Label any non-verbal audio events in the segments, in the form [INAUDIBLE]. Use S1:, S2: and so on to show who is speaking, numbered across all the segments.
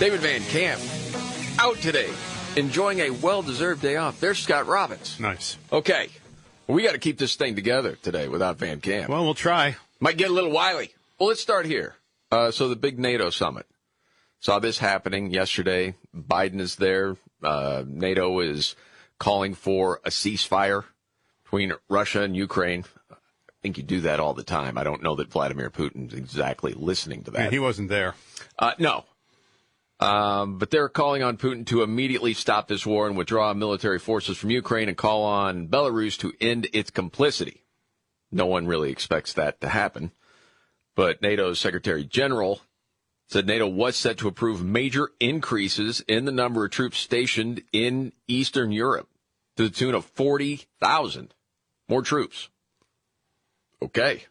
S1: David Van Camp out today, enjoying a well-deserved day off. There's Scott Robbins.
S2: Nice.
S1: Okay, we got to keep this thing together today without Van Camp.
S2: Well, we'll try.
S1: Might get a little wily. Well, let's start here. Uh, so the big NATO summit. Saw this happening yesterday. Biden is there. Uh, NATO is calling for a ceasefire between Russia and Ukraine. I think you do that all the time. I don't know that Vladimir Putin's exactly listening to
S2: Man,
S1: that.
S2: he wasn't there.
S1: Uh, no. Um, but they're calling on Putin to immediately stop this war and withdraw military forces from Ukraine and call on Belarus to end its complicity. No one really expects that to happen. But NATO's Secretary General said NATO was set to approve major increases in the number of troops stationed in Eastern Europe to the tune of 40,000 more troops. Okay.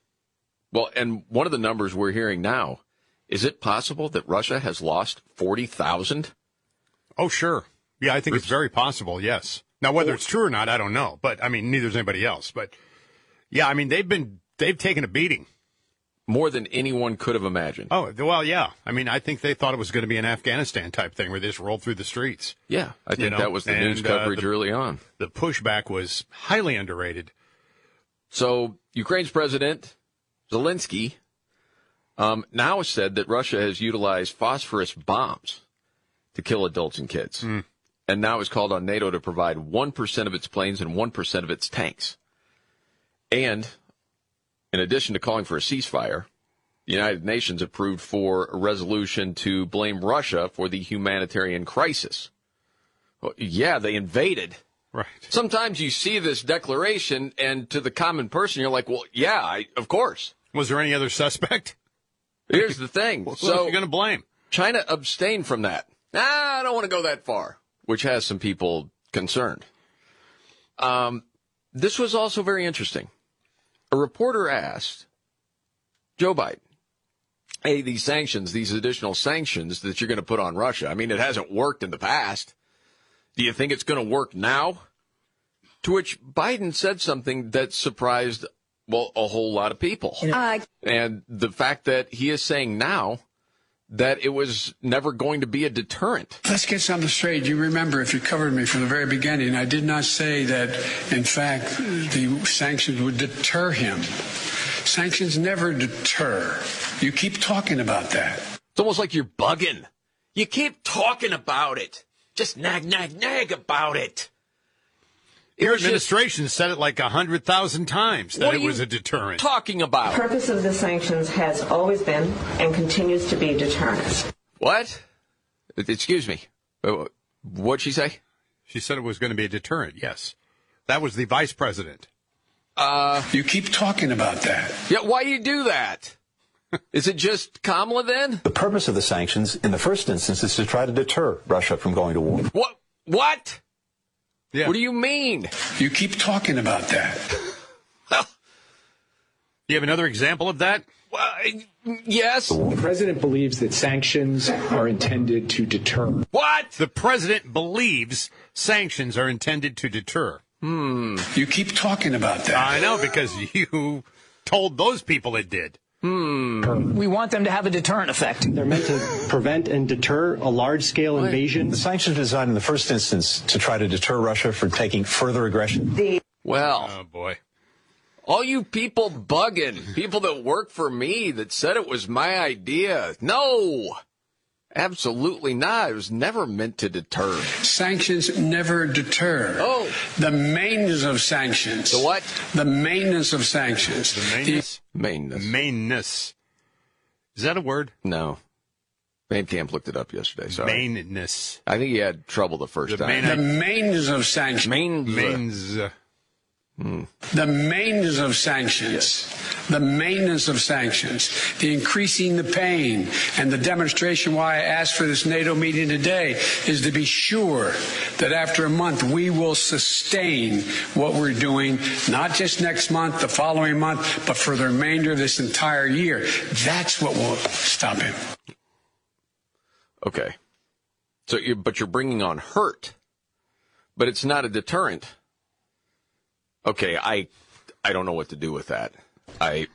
S1: Well, and one of the numbers we're hearing now is it possible that Russia has lost 40,000?
S2: Oh, sure. Yeah, I think it's very possible. Yes. Now, whether it's true or not, I don't know. But I mean, neither's anybody else. But yeah, I mean, they've been they've taken a beating.
S1: More than anyone could have imagined.
S2: Oh, well, yeah. I mean, I think they thought it was going to be an Afghanistan type thing where they just rolled through the streets.
S1: yeah, I think
S2: know,
S1: that was the news
S2: and, uh,
S1: coverage
S2: the-
S1: early on.
S2: The pushback was highly underrated.
S1: So Ukraine's president Zelensky um, now has said that Russia has utilized phosphorus bombs to kill adults and kids,
S2: Hmm.
S1: and now has called on NATO to provide one percent of its planes and one percent of its tanks. And in addition to calling for a ceasefire, the United Nations approved for a resolution to blame Russia for the humanitarian crisis. Well, yeah, they invaded
S2: Right.
S1: sometimes you see this declaration and to the common person you're like well yeah I, of course
S2: Was there any other suspect?
S1: here's the
S2: [LAUGHS]
S1: thing
S2: Who else are
S1: so
S2: you going to blame?
S1: china abstained from that nah, i don't want to go that far which has some people concerned um, this was also very interesting a reporter asked joe biden hey these sanctions these additional sanctions that you're going to put on russia i mean it hasn't worked in the past do you think it's going to work now to which biden said something that surprised well a whole lot of people
S3: Uh,
S1: and the fact that he is saying now that it was never going to be a deterrent.
S4: Let's get something straight. You remember, if you covered me from the very beginning, I did not say that, in fact, the sanctions would deter him. Sanctions never deter. You keep talking about that.
S1: It's almost like you're bugging. You keep talking about it. Just nag, nag, nag about it. It
S2: Your
S1: was just
S2: administration said it like a hundred thousand times that
S1: What
S2: it
S1: are
S2: was
S1: you
S2: a deterrent.
S1: talking about.
S5: purpose of the sanctions has always been and continues to be deterrence.
S1: What? Excuse me. Uh, What'd she say?
S2: She said it was going to be a deterrent. Yes. That was the vice president.
S1: Uh.
S4: You keep talking about that.
S1: Yeah, why do you do that? [LAUGHS] Is it just Kamala then?
S6: The purpose of the sanctions, in the first instance, is to try to deter Russia from going to war.
S1: What? What?
S2: Yeah.
S1: What do you mean?
S4: You keep talking about that.
S2: You have another example of that?
S1: Well, I- yes.
S7: The president believes that sanctions are intended to deter.
S1: What?
S2: The president believes sanctions are intended to deter.
S1: Hmm.
S4: You keep talking about that.
S2: I know because you told those people it did.
S8: We want them to have a deterrent effect.
S7: They're meant to prevent and deter a large scale invasion.
S6: The sanctions are designed in the first instance to try to deter Russia from taking further aggression.
S1: Well.
S2: Oh boy.
S1: All you people bugging, people that work for me that said it was my idea. No, absolutely not. It was never meant to deter.
S4: Sanctions never deter.
S1: Oh.
S4: The maintenance of sanctions.
S1: The what?
S4: The maintenance of sanctions.
S2: The mainness.
S1: Mainness.
S2: Mainness. Is that a word?
S1: no. Van Camp looked it up yesterday. Sorry.
S2: Mainness.
S1: I think he had trouble the first
S2: The
S1: time.
S2: main-
S4: The maintenance of sanctions.
S1: Main.
S2: Mains.
S1: Hmm,
S4: The maintenance of sanctions, the maintenance of sanctions, the increasing the pain, and the demonstration why I asked for this NATO meeting today is to be sure that after a month we will sustain what we're doing, not just next month, the following month, but for the remainder of this entire year. That's what will stop him.
S1: Okay. So, you're, but you're bringing on hurt, but it's not a deterrent. Okay, I, I don't know what to do with that. I,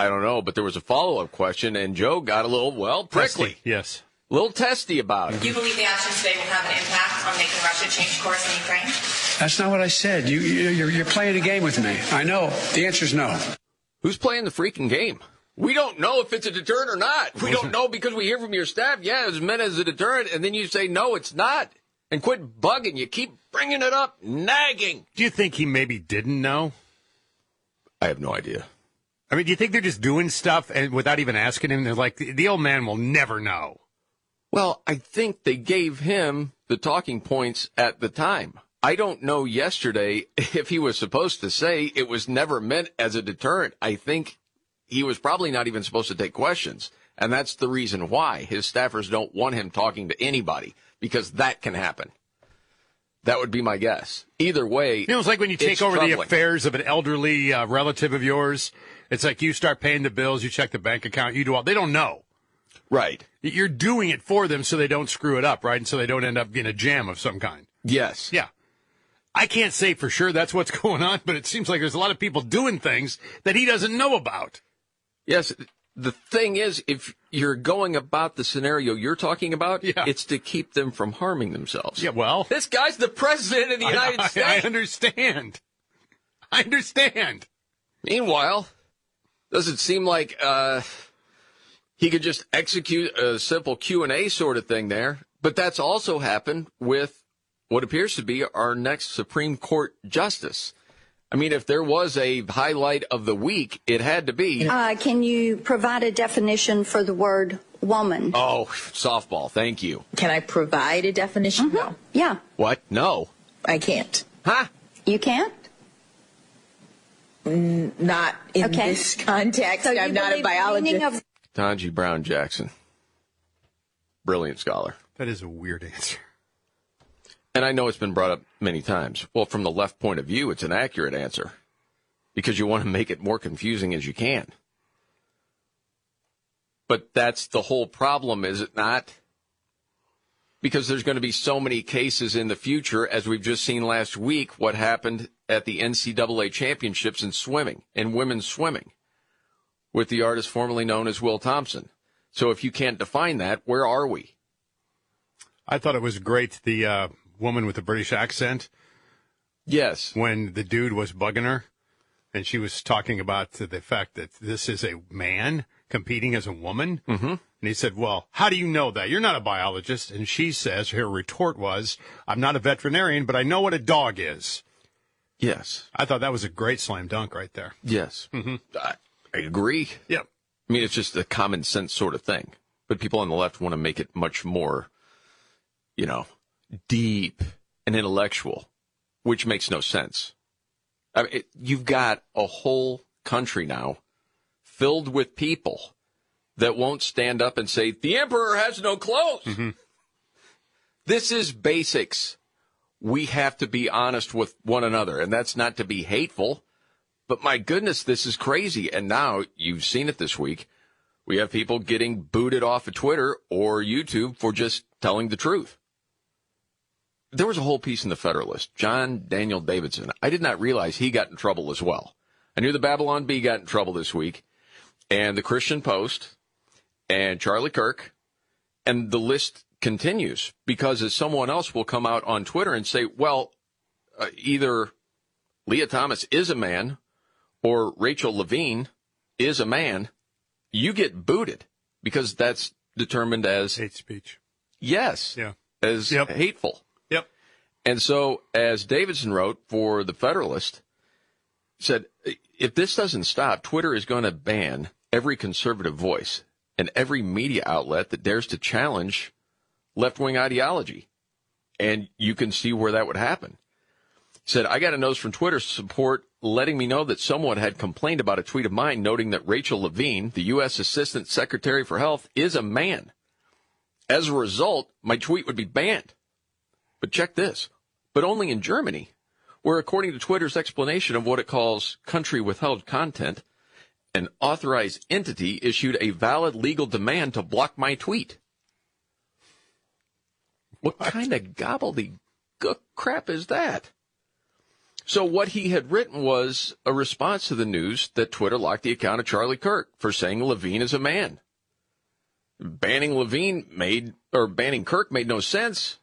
S1: I don't know. But there was a follow up question, and Joe got a little well prickly,
S2: Yes.
S1: a little testy about it.
S3: Do you believe the actions today will have an impact on making Russia change course in Ukraine?
S4: That's not what I said. You, you, you're, you're playing a game with me. I know. The answer is no.
S1: Who's playing the freaking game? We don't know if it's a deterrent or not. We don't know because we hear from your staff, yeah, it's meant as a deterrent, and then you say no, it's not, and quit bugging. You keep bringing it up, nagging.
S2: Do you think he maybe didn't know?
S1: I have no idea.
S2: I mean, do you think they're just doing stuff and without even asking him? They're like, the the old man will never know.
S1: Well, I think they gave him the talking points at the time. I don't know yesterday [LAUGHS] if he was supposed to say it was never meant as a deterrent. I think he was probably not even supposed to take questions. And that's the reason why his staffers don't want him talking to anybody because that can happen. That would be my guess. Either way,
S2: You know, it's like when you take
S1: it's
S2: over the
S1: troubling.
S2: affairs of an elderly uh, relative of yours. It's like you start paying the bills, you check the bank account, you do all. They don't know.
S1: Right.
S2: You're doing it for them so they don't screw it up, right? And so they don't end up in a jam of some kind.
S1: Yes.
S2: Yeah. I can't say for sure that's what's [LAUGHS] going on, but it seems like there's a lot of people doing things that he doesn't know about.
S1: Yes. The thing is, if you're going about the scenario you're talking about,
S2: Yeah.
S1: it's to keep them from harming themselves.
S2: Yeah, well,
S1: This guy's the president of the United
S2: I, I- I
S1: States.
S2: understand. I understand.
S1: Meanwhile, does it seem like uh, he could just execute a simple Q and A sort of thing there? But that's also happened with what appears to be our next Supreme Court justice. I mean, if there was a highlight of the week, it had to be.
S9: Uh, can you provide a definition for the word woman?
S1: Oh, softball. Thank you.
S10: Can I provide a definition? No,
S11: Mm-hmm.
S9: Yeah,
S1: What? No.
S10: I can't.
S1: Huh?
S9: you can't.
S10: Not in
S12: [LAUGHS]
S9: Okay.
S10: this context.
S9: So you
S10: I'm not a
S9: believe the
S10: biologist.
S9: meaning of-
S1: Tanji Brown Jackson. Brilliant scholar.
S2: That is a weird answer.
S1: And I know it's been brought up many times. Well, from the left point of view, it's an accurate answer because you want to make it more confusing as you can. But that's the whole problem, is it not? Because there's going to be so many cases in the future, as we've just seen last week, what happened at the NCAA championships in swimming, in women's swimming, with the artist formerly known as Will Thompson. So if you can't define that, where are we?
S2: I thought it was great the uh, woman with the British accent
S1: Yes.
S2: when the dude was bugging her, and she was talking about the fact that this is a man competing as a woman. Mm-hmm. And he said, "Well, how do you know that? You're not a biologist." And she says, her retort was, "I'm not a veterinarian, but I know what a dog is."
S1: Yes.
S2: I thought that was a great slam dunk right there.
S1: Yes. Mm-hmm. I, I agree.
S2: Yep.
S1: I mean, it's just a common sense sort of thing. But people on the left want to make it much more, you know, deep and intellectual, which makes no sense. I mean, it, you've got a whole country now filled with people that won't stand up and say, the emperor has no clothes. This is basics. We have to be honest with one another, and that's not to be hateful. But my goodness, this is crazy. And now you've seen it this week. We have people getting booted off of Twitter or YouTube for just telling the truth. There was a whole piece in the Federalist, John Daniel Davidson. I did not realize he got in trouble as well. I knew the Babylon Bee got in trouble this week, and the Christian Post, and Charlie Kirk, and the list continues because as someone else will come out on Twitter and say, well, uh, either Leah Thomas is a man or Rachel Levine is a man, you get booted because that's determined as
S2: Hate speech.
S1: yes,
S2: Yeah.
S1: as
S2: Yep.
S1: hateful.
S2: Yep.
S1: And so, as Davidson wrote for the Federalist, said, if this doesn't stop, Twitter is going to ban every conservative voice and every media outlet that dares to challenge left wing ideology. And you can see where that would happen. said, I got a notice from Twitter support letting me know that someone had complained about a tweet of mine noting that Rachel Levine, the U.S. Assistant Secretary for Health, is a man. As a result, my tweet would be banned. But check this, but only in Germany, where according to Twitter's explanation of what it calls country withheld content, an authorized entity issued a valid legal demand to block my tweet. What, kind of gobbledygook crap is that? So what he had written was a response to the news that Twitter locked the account of Charlie Kirk for saying Levine is a man. Banning Levine made or banning Kirk made no sense.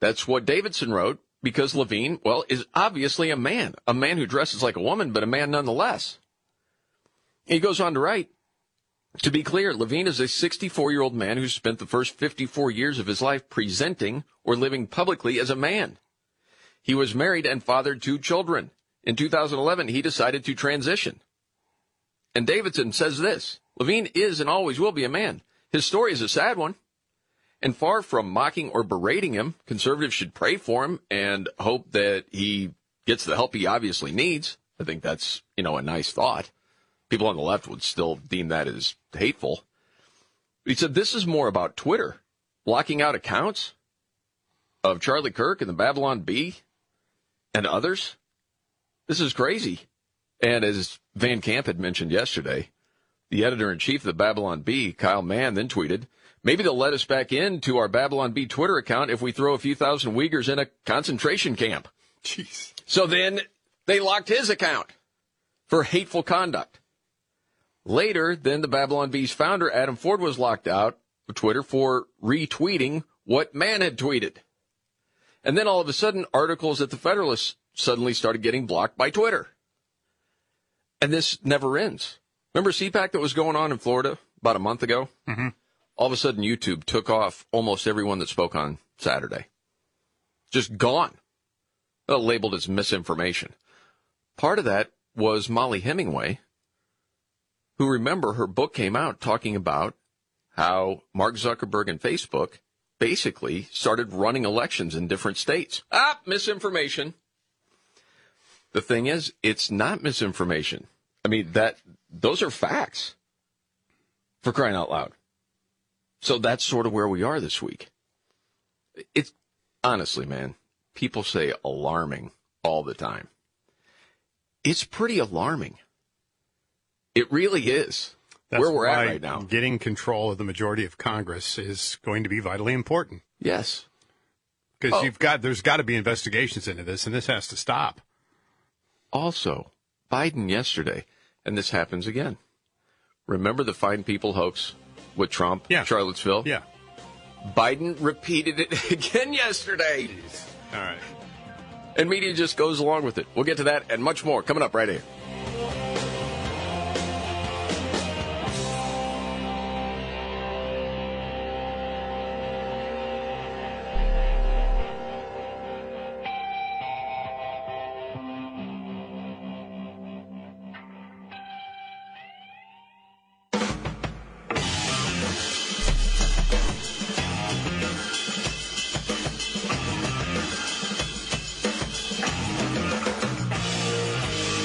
S1: That's what Davidson wrote because Levine, well, is obviously a man, a man who dresses like a woman, but a man nonetheless. He goes on to write, to be clear, Levine is a 64 year old man who spent the first 54 years of his life presenting or living publicly as a man. He was married and fathered two children. In 2011, he decided to transition. And Davidson says this Levine is and always will be a man. His story is a sad one. And far from mocking or berating him, conservatives should pray for him and hope that he gets the help he obviously needs. I think that's, you know, a nice thought. People on the left would still deem that as hateful. He said this is more about Twitter blocking out accounts of Charlie Kirk and the Babylon Bee and others. This is crazy. And as Van Camp had mentioned yesterday, the editor in chief of the Babylon Bee, Kyle Mann, then tweeted, Maybe they'll let us back into our Babylon Bee Twitter account if we throw a few thousand Uyghurs in a concentration camp.
S2: Jeez.
S1: So then they locked his account for hateful conduct. Later, then the Babylon Bee's founder, Adam Ford, was locked out of Twitter for retweeting what Mann had tweeted. And then all of a sudden, articles at the Federalist suddenly started getting blocked by Twitter. And this never ends. Remember CPAC that was going on in Florida about a month ago?
S2: Mm-hmm.
S1: all of a sudden YouTube took off almost everyone that spoke on Saturday. Just gone. Uh, labeled as misinformation. Part of that was Molly Hemingway, who remember her book came out talking about how Mark Zuckerberg and Facebook basically started running elections in different states. Ah, misinformation. The thing is, it's not misinformation. I mean, that those are facts for crying out loud. So that's sort of where we are this week. It's honestly, man, people say alarming all the time. It's pretty alarming. It really is
S2: That's
S1: where we're at
S2: why
S1: right now.
S2: Getting control of the majority of Congress is going to be vitally important
S1: Yes.
S2: because
S1: Oh.
S2: you've got there's got to be investigations into this, and this has to stop.
S1: Also, Biden yesterday, and this happens again. Remember the fine people hoax with Trump,
S2: Yeah.
S1: Charlottesville?
S2: Yeah.
S1: Biden repeated it [LAUGHS] again yesterday.
S2: All right.
S1: And media just goes along with it. We'll get to that and much more coming up right here.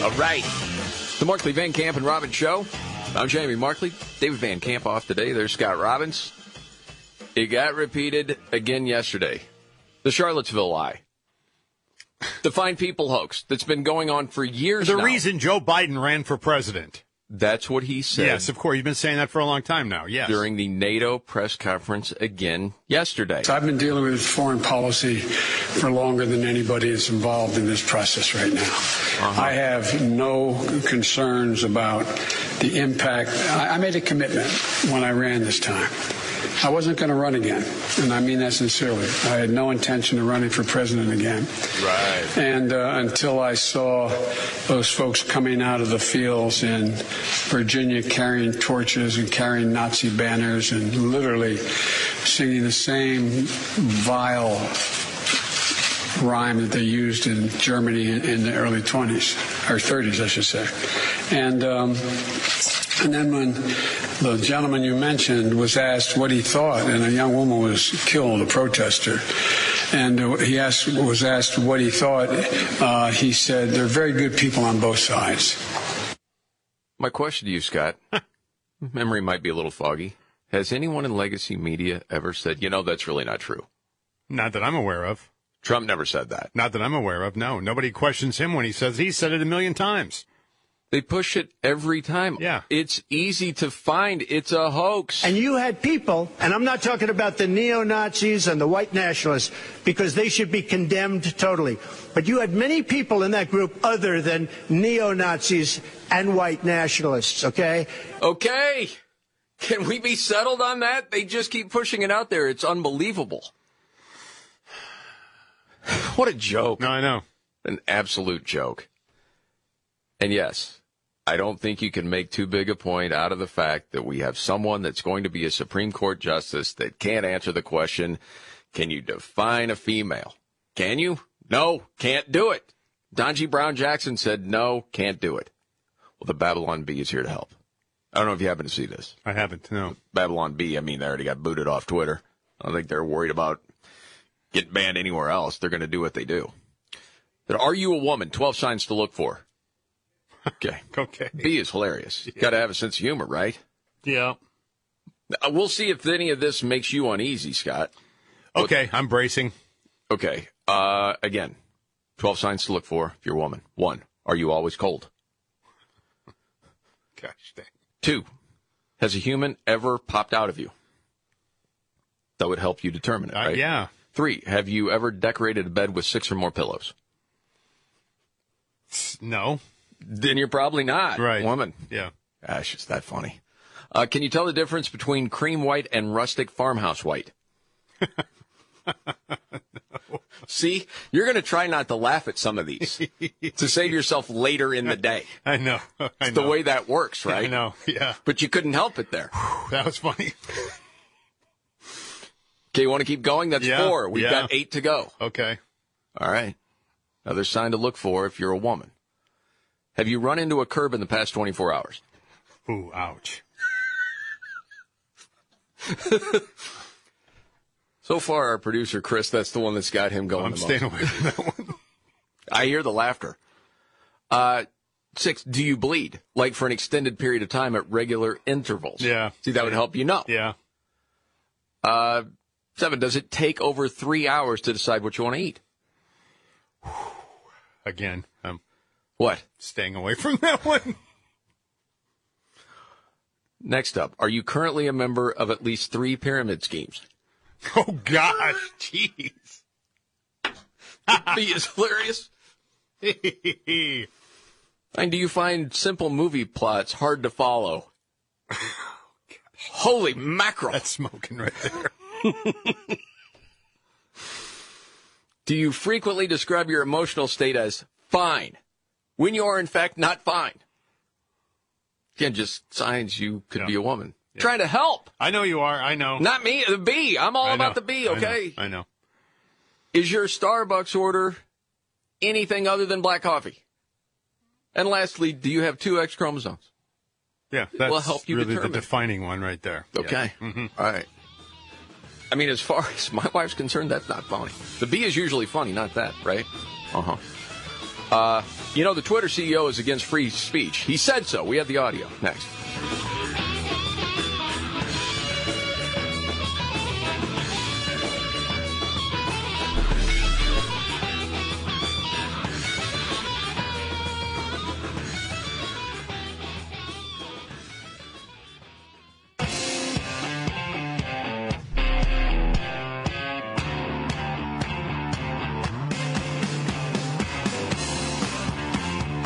S1: All right. The Markley Van Camp and Robbins Show. I'm Jamie Markley. David Van Camp off today. There's Scott Robbins. It got repeated again yesterday. The Charlottesville lie. The fine people hoax that's been going on for years
S2: The
S1: now.
S2: reason Joe Biden ran for president.
S1: That's what he said
S2: Yes, of course. You've been saying that for a long time now. Yes.
S1: during the NATO press conference again yesterday.
S4: So I've been dealing with foreign policy for longer than anybody is involved in this process right now.
S1: Uh-huh.
S4: I have no concerns about the impact. I, I made a commitment when I ran this time. I wasn't going to run again, and I mean that sincerely. I had no intention of running for president again.
S1: Right.
S4: And uh, until I saw those folks coming out of the fields in Virginia carrying torches and carrying Nazi banners and literally singing the same vile rhyme that they used in Germany in, in the early 20s, or 30s, I should say. And um, And then when the gentleman you mentioned was asked what he thought, and a young woman was killed, a protester, and uh, he asked, was asked what he thought, uh, he said, they're very good people on both sides.
S1: My question to you,
S2: [LAUGHS]
S1: Scott, memory might be a little foggy. Has anyone in legacy media ever said, you know, that's really not true?
S2: Not that I'm aware of.
S1: Trump never said that.
S2: Not that I'm aware of. No, nobody questions him when he says he said it a million times.
S1: They push it every time.
S2: Yeah.
S1: It's easy to find. It's a hoax.
S13: And you had people, and I'm not talking about the neo Nazis and the white nationalists, because they should be condemned totally. But you had many people in that group other than neo Nazis and white nationalists, okay?
S1: Okay. Can we be settled on that? They just keep pushing it out there. It's unbelievable. [SIGHS] What a joke.
S2: No, I know.
S1: An absolute joke. And yes, I don't think you can make too big a point out of the fact that we have someone that's going to be a Supreme Court justice that can't answer the question can you define a female? Can you? No, can't do it. Donji Brown Jackson said, no, can't do it. Well, the Babylon Bee is here to help. I don't know if you happen to see this.
S2: I haven't. No.
S1: Babylon B, I mean, they already got booted off Twitter. I don't think they're worried about getting banned anywhere else. They're going to do what they do. But are you a woman? 12 signs to look for. Okay.
S2: [LAUGHS] Okay.
S1: B is hilarious. Got to have a sense of humor, right?
S2: Yeah.
S1: Uh, We'll see if any of this makes you uneasy, Scott.
S2: Okay, I'm bracing.
S1: Okay. Uh, again, 12 signs to look for if you're a woman. One, are you always cold?
S2: [LAUGHS] Gosh dang.
S1: Two, has a human ever popped out of you? That would help you determine it,
S2: Uh,
S1: right?
S2: Yeah.
S1: Three, have you ever decorated a bed with six or more pillows?
S2: No.
S1: Then you're probably not
S2: Uh, Right.
S1: a woman.
S2: Yeah. [LAUGHS]
S1: Gosh, it's that funny. Uh, can you tell the difference between cream white and rustic farmhouse
S2: [LAUGHS]
S1: white? See, you're going to try not to laugh at some of
S2: [LAUGHS]
S1: these to save yourself later in the day.
S2: I know. [LAUGHS] I
S1: It's
S2: know.
S1: the way that works, right?
S2: [LAUGHS] I know. Yeah.
S1: But you couldn't help it there.
S2: That was funny.
S1: Okay, you want to keep going? That's
S2: Yeah,
S1: four. We've
S2: yeah.
S1: got eight to go.
S2: Okay.
S1: All right. Another sign to look for if you're a woman. Have you run into a curb in the past 24 hours?
S2: Ooh, ouch.
S1: So far, our producer, Chris, that's the one that's got him going.
S2: I'm
S1: the most.
S2: staying away from that one.
S1: I hear the laughter. Uh, six, do you bleed? Like for an extended period of time at regular intervals?
S2: Yeah.
S1: See, that would help you know.
S2: Yeah.
S1: Uh, seven, does it take over three hours to decide what you want to eat?
S2: Again, I'm
S1: What?
S2: staying away from that [LAUGHS] one.
S1: Next up, are you currently a member of at least three pyramid schemes?
S2: [LAUGHS] Oh gosh, jeez.
S1: [LAUGHS] Be as hilarious.
S2: oh
S1: [LAUGHS] And do you find simple movie plots hard to
S2: [LAUGHS]
S1: follow? Holy mackerel.
S2: Oh, That's smoking right there.
S1: [LAUGHS] Do you frequently describe your emotional state as fine when you are, in fact, not fine? Again, just signs you could
S2: Yeah.
S1: be a woman. Trying to help.
S2: I know you are. I know.
S1: Not me, the bee. I'm all
S2: I know.
S1: about the bee,
S2: I know.
S1: okay?
S2: I know.
S1: Is your Starbucks order anything other than black coffee? And lastly, do you have two X chromosomes?
S2: Yeah, that's
S1: will help you
S2: really
S1: determine.
S2: the defining one right there. Yeah. Mm-hmm.
S1: Okay. All right. I mean, as far [LAUGHS] as my wife's concerned, that's not funny. The B is usually funny, not that, right? Uh-huh. Uh You know, the Twitter CEO is against free speech. He said so. We have the audio next.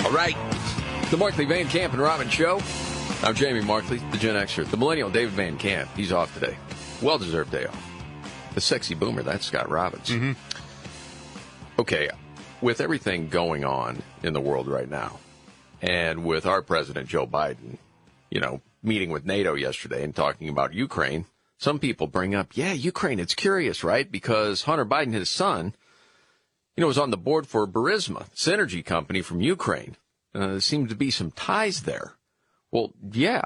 S1: All right. The Markley Van Camp and Robin Show. I'm Jamie Markley, the Gen Xer. The millennial David Van Camp, he's off today. Well deserved day off. The sexy boomer, that's Scott Robbins. Okay, with everything going on in the world right now, and with our president, Joe Biden, you know, meeting with NATO yesterday and talking about Ukraine, some people bring up, yeah, Ukraine, it's curious, right? Because Hunter Biden, his son, you know, was on the board for Burisma, this energy company from Ukraine. Uh, there seemed to be some ties there. Well, yeah,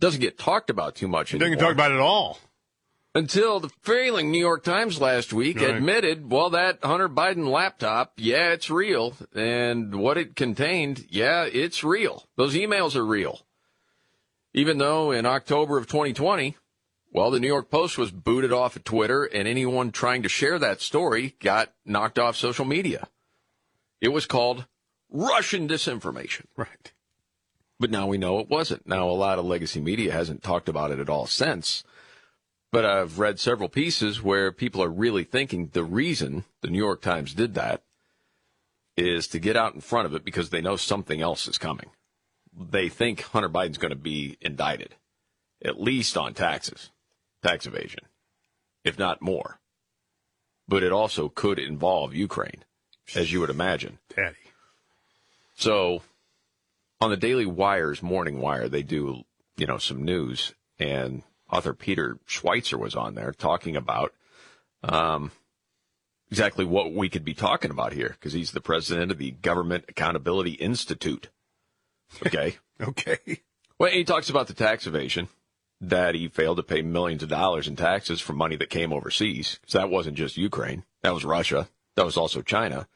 S1: doesn't get talked about too much anymore.
S2: Doesn't get talked about at all.
S1: Until the failing New York Times last week
S2: Right.
S1: admitted, well, that Hunter Biden laptop, yeah, it's real. And what it contained, yeah, it's real. Those emails are real. Even though in October of 2020, well, the New York Post was booted off of Twitter, and anyone trying to share that story got knocked off social media. It was called Russian disinformation.
S2: Right.
S1: But now we know it wasn't. Now, a lot of legacy media hasn't talked about it at all since. But I've read several pieces where people are really thinking the reason the New York Times did that is to get out in front of it because they know something else is coming. They think Hunter Biden's going to be indicted, at least on taxes, tax evasion, if not more. But it also could involve Ukraine, as you would imagine.
S2: Patty.
S1: So on the Daily Wire's Morning Wire, they do, you know, some news and author Peter Schweitzer was on there talking about um, exactly what we could be talking about here because he's the president of the Government Accountability Institute. Okay.
S2: Okay.
S1: Well, he talks about the tax evasion that he failed to pay millions of dollars in taxes for money that came overseas. So that wasn't just Ukraine. That was Russia. That was also China.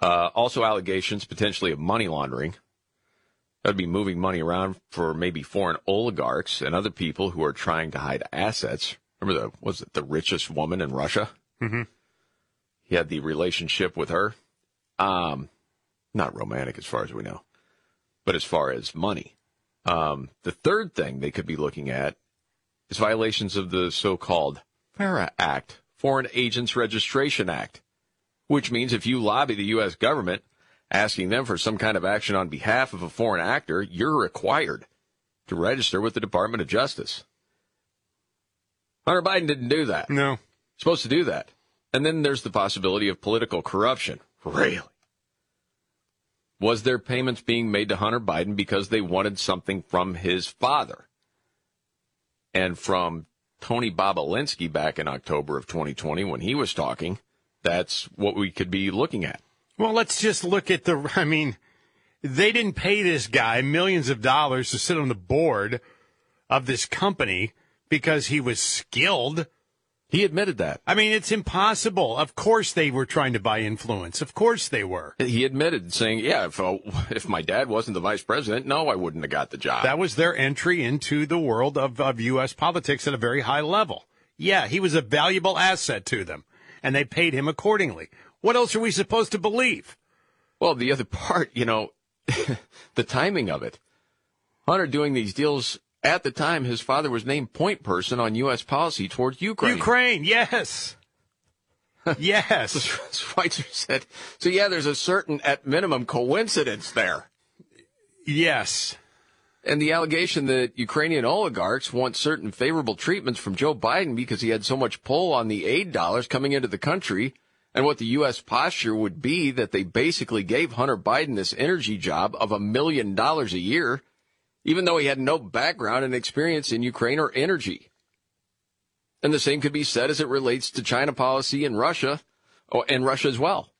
S1: Uh, also allegations potentially of money laundering. That'd be moving money around for maybe foreign oligarchs and other people who are trying to hide assets. Remember the was it the richest woman in Russia?
S2: Mm-hmm.
S1: He had the relationship with her. Um, not romantic as far as we know, but as far as money. Um, the third thing they could be looking at is violations of the so called FARA Act, Foreign Agents Registration Act, which means if you lobby the U.S. government asking them for some kind of action on behalf of a foreign actor, you're required to register with the Department of Justice. Hunter Biden didn't do that.
S2: No.
S1: Supposed to do that. And then there's the possibility of political corruption. Really? Was there payments being made to Hunter Biden because they wanted something from his father? And from Tony Bobolinsky back in October of 2020 when he was talking, that's what we could be looking at.
S2: Well, let's just look at the. I mean, they didn't pay this guy millions of dollars to sit on the board of this company because he was skilled.
S1: He admitted that.
S2: I mean, it's impossible. Of course, they were trying to buy influence. Of course, they were.
S1: He admitted saying, "Yeah, if uh, [LAUGHS] if my dad wasn't the vice president, no, I wouldn't have got the job."
S2: That was their entry into the world of, of U.S. politics at a very high level. Yeah, he was a valuable asset to them, and they paid him accordingly. What else are we supposed to believe?
S1: Well, the other part, you know, [LAUGHS] the timing of it. Hunter doing these deals at the time his father was named point person on U.S. policy toward Ukraine. [LAUGHS]
S2: Ukraine, yes. yes.
S1: Schweitzer said, so yeah, there's a certain, at minimum, coincidence there.
S2: Yes.
S1: And the allegation that Ukrainian oligarchs want certain favorable treatments from Joe Biden because he had so much pull on the aid dollars coming into the country and what the U.S. posture would be that they basically gave Hunter Biden this energy job of a million dollars a year, even though he had no background and experience in Ukraine or energy. And the same could be said as it relates to China policy and Russia or, and Russia as well.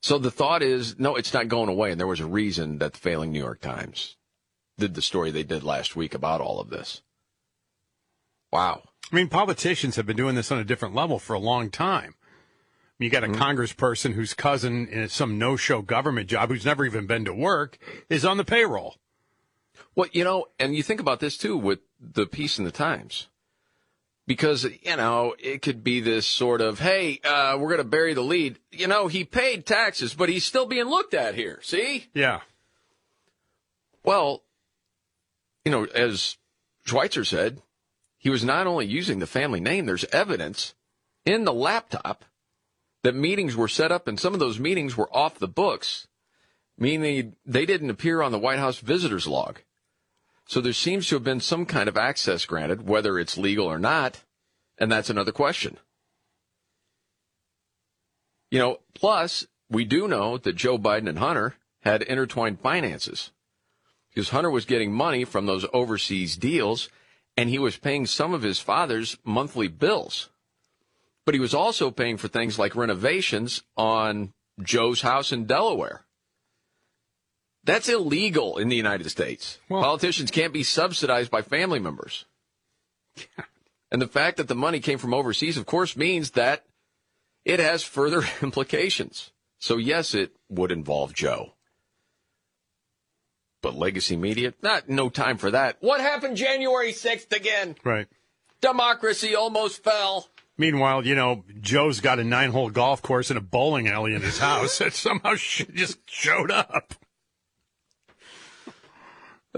S1: So the thought is, no, it's not going away. And there was a reason that the failing New York Times did the story they did last week about all of this. Wow.
S2: I mean, politicians have been doing this on a different level for a long time. You got a
S1: Mm-hmm.
S2: congressperson whose cousin in some no show government job who's never even been to work is on the payroll.
S1: Well, you know, and you think about this too with the piece in the Times. Because, you know, it could be this sort of, hey, uh, we're going to bury the lead. You know, he paid taxes, but he's still being looked at here. See?
S2: Yeah.
S1: Well, you know, as Schweitzer said, he was not only using the family name, there's evidence in the laptop that meetings were set up and some of those meetings were off the books, meaning they didn't appear on the White House visitors log. So there seems to have been some kind of access granted, whether it's legal or not, and that's another question. You know, plus, we do know that Joe Biden and Hunter had intertwined finances because Hunter was getting money from those overseas deals and he was paying some of his father's monthly bills. But he was also paying for things like renovations on Joe's house in Delaware. That's illegal in the United States. Politicians can't be subsidized by family members. And the fact that the money came from overseas, of course, means that it has further [LAUGHS] implications. So, yes, it would involve Joe. But legacy media, not no time for that. What happened January 6th again?
S2: Right.
S1: Democracy almost fell.
S2: Meanwhile, you know, Joe's got a nine hole golf course and a bowling alley in
S1: [LAUGHS]
S2: his house that somehow sh- just showed up.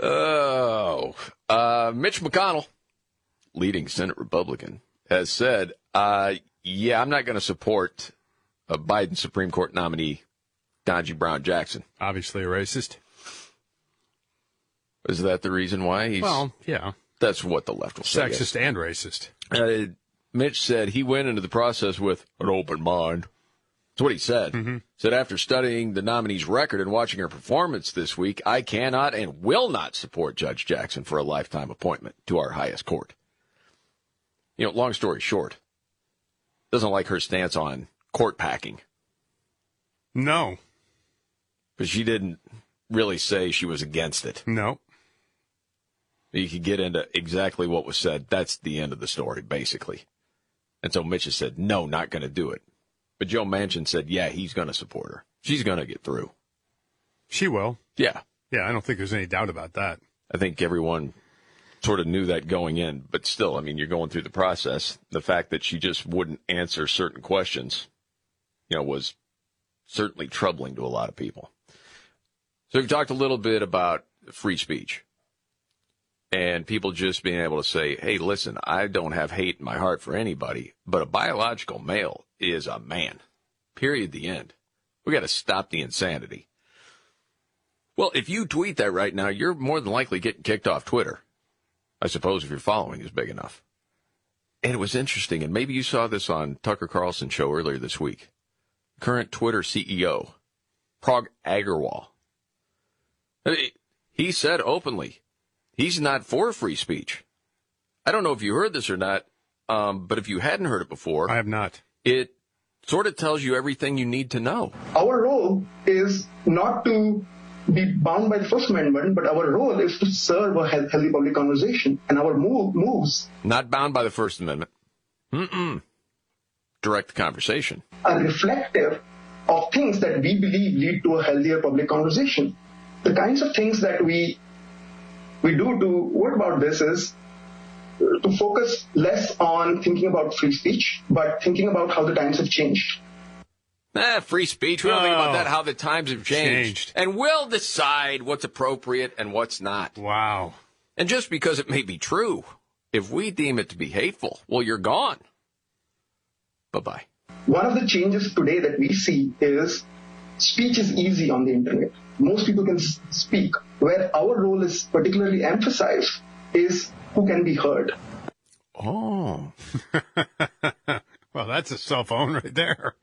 S1: Oh, uh, Mitch McConnell, leading Senate Republican, has said, uh, "Yeah, I'm not going to support a Biden Supreme Court nominee, Donji Brown Jackson."
S2: Obviously, a racist.
S1: Is that the reason why he's?
S2: Well, yeah.
S1: That's what the left will say.
S2: Sexist and racist.
S1: yes. Uh, Mitch said he went into the process with an open mind. That's what he said.
S2: Mm-hmm.
S1: Said after studying the nominee's record and watching her performance this week, I cannot and will not support Judge Jackson for a lifetime appointment to our highest court. You know, long story short, doesn't like her stance on court packing
S2: No,
S1: because she didn't really say she was against it.
S2: no.
S1: You could get into exactly what was said. That's the end of the story, basically. And so Mitch has said, no, not going to do it. But Joe Manchin said, yeah, he's going to support her. She's going to get through.
S2: She will.
S1: Yeah.
S2: Yeah, I don't think there's any doubt about that.
S1: I think everyone sort of knew that going in, but still, I mean, you're going through the process. The fact that she just wouldn't answer certain questions, you know, was certainly troubling to a lot of people. So we've talked a little bit about free speech and people just being able to say, hey, listen, I don't have hate in my heart for anybody, but a biological male is a man. Period. The end. We got to stop the insanity. Well, if you tweet that right now, you're more than likely getting kicked off Twitter. I suppose if your following is big enough. And it was interesting, and maybe you saw this on Tucker Carlson show earlier this week. Current Twitter E CEO, Prog Agarwal. I mean, He said openly, he's not for free speech. I don't know if you heard this or not, um, but if you hadn't heard it before, I
S2: have not.
S1: It sort of tells you everything you need to know.
S14: Our role is not to be bound by the First Amendment, but our role is to serve a health- healthy public conversation. And our move, moves
S1: Not bound by the First Amendment. Mm-mm. Direct conversation.
S14: are reflective of things that we believe lead to a healthier public conversation. The kinds of things that we we do to work about this is uh, to focus less on thinking about free speech, but thinking about how the times have changed.
S1: Eh, free speech. We don't think about
S14: Oh.
S1: that. How the times have changed.
S14: Changed.
S1: and we'll decide what's appropriate and what's not.
S2: Wow.
S1: And just because it may be true, if we deem it to be hateful, well, you're gone. Bye bye.
S14: One of the changes today that we see is speech is easy on the internet. Most people can s- speak. Where our role is particularly emphasized is who can be heard.
S1: Oh.
S2: well, that's a cell phone [LAUGHS] right there.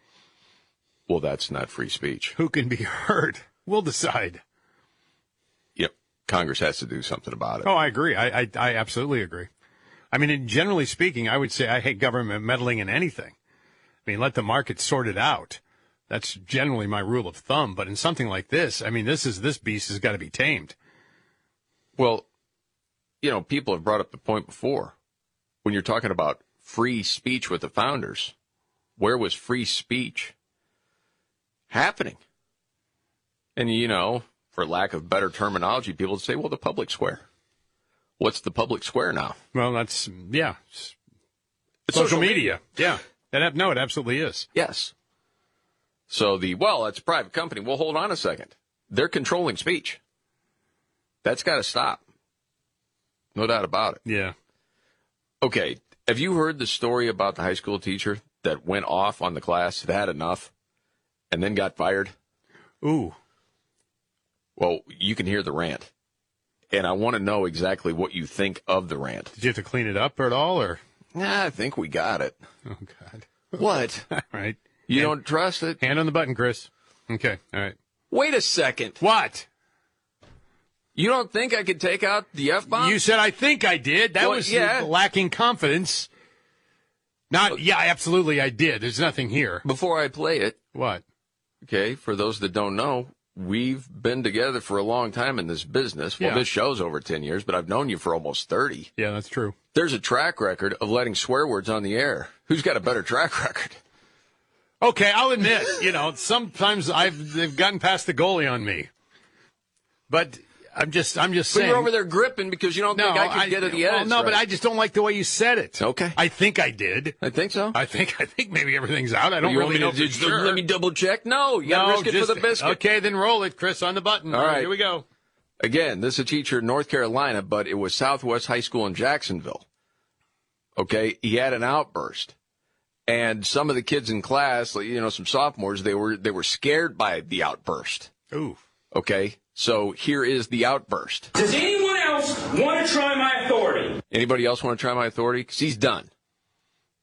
S1: Well, that's not free speech.
S2: Who can be heard? We'll decide.
S1: Yep. Congress has to do something about it.
S2: Oh, I agree. I, I, I absolutely agree. I mean, in- generally speaking, I would say I hate government meddling in anything. I mean, let the market sort it out. That's generally my rule of thumb. But in something like this, I mean, this is this beast has got to be tamed.
S1: Well, you know, people have brought up the point before when you're talking about free speech with the founders. Where was free speech happening? And, you know, for lack of better terminology, people would say, well, the public square. What's the public square now?
S2: Well, that's yeah. It's social,
S1: social
S2: media. Yeah. That ab- no, it absolutely is.
S1: Yes. So the, well, it's a private company. Well, hold on a second. They're controlling speech. That's got to stop. No doubt about it.
S2: Yeah.
S1: Okay. Have you heard the story about the high school teacher that went off on the class, that had enough, and then got fired?
S2: Ooh.
S1: Well, you can hear the rant. And I want to know exactly what you think of the rant.
S2: Did you have to clean it up or at all, or?
S1: Nah, I think we got it.
S2: Oh God. [LAUGHS]
S1: What?
S2: all right.
S1: You don't trust it?
S2: Hand on the button, Chris. Okay. All right.
S1: Wait a second.
S2: What?
S1: You don't think I could take out the F bomb?
S2: You said I think I did. That
S1: Well,
S2: was
S1: yeah.
S2: lacking confidence. Not yeah, absolutely I did. There's nothing here.
S1: Before I play it,
S2: What?
S1: okay, for those that don't know, we've been together for a long time in this business. Well,
S2: Yeah.
S1: this show's over 10 years, but I've known you for almost 30.
S2: Yeah, that's true.
S1: There's a track record of letting swear words on the air. Who's got a better track record?
S2: Okay, I'll admit, you know, sometimes I've they've gotten past the goalie on me, but I'm just I'm just
S1: But
S2: saying.
S1: you're over there gripping because you don't
S2: no,
S1: think I could get to the
S2: well,
S1: edge.
S2: no, but
S1: right?
S2: I just don't like the way you said it.
S1: Okay.
S2: I think I did.
S1: I think so.
S2: I think I think maybe everything's out. I don't
S1: You want
S2: really
S1: me to
S2: know
S1: do-
S2: for sure.
S1: Let me double check. No, you got to
S2: No,
S1: risk it
S2: just-
S1: for the biscuit.
S2: Okay, then roll it, Chris, on the button.
S1: All right.
S2: here we go.
S1: Again, this is a teacher in North Carolina, but it was Southwest High School in Jacksonville. Okay, he had an outburst, and some of the kids in class, like, you know, some sophomores, they were they were scared by the outburst.
S2: Ooh.
S1: Okay, so here is the outburst.
S15: Does anyone else want to try my authority?
S1: Anybody else want to try my authority? Because he's done.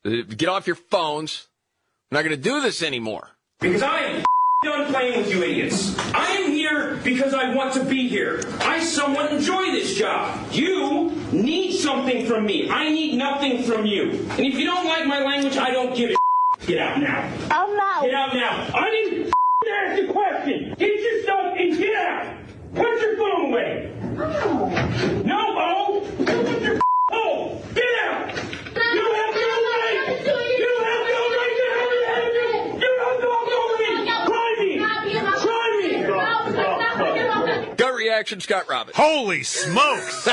S1: Uh, Get off your phones. We're not going to do this anymore.
S15: Because I am done playing with you idiots. I am here because I want to be here. I somewhat enjoy this job. You need something from me. I need nothing from you. And if you don't like my language, I don't give a Get out now. I'm out. Get out now. I didn't ask a question. Get yourself and get out. Put your phone away. No, oh. Put your oh. Get out. You have no right. You have no right to have it happen. You have no right. Try me. Try me.
S1: Gut reaction, Scott Robbins.
S2: Holy smokes!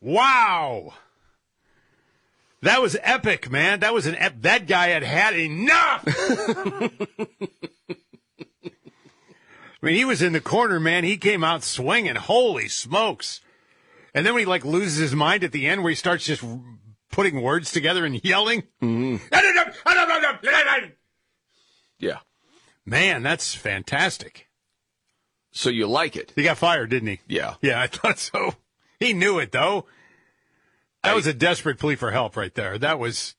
S2: wow, that was epic, man. That was an ep- that guy had had enough. I mean, he was in the corner, man. He came out swinging. Holy smokes! And then when he like loses his mind at the end, where he starts just putting words together and yelling.
S1: Mm-hmm.
S2: [LAUGHS]
S1: Yeah.
S2: Man, that's fantastic.
S1: So you like it?
S2: He got fired, didn't he?
S1: Yeah.
S2: Yeah, I [LAUGHS] thought so. He knew it though. That was a desperate plea for help right there. That was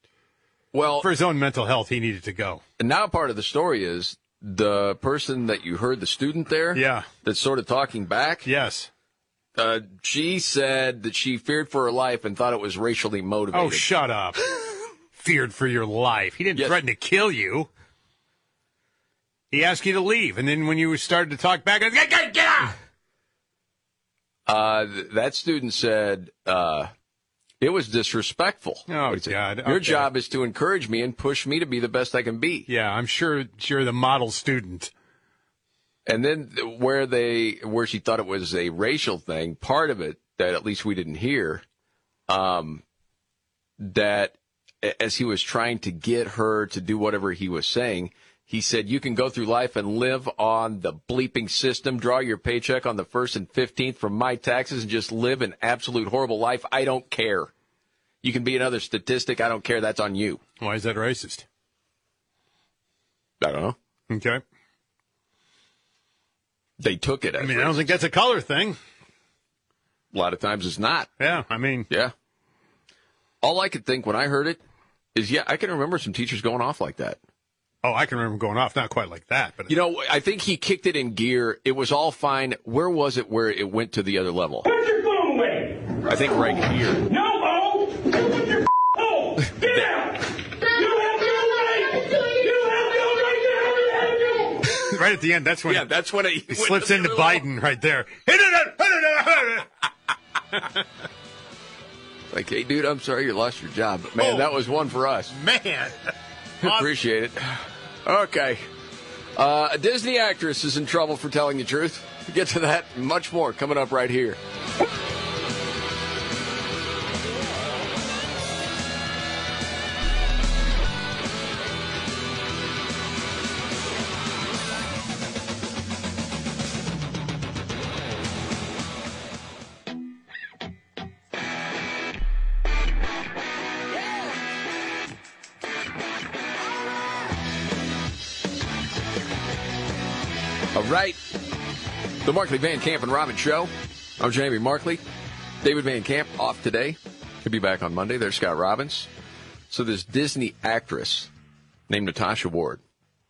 S1: Well,
S2: for his own mental health, he needed to go.
S1: And now part of the story is the person that you heard, the student there,
S2: Yeah.
S1: that's sort of talking back.
S2: Yes.
S1: Uh, she said that she feared for her life and thought it was racially motivated.
S2: Oh,
S1: [LAUGHS]
S2: shut up. Feared for your life. He didn't threaten to kill you. He asked you to leave, and then when you started to talk back, "Get- get, get out!
S1: Uh, th- that student said uh, it was disrespectful.
S2: Oh God!
S1: Your
S2: Okay.
S1: job is to encourage me and push me to be the best I can be.
S2: Yeah, I'm sure you're the model student.
S1: And then th- where they where she thought it was a racial thing, part of it that at least we didn't hear, um, that a- as he was trying to get her to do whatever he was saying, he said, "You can go through life and live on the bleeping system, draw your paycheck on the first and fifteenth from my taxes, and just live an absolute horrible life. I don't care. You can be another statistic. I don't care. That's on you.
S2: Why is that racist?
S1: I don't know.
S2: Okay.
S1: They took it. As
S2: I mean, I don't think that's a color thing.
S1: a lot of times it's not.
S2: Yeah, I mean,
S1: Yeah. All I could think when I heard it is, yeah, I can remember some teachers going off like that.
S2: oh, I can remember him going off, not quite like that, but
S1: You know, I think he kicked it in gear. It was all fine. Where was it where it went to the other level?
S15: Put your phone away.
S1: I think right here.
S15: No, oh. Put your [LAUGHS]
S1: [LAUGHS]
S15: oh. Get out. You have no right. You have no right to have it happen.
S2: right at the end, that's when
S1: Yeah, that's when it
S2: he slips into Biden
S1: [LAUGHS]
S2: right there.
S1: Like, hey, dude, I'm sorry you lost your job, but man,
S2: Oh.
S1: that was one for us.
S2: Man,
S1: [LAUGHS] Appreciate it. Okay. Uh, a Disney actress is in trouble for telling the truth. We'll get to that and much more coming up right here. All right. The Markley Van Camp and Robin Show. I'm Jamie Markley. David Van Camp off today. He'll be back on Monday. There's Scott Robbins. So this Disney actress named Natasha Ward,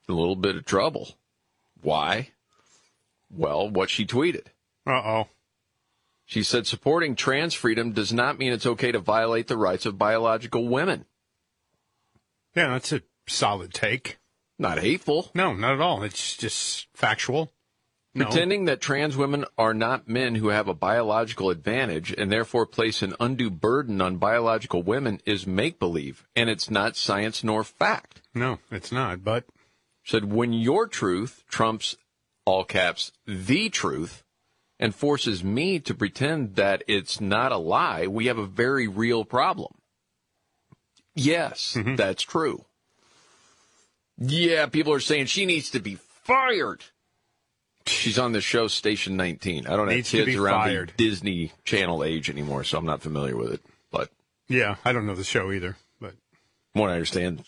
S1: in a little bit of trouble. Why? Well, what she tweeted.
S2: Uh oh.
S1: She said supporting trans freedom does not mean it's okay to violate the rights of biological women.
S2: Yeah, that's a solid take.
S1: Not hateful.
S2: No, not at all. It's just factual.
S1: Pretending that trans women are not men who have a biological advantage and therefore place an undue burden on biological women is make believe, and it's not science nor fact.
S2: No, it's not, but.
S1: Said when your truth trumps all caps the truth and forces me to pretend that it's not a lie, we have a very real problem. Yes,
S2: Mm-hmm.
S1: that's true. Yeah, people are saying she needs to be fired. She's on the show Station 19. I don't
S2: Needs to
S1: have kids
S2: be
S1: around
S2: fired.
S1: the Disney Channel age anymore, so I'm not familiar with it. But
S2: Yeah, I don't know the show either, but.
S1: from what I understand,
S2: Yeah,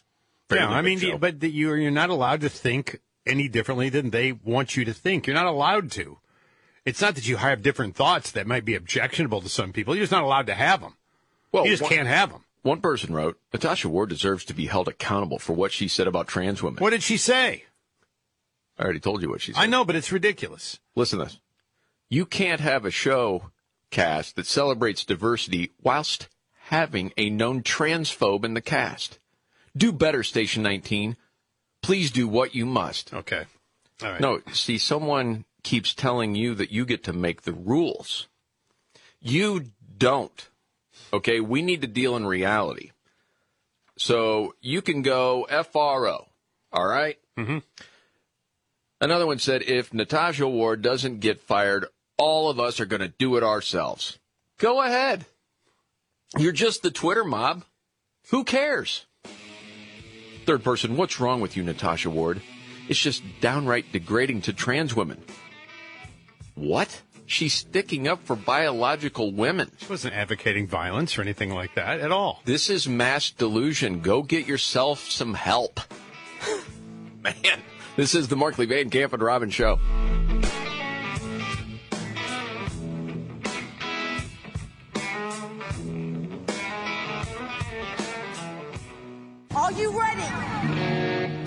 S1: fairly
S2: I
S1: good
S2: mean,
S1: show.
S2: but the, you're you're not allowed to think any differently than they want you to think. You're not allowed to. It's not that you have different thoughts that might be objectionable to some people. You're just not allowed to have them.
S1: Well,
S2: you just
S1: one-
S2: can't have them.
S1: One person wrote, Natasha Ward deserves to be held accountable for what she said about trans women.
S2: What did she say?
S1: I already told you what she said.
S2: I know, but it's ridiculous.
S1: Listen to this. You can't have a show cast that celebrates diversity whilst having a known transphobe in the cast. Do better, Station 19. Please do what you must.
S2: Okay. All right.
S1: No, see, someone keeps telling you that you get to make the rules. You don't. Okay, we need to deal in reality. So you can go FRO, all right? Mm-hmm. Another one said if Natasha Ward doesn't get fired, all of us are going to do it ourselves. Go ahead. You're just the Twitter mob. Who cares? Third person, what's wrong with you, Natasha Ward? It's just downright degrading to trans women. What? She's sticking up for biological women.
S2: She wasn't advocating violence or anything like that at all.
S1: This is mass delusion. Go get yourself some help. [LAUGHS] Man, this is the Markley Van Camp and Robin Show.
S16: Are you ready?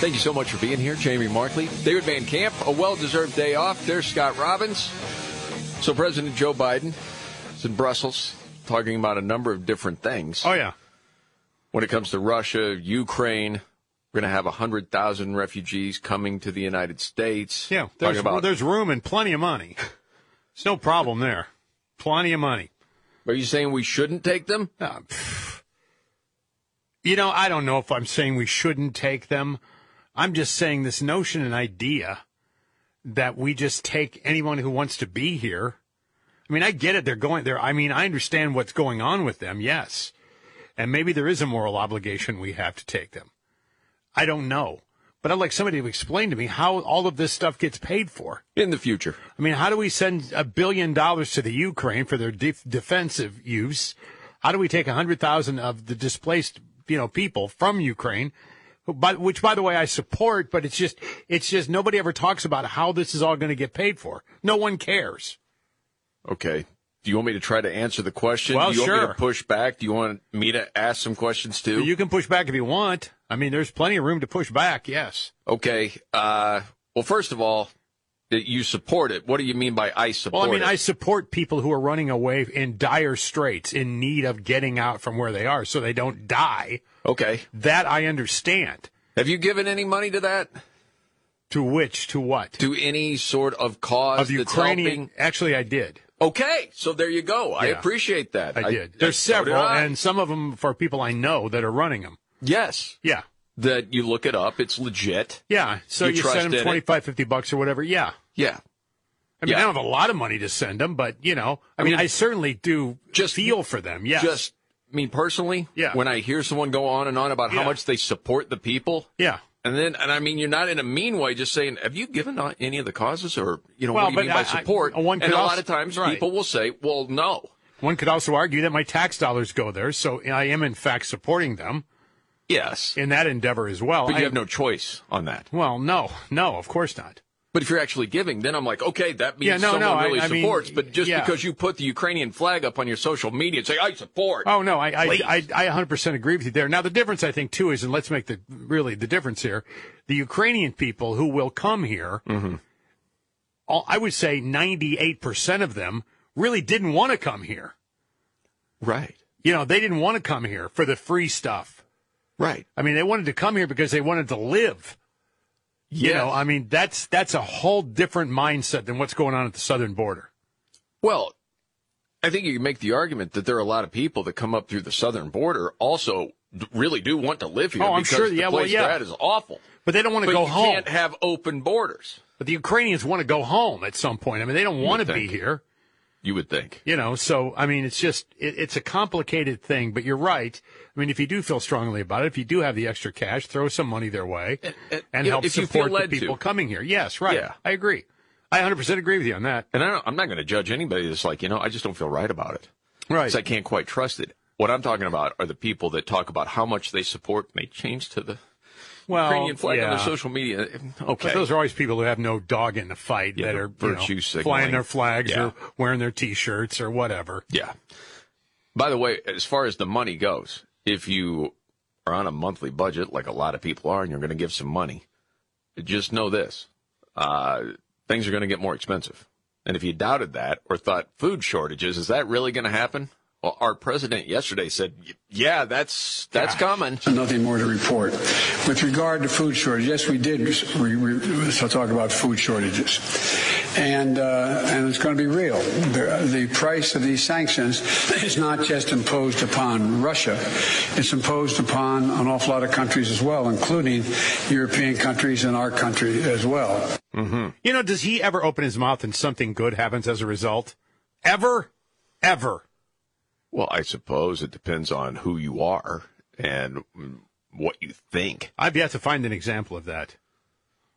S1: Thank you so much for being here, Jamie Markley. David Van Camp, a well deserved day off. There's Scott Robbins. So, President Joe Biden is in Brussels talking about a number of different things.
S2: Oh, yeah.
S1: When it comes to Russia, Ukraine, we're going to have 100,000 refugees coming to the United States. Yeah,
S2: There's,
S1: talking about
S2: there's room and plenty of money. It's no problem there. Plenty of money. Uh,
S1: Are you saying we shouldn't take them?
S2: you know, I don't know if I'm saying we shouldn't take them. I'm just saying this notion and idea that we just take anyone who wants to be here. I mean, I get it. They're going there. I mean, I understand what's going on with them. Yes. And maybe there is a moral obligation we have to take them. I don't know. But I'd like somebody to explain to me how all of this stuff gets paid for.
S1: in the future.
S2: I mean, how do we send a billion dollars to the Ukraine for their def- defensive use? How do we take a hundred thousand of the displaced, you know, people from Ukraine? who- By, which, by the way, I support, but it's just, it's just nobody ever talks about how this is all going to get paid for. No one cares.
S1: Okay. Do you want me to try to answer the question?
S2: Well,
S1: Do you want me
S2: sure.
S1: to push back? Do you want me to ask some questions too?
S2: You can push back if you want. I mean, there's plenty of room to push back. Yes.
S1: Okay. Uh, well, first of all, that you support it. What do you mean by I support
S2: Well, I mean,
S1: it?
S2: I support people who are running away in dire straits, in need of getting out from where they are, so they don't die.
S1: Okay.
S2: That I understand.
S1: Have you given any money to that?
S2: To which? To what?
S1: To any sort of cause
S2: of
S1: that's
S2: Ukrainian.
S1: helping?
S2: Actually, I did.
S1: Okay. So there you go. I
S2: Yeah.
S1: appreciate that.
S2: I did.
S1: I-
S2: There's
S1: so did
S2: several,
S1: I.
S2: and some of them for people I know that are running them.
S1: yes.
S2: Yeah.
S1: That you look it up. It's legit.
S2: Yeah. So
S1: You
S2: you, send
S1: trusted
S2: them
S1: it.
S2: 25, 50 bucks or whatever. Yeah.
S1: Yeah.
S2: I mean,
S1: Yeah.
S2: I don't have a lot of money to send them, but you know, I mean, I certainly do just feel for them. Yes.
S1: Just me personally.
S2: Yeah.
S1: When I hear someone go on and on about how
S2: Yeah.
S1: much they support the people.
S2: yeah.
S1: And then, and I mean, you're not in a mean way, just saying, have you given on any of the causes or, you know,
S2: Well,
S1: what do you
S2: but
S1: mean by
S2: I- I-
S1: support?
S2: one
S1: and a
S2: could
S1: lot
S2: also-
S1: of times
S2: right.
S1: people will say, well, no.
S2: One could also argue that my tax dollars go there, so I am in fact supporting them
S1: Yes.
S2: in that endeavor as well.
S1: But you
S2: Oh, I-
S1: have no choice on that.
S2: Well, no, no, of course not.
S1: But if you're actually giving, then I'm like, okay, that means
S2: Yeah, no,
S1: someone
S2: no, I-
S1: really
S2: I mean,
S1: supports. but just
S2: yeah.
S1: because you put the Ukrainian flag up on your social media and say, I support.
S2: Oh no, I I,
S1: Please.
S2: I I 100% agree with you there. Now the difference I think too is, and let's make the really the difference here: the Ukrainian people who will come here,
S1: Mm-hmm.
S2: all, I would say 98% of them really didn't want to come here.
S1: Right.
S2: You know, they didn't want to come here for the free stuff.
S1: Right.
S2: I mean, they wanted to come here because they wanted to live. You know, I mean, that's that's a whole different mindset than what's going on at the southern border.
S1: Well, I think you can make the argument that there are a lot of people that come up through the southern border also d- really do want to live here.
S2: Oh, I'm
S1: because
S2: sure.
S1: The
S2: Yeah, well,
S1: place
S2: yeah.
S1: they're at is awful.
S2: But they don't want to
S1: But
S2: go
S1: you
S2: home.
S1: can't have open borders.
S2: But the Ukrainians want to go home at some point. I mean, they don't
S1: You
S2: want to
S1: would
S2: be
S1: think.
S2: here.
S1: You would think.
S2: You know, so I mean, it's just it, it's a complicated thing. But you're right. I mean, if you do feel strongly about it, if you do have the extra cash, throw some money their way and,
S1: you know,
S2: help
S1: if you
S2: support
S1: feel
S2: the
S1: led to.
S2: people coming here. Yes, right.
S1: Yeah.
S2: I agree. I 100% agree with you on that.
S1: And I don't, I'm not going to judge anybody that's like, you know, I just don't feel right about it.
S2: Right.
S1: Because I can't quite trust it. What I'm talking about are the people that talk about how much they support and they change to the
S2: Well,
S1: Ukrainian flag on their
S2: yeah.
S1: social media. Okay.
S2: But those are always people who have no dog in the fight
S1: Yeah,
S2: that
S1: the
S2: are you know,
S1: virtue signaling.
S2: flying their flags
S1: Yeah.
S2: or wearing their T-shirts or whatever.
S1: Yeah. By the way, as far as the money goes, if you are on a monthly budget, like a lot of people are, and you're going to give some money, just know this uh, things are going to get more expensive. And if you doubted that or thought food shortages, is that really going to happen? Well, our president yesterday said, "Y- yeah, that's that's coming.
S4: Nothing more to report. With regard to food shortage, yes, we did we, we, so talk about food shortages. And, uh, and it's going to be real. The, the price of these sanctions is not just imposed upon Russia, it's imposed upon an awful lot of countries as well, including European countries and our country uh, as well.
S2: Mm-hmm. You know, does he ever open his mouth and something good happens as a result? Ever, ever.
S1: Well, I suppose it depends on who you are and what you think.
S2: I've yet to find an example of that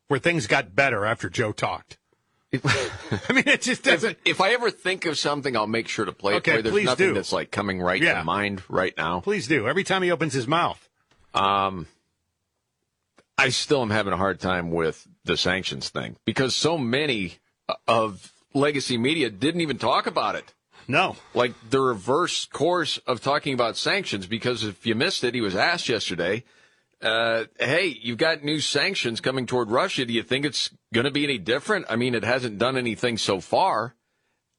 S2: where things got better after Joe talked. I mean, it just doesn't.
S1: If I ever think of something, I'll make sure to play
S2: Okay,
S1: it. for you. There's
S2: please
S1: nothing
S2: do.
S1: that's like coming right
S2: Yeah.
S1: to mind right now.
S2: Please do. Every time he opens his mouth.
S1: Um, I still am having a hard time with the sanctions thing because so many uh, of legacy media didn't even talk about it.
S2: No.
S1: Like the reverse course of talking about sanctions because if you missed it, he was asked yesterday, uh, hey, you've got new sanctions coming toward Russia. Do you think it's going to be any different? I mean, it hasn't done anything so far.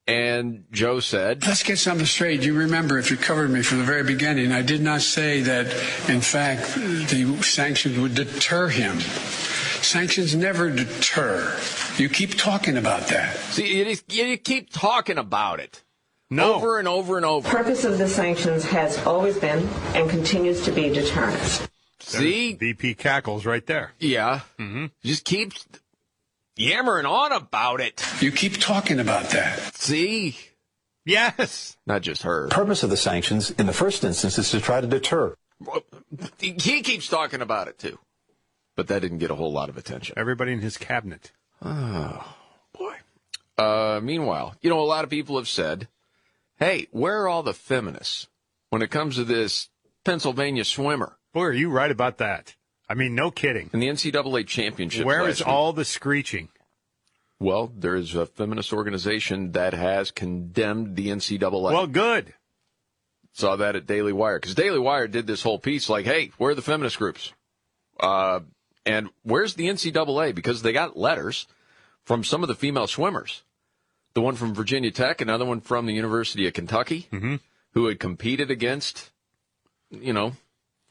S1: And Joe said,
S4: Let's get something straight. You remember, if you covered me from the very beginning, I did not say that, in fact, the sanctions would deter him. Sanctions never deter. You keep talking about that.
S1: See, you, just- you keep talking about it.
S2: No.
S1: Over and over and over.
S5: Purpose of the sanctions has always been and continues to be deterrence.
S1: See?
S2: VP cackles right there.
S1: Yeah. Mm-hmm. Just keep yammering on about it.
S4: You keep talking about that.
S1: See?
S2: Yes.
S1: Not just her.
S6: Purpose of the sanctions in the first instance is to try to deter.
S1: He keeps talking about it too. But that didn't get a whole lot of attention.
S2: Everybody in his cabinet.
S1: Oh, boy. Uh, meanwhile, you know, a lot of people have said, hey, where are all the feminists when it comes to this Pennsylvania swimmer?
S2: Boy, are you right about that. I mean, no kidding.
S1: In the NCAA championship.
S2: Where
S1: last
S2: is
S1: week?
S2: all the screeching?
S1: Well, there is a feminist organization that has condemned the NCAA.
S2: Well, good.
S1: Saw that at Daily Wire because Daily Wire did this whole piece like, "Hey, where are the feminist groups? Uh, and where's the NCAA? Because they got letters from some of the female swimmers, the one from Virginia Tech, another one from the University of Kentucky, who had competed against, you know,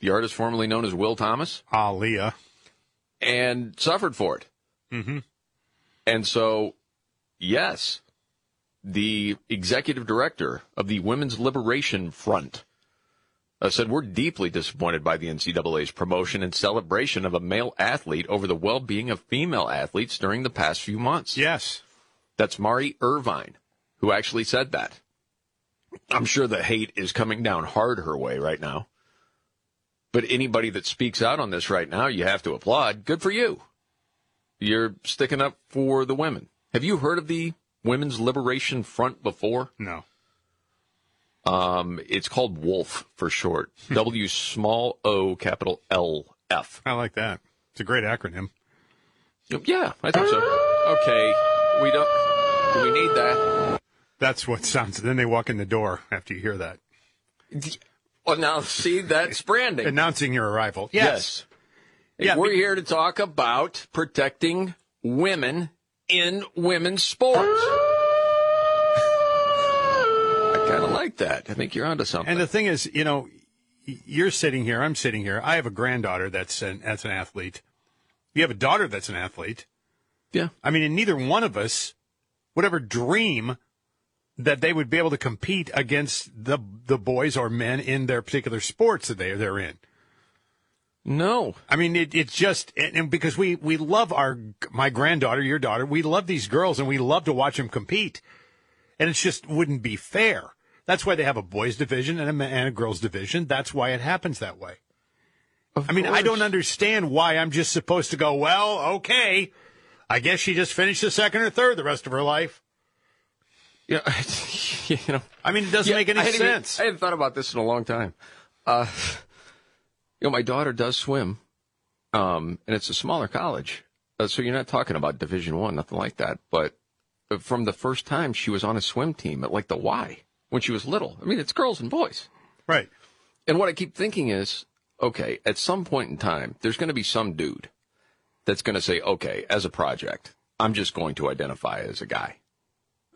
S1: the artist formerly known as Will Thomas,
S2: Aliyah,
S1: and suffered for it.
S2: Mm-hmm.
S1: And so, yes, the executive director of the Women's Liberation Front uh, said, We're deeply disappointed by the NCAA's promotion and celebration of a male athlete over the well being of female athletes during the past few months.
S2: Yes.
S1: That's Mari Irvine, who actually said that. I'm sure the hate is coming down hard her way right now. But anybody that speaks out on this right now, you have to applaud. Good for you. You're sticking up for the women. Have you heard of the Women's Liberation Front before?
S2: No.
S1: Um, it's called Wolf for short.
S2: Hmm.
S1: W small O capital L F.
S2: I like that. It's a great acronym.
S1: Yeah, I think so. Okay, we don't. Do we need that?
S2: That's what sounds. Then they walk in the door after you hear that.
S1: Well, now see that's branding.
S2: Announcing your arrival.
S1: Yes. Hey,
S2: Yeah,
S1: We're
S2: be-
S1: here to talk about protecting women in women's sports. I kind of like that. I think you're onto something.
S2: And the thing is, you know, y- you're sitting here, I'm sitting here. I have a granddaughter that's an, that's an athlete. You have a daughter that's an athlete.
S1: Yeah.
S2: I mean, and neither one of us would ever dream that they would be able to compete against the the boys or men in their particular sports that they they're in.
S1: No,
S2: I mean it, it's just and, and because we we love our my granddaughter, your daughter, we love these girls and we love to watch them compete, and it just wouldn't be fair. That's why they have a boys division and a, men- and a girls division. That's why it happens that way. I mean, I don't understand why I'm just supposed to go. Well, okay, I guess she just finished the second or third the rest of her life.
S1: Yeah, [LAUGHS] you know.
S2: I mean, it doesn't
S1: Yeah,
S2: make any
S1: I hadn't even-
S2: sense.
S1: I hadn't thought about this in a long time. Uh, you know, my daughter does swim, um, and it's a smaller college, uh, so you're not talking about Division One, nothing like that. But uh, from the first time she was on a swim team at like the Y when she was little, I mean, it's girls and boys,
S2: right?
S1: And what I keep thinking is, okay, at some point in time, there's going to be some dude that's going to say, okay, as a project, I'm just going to identify as a guy.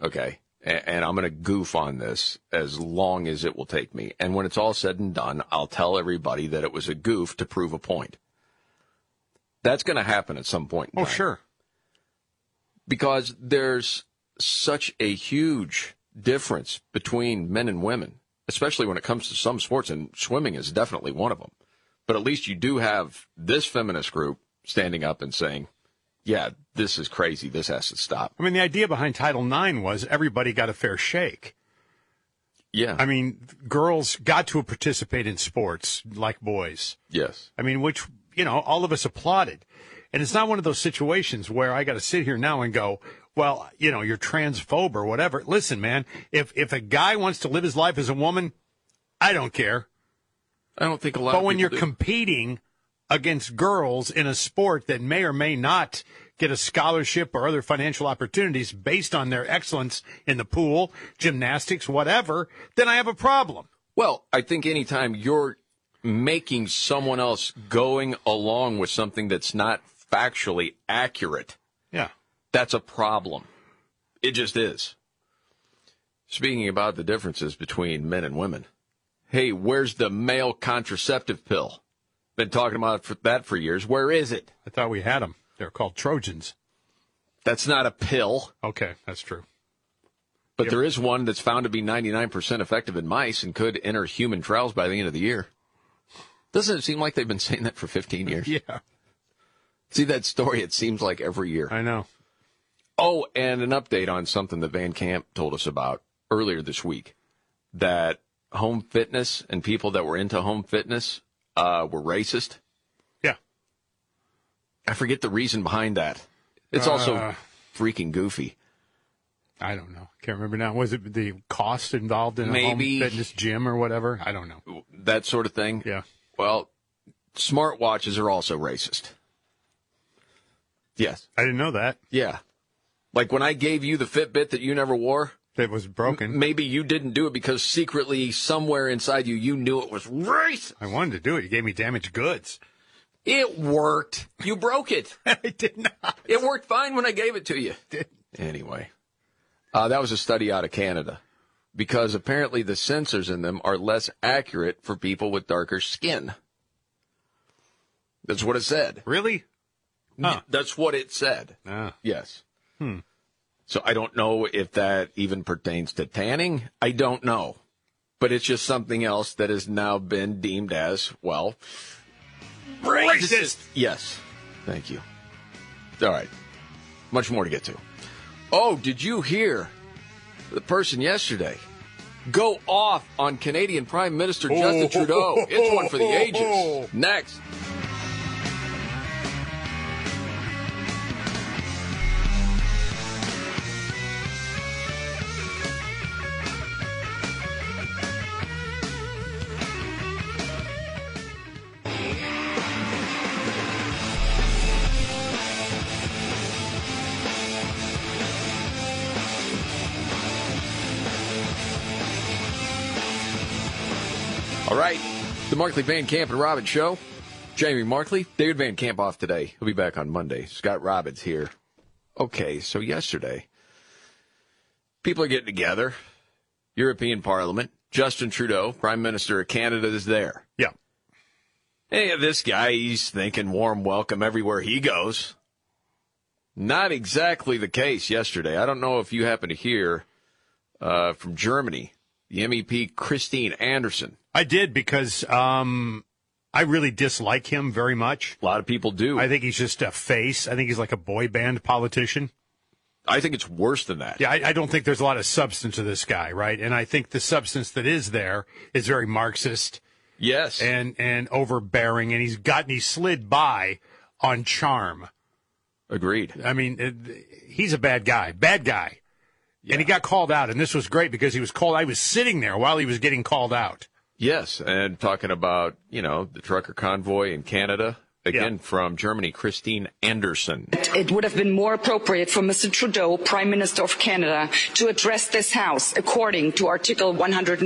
S1: Okay. A- And I'm going to goof on this as long as it will take me. And when it's all said and done, I'll tell everybody that it was a goof to prove a point. That's going to happen at some point. Oh,
S2: sure.
S1: Because there's such a huge difference between men and women, especially when it comes to some sports, and swimming is definitely one of them. But at least you do have this feminist group standing up and saying, yeah, this is crazy. This has to stop.
S2: I mean, the idea behind Title IX was everybody got a fair shake.
S1: Yeah.
S2: I mean, girls got to participate in sports like boys.
S1: Yes.
S2: I mean, which, you know, all of us applauded. And it's not one of those situations where I got to sit here now and go, well, you know, you're transphobe or whatever. Listen, man, if, if a guy wants to live his life as a woman, I don't care.
S1: I don't think a lot
S2: But
S1: of
S2: when
S1: people
S2: you're
S1: do.
S2: competing against girls in a sport that may or may not get a scholarship or other financial opportunities based on their excellence in the pool, gymnastics, whatever, then I have a problem.
S1: Well, I think anytime you're making someone else going along with something that's not factually accurate,
S2: Yeah.
S1: that's a problem. It just is. Speaking about the differences between men and women, hey, where's the male contraceptive pill? Been talking about for that for years. Where is it?
S2: I thought we had them. They're called Trojans.
S1: That's not a pill.
S2: Okay, that's true.
S1: But there is one that's found to be 99% effective in mice and could enter human trials by the end of the year. Doesn't it seem like they've been [LAUGHS] saying that for 15 years?
S2: Yeah.
S1: See that story? It seems like every year.
S2: I know.
S1: Oh, and an update on something that Van Camp told us about earlier this week that home fitness and people that were into home fitness uh, were racist.
S2: Yeah.
S1: I forget the reason behind that. It's
S2: Uh,
S1: also freaking goofy.
S2: I don't know. Can't remember now. Was it the cost involved in a
S1: Maybe.
S2: home fitness gym or whatever? I don't know.
S1: that sort of thing.
S2: Yeah.
S1: Well, smartwatches are also racist.
S2: [LAUGHS]
S1: Yes.
S2: I didn't know that.
S1: Yeah. Like when I gave you the Fitbit that you never wore,
S2: it was broken.
S1: maybe you didn't do it because secretly somewhere inside you, you knew it was racist.
S2: I wanted to do it. You gave me damaged goods.
S1: It worked. You broke it.
S2: [LAUGHS] I did not.
S1: It worked fine when I gave it to you. Anyway, uh, that was a study out of Canada because apparently the sensors in them are less accurate for people with darker skin. That's what it said.
S2: Really? Ah.
S1: That's what
S16: [LAUGHS]
S1: it said. Yes.
S2: Hmm.
S1: So I don't know if that even pertains to tanning. I don't know. But it's just something else that has now been deemed as, well,
S2: racist.
S1: Yes. Thank you. All right. Much more to get to. Oh, did you hear the person yesterday go off on Canadian Prime Minister Justin
S2: Oh.
S1: Trudeau? It's one for the [LAUGHS] ages. Next. All right. The Markley Van Camp and Robbins Show. Jamie Markley, David Van Camp off today. He'll be back on Monday. Scott Robbins here. Okay, so yesterday, people are getting together. European Parliament. Justin Trudeau, Prime Minister of Canada, is there.
S2: Yeah.
S1: Hey, this guy, he's thinking warm welcome everywhere he goes. Not exactly the case yesterday. I don't know if you happen to hear uh, from Germany, the MEP Christine Anderson.
S2: I did because um, I really dislike him very much.
S1: A lot of people do.
S2: I think he's just a face. I think he's like a boy band politician.
S1: I think it's worse than that.
S2: Yeah, I, I don't think there's a lot of substance to this guy, right? And I think the substance that is there is very Marxist.
S1: Yes.
S2: And and overbearing, and he's gotten he slid by on charm.
S1: Agreed.
S2: I mean, it, he's a bad guy, bad guy, and he got called out. And this was great because he was called. I was sitting there while he was getting called out.
S1: Yes, and talking about you know the trucker convoy in Canada again from Germany, Christine Anderson.
S11: It- It would have been more appropriate for Mr. Trudeau, Prime Minister of Canada, to address this House according to Article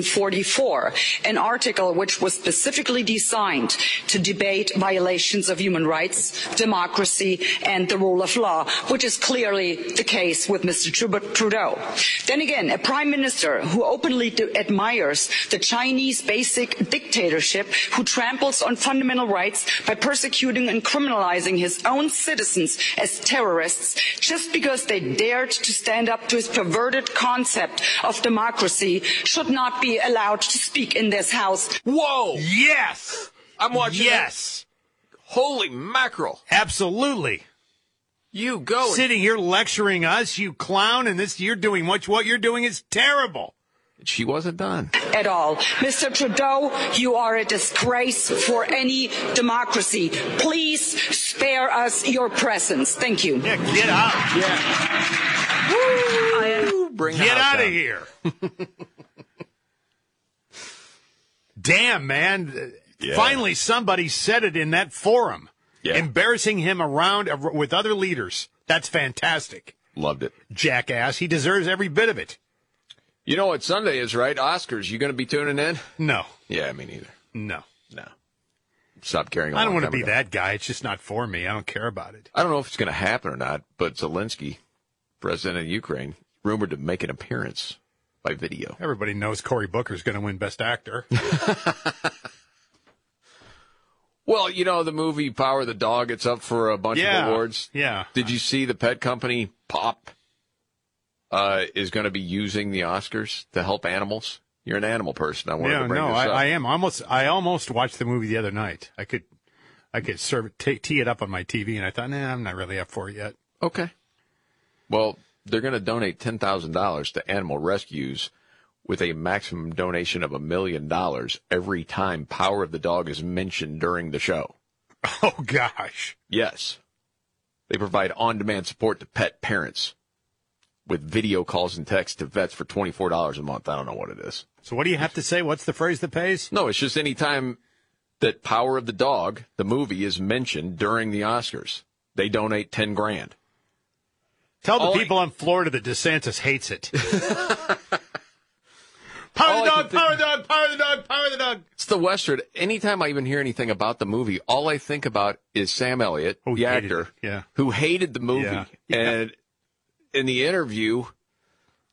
S11: 144, an article which was specifically designed to debate violations of human rights, democracy, and the rule of law, which is clearly the case with Mr. Tru- Trudeau. Then again, a Prime Minister who openly d- admires the Chinese basic dictatorship, who tramples on fundamental rights by persecuting prosecuting and criminalizing his own citizens as terrorists just because they dared to stand up to his perverted concept of democracy should not be allowed to speak in this house.
S1: Whoa!
S2: Yes!
S1: I'm watching.
S2: Yes!
S1: Holy mackerel!
S2: Absolutely.
S1: You go
S2: sitting here lecturing us, you clown, and this you're doing what what you're doing is terrible.
S1: She wasn't done.
S11: At all. Mr. Trudeau, you are a disgrace for any democracy. Please spare us your presence. Thank you. Yeah,
S2: get out.
S1: Bring
S2: Get
S1: the house
S2: out of
S1: down.
S2: here. [LAUGHS] Damn, man.
S1: Yeah.
S2: Finally, somebody said it in that forum.
S1: Yeah.
S2: Embarrassing him around uh, with other leaders. That's fantastic.
S1: Loved it.
S2: Jackass. He deserves every bit of it.
S1: You know what Sunday is, right? Oscars. You going to be tuning in?
S2: No.
S1: Yeah, me neither.
S2: No.
S1: No. Stop carrying.
S2: I don't want to be that guy. It's just not for me. I don't care about it.
S1: I don't know if it's going to happen or not, but Zelensky, president of Ukraine, rumored to make an appearance by video.
S2: Everybody knows Cory Booker's going to win
S1: [LAUGHS]
S2: Best Actor.
S1: Well, you know the movie Power of the Dog. It's up for a bunch
S2: Yeah,
S1: of awards.
S2: yeah.
S1: Did you see the pet company Pop uh, is going to be using the Oscars to help animals? You're an animal person. I wanted
S2: yeah,
S1: to bring
S2: no,
S1: this
S2: I,
S1: up.
S2: I am almost. I almost watched the movie the other night. I could, I could serve t- tee it up on my TV, and I thought, nah, I'm not really up for it yet.
S1: Okay. Well, they're going to donate ten thousand dollars to animal rescues, with a maximum donation of a million dollars every time Power of the Dog is mentioned during the show.
S2: [LAUGHS] Oh gosh.
S1: Yes. They provide on demand support to pet parents with video calls and texts to vets for $24 a month. I don't know what it is.
S2: So what do you have to say? What's the phrase that pays?
S1: No, it's just any time that Power of the Dog, the movie, is mentioned during the Oscars, they donate 10 grand.
S2: Tell the
S1: All I-
S2: people [LAUGHS] in Florida that DeSantis
S1: [LAUGHS]
S2: hates it. power the dog, power the dog, power the dog, power the dog.
S1: It's the Western. Anytime I even hear anything about the movie, all I think about is Sam Elliott, the
S2: Oh, hated
S1: actor,
S2: it. Yeah.
S1: who hated the movie.
S2: Yeah.
S1: And in the interview,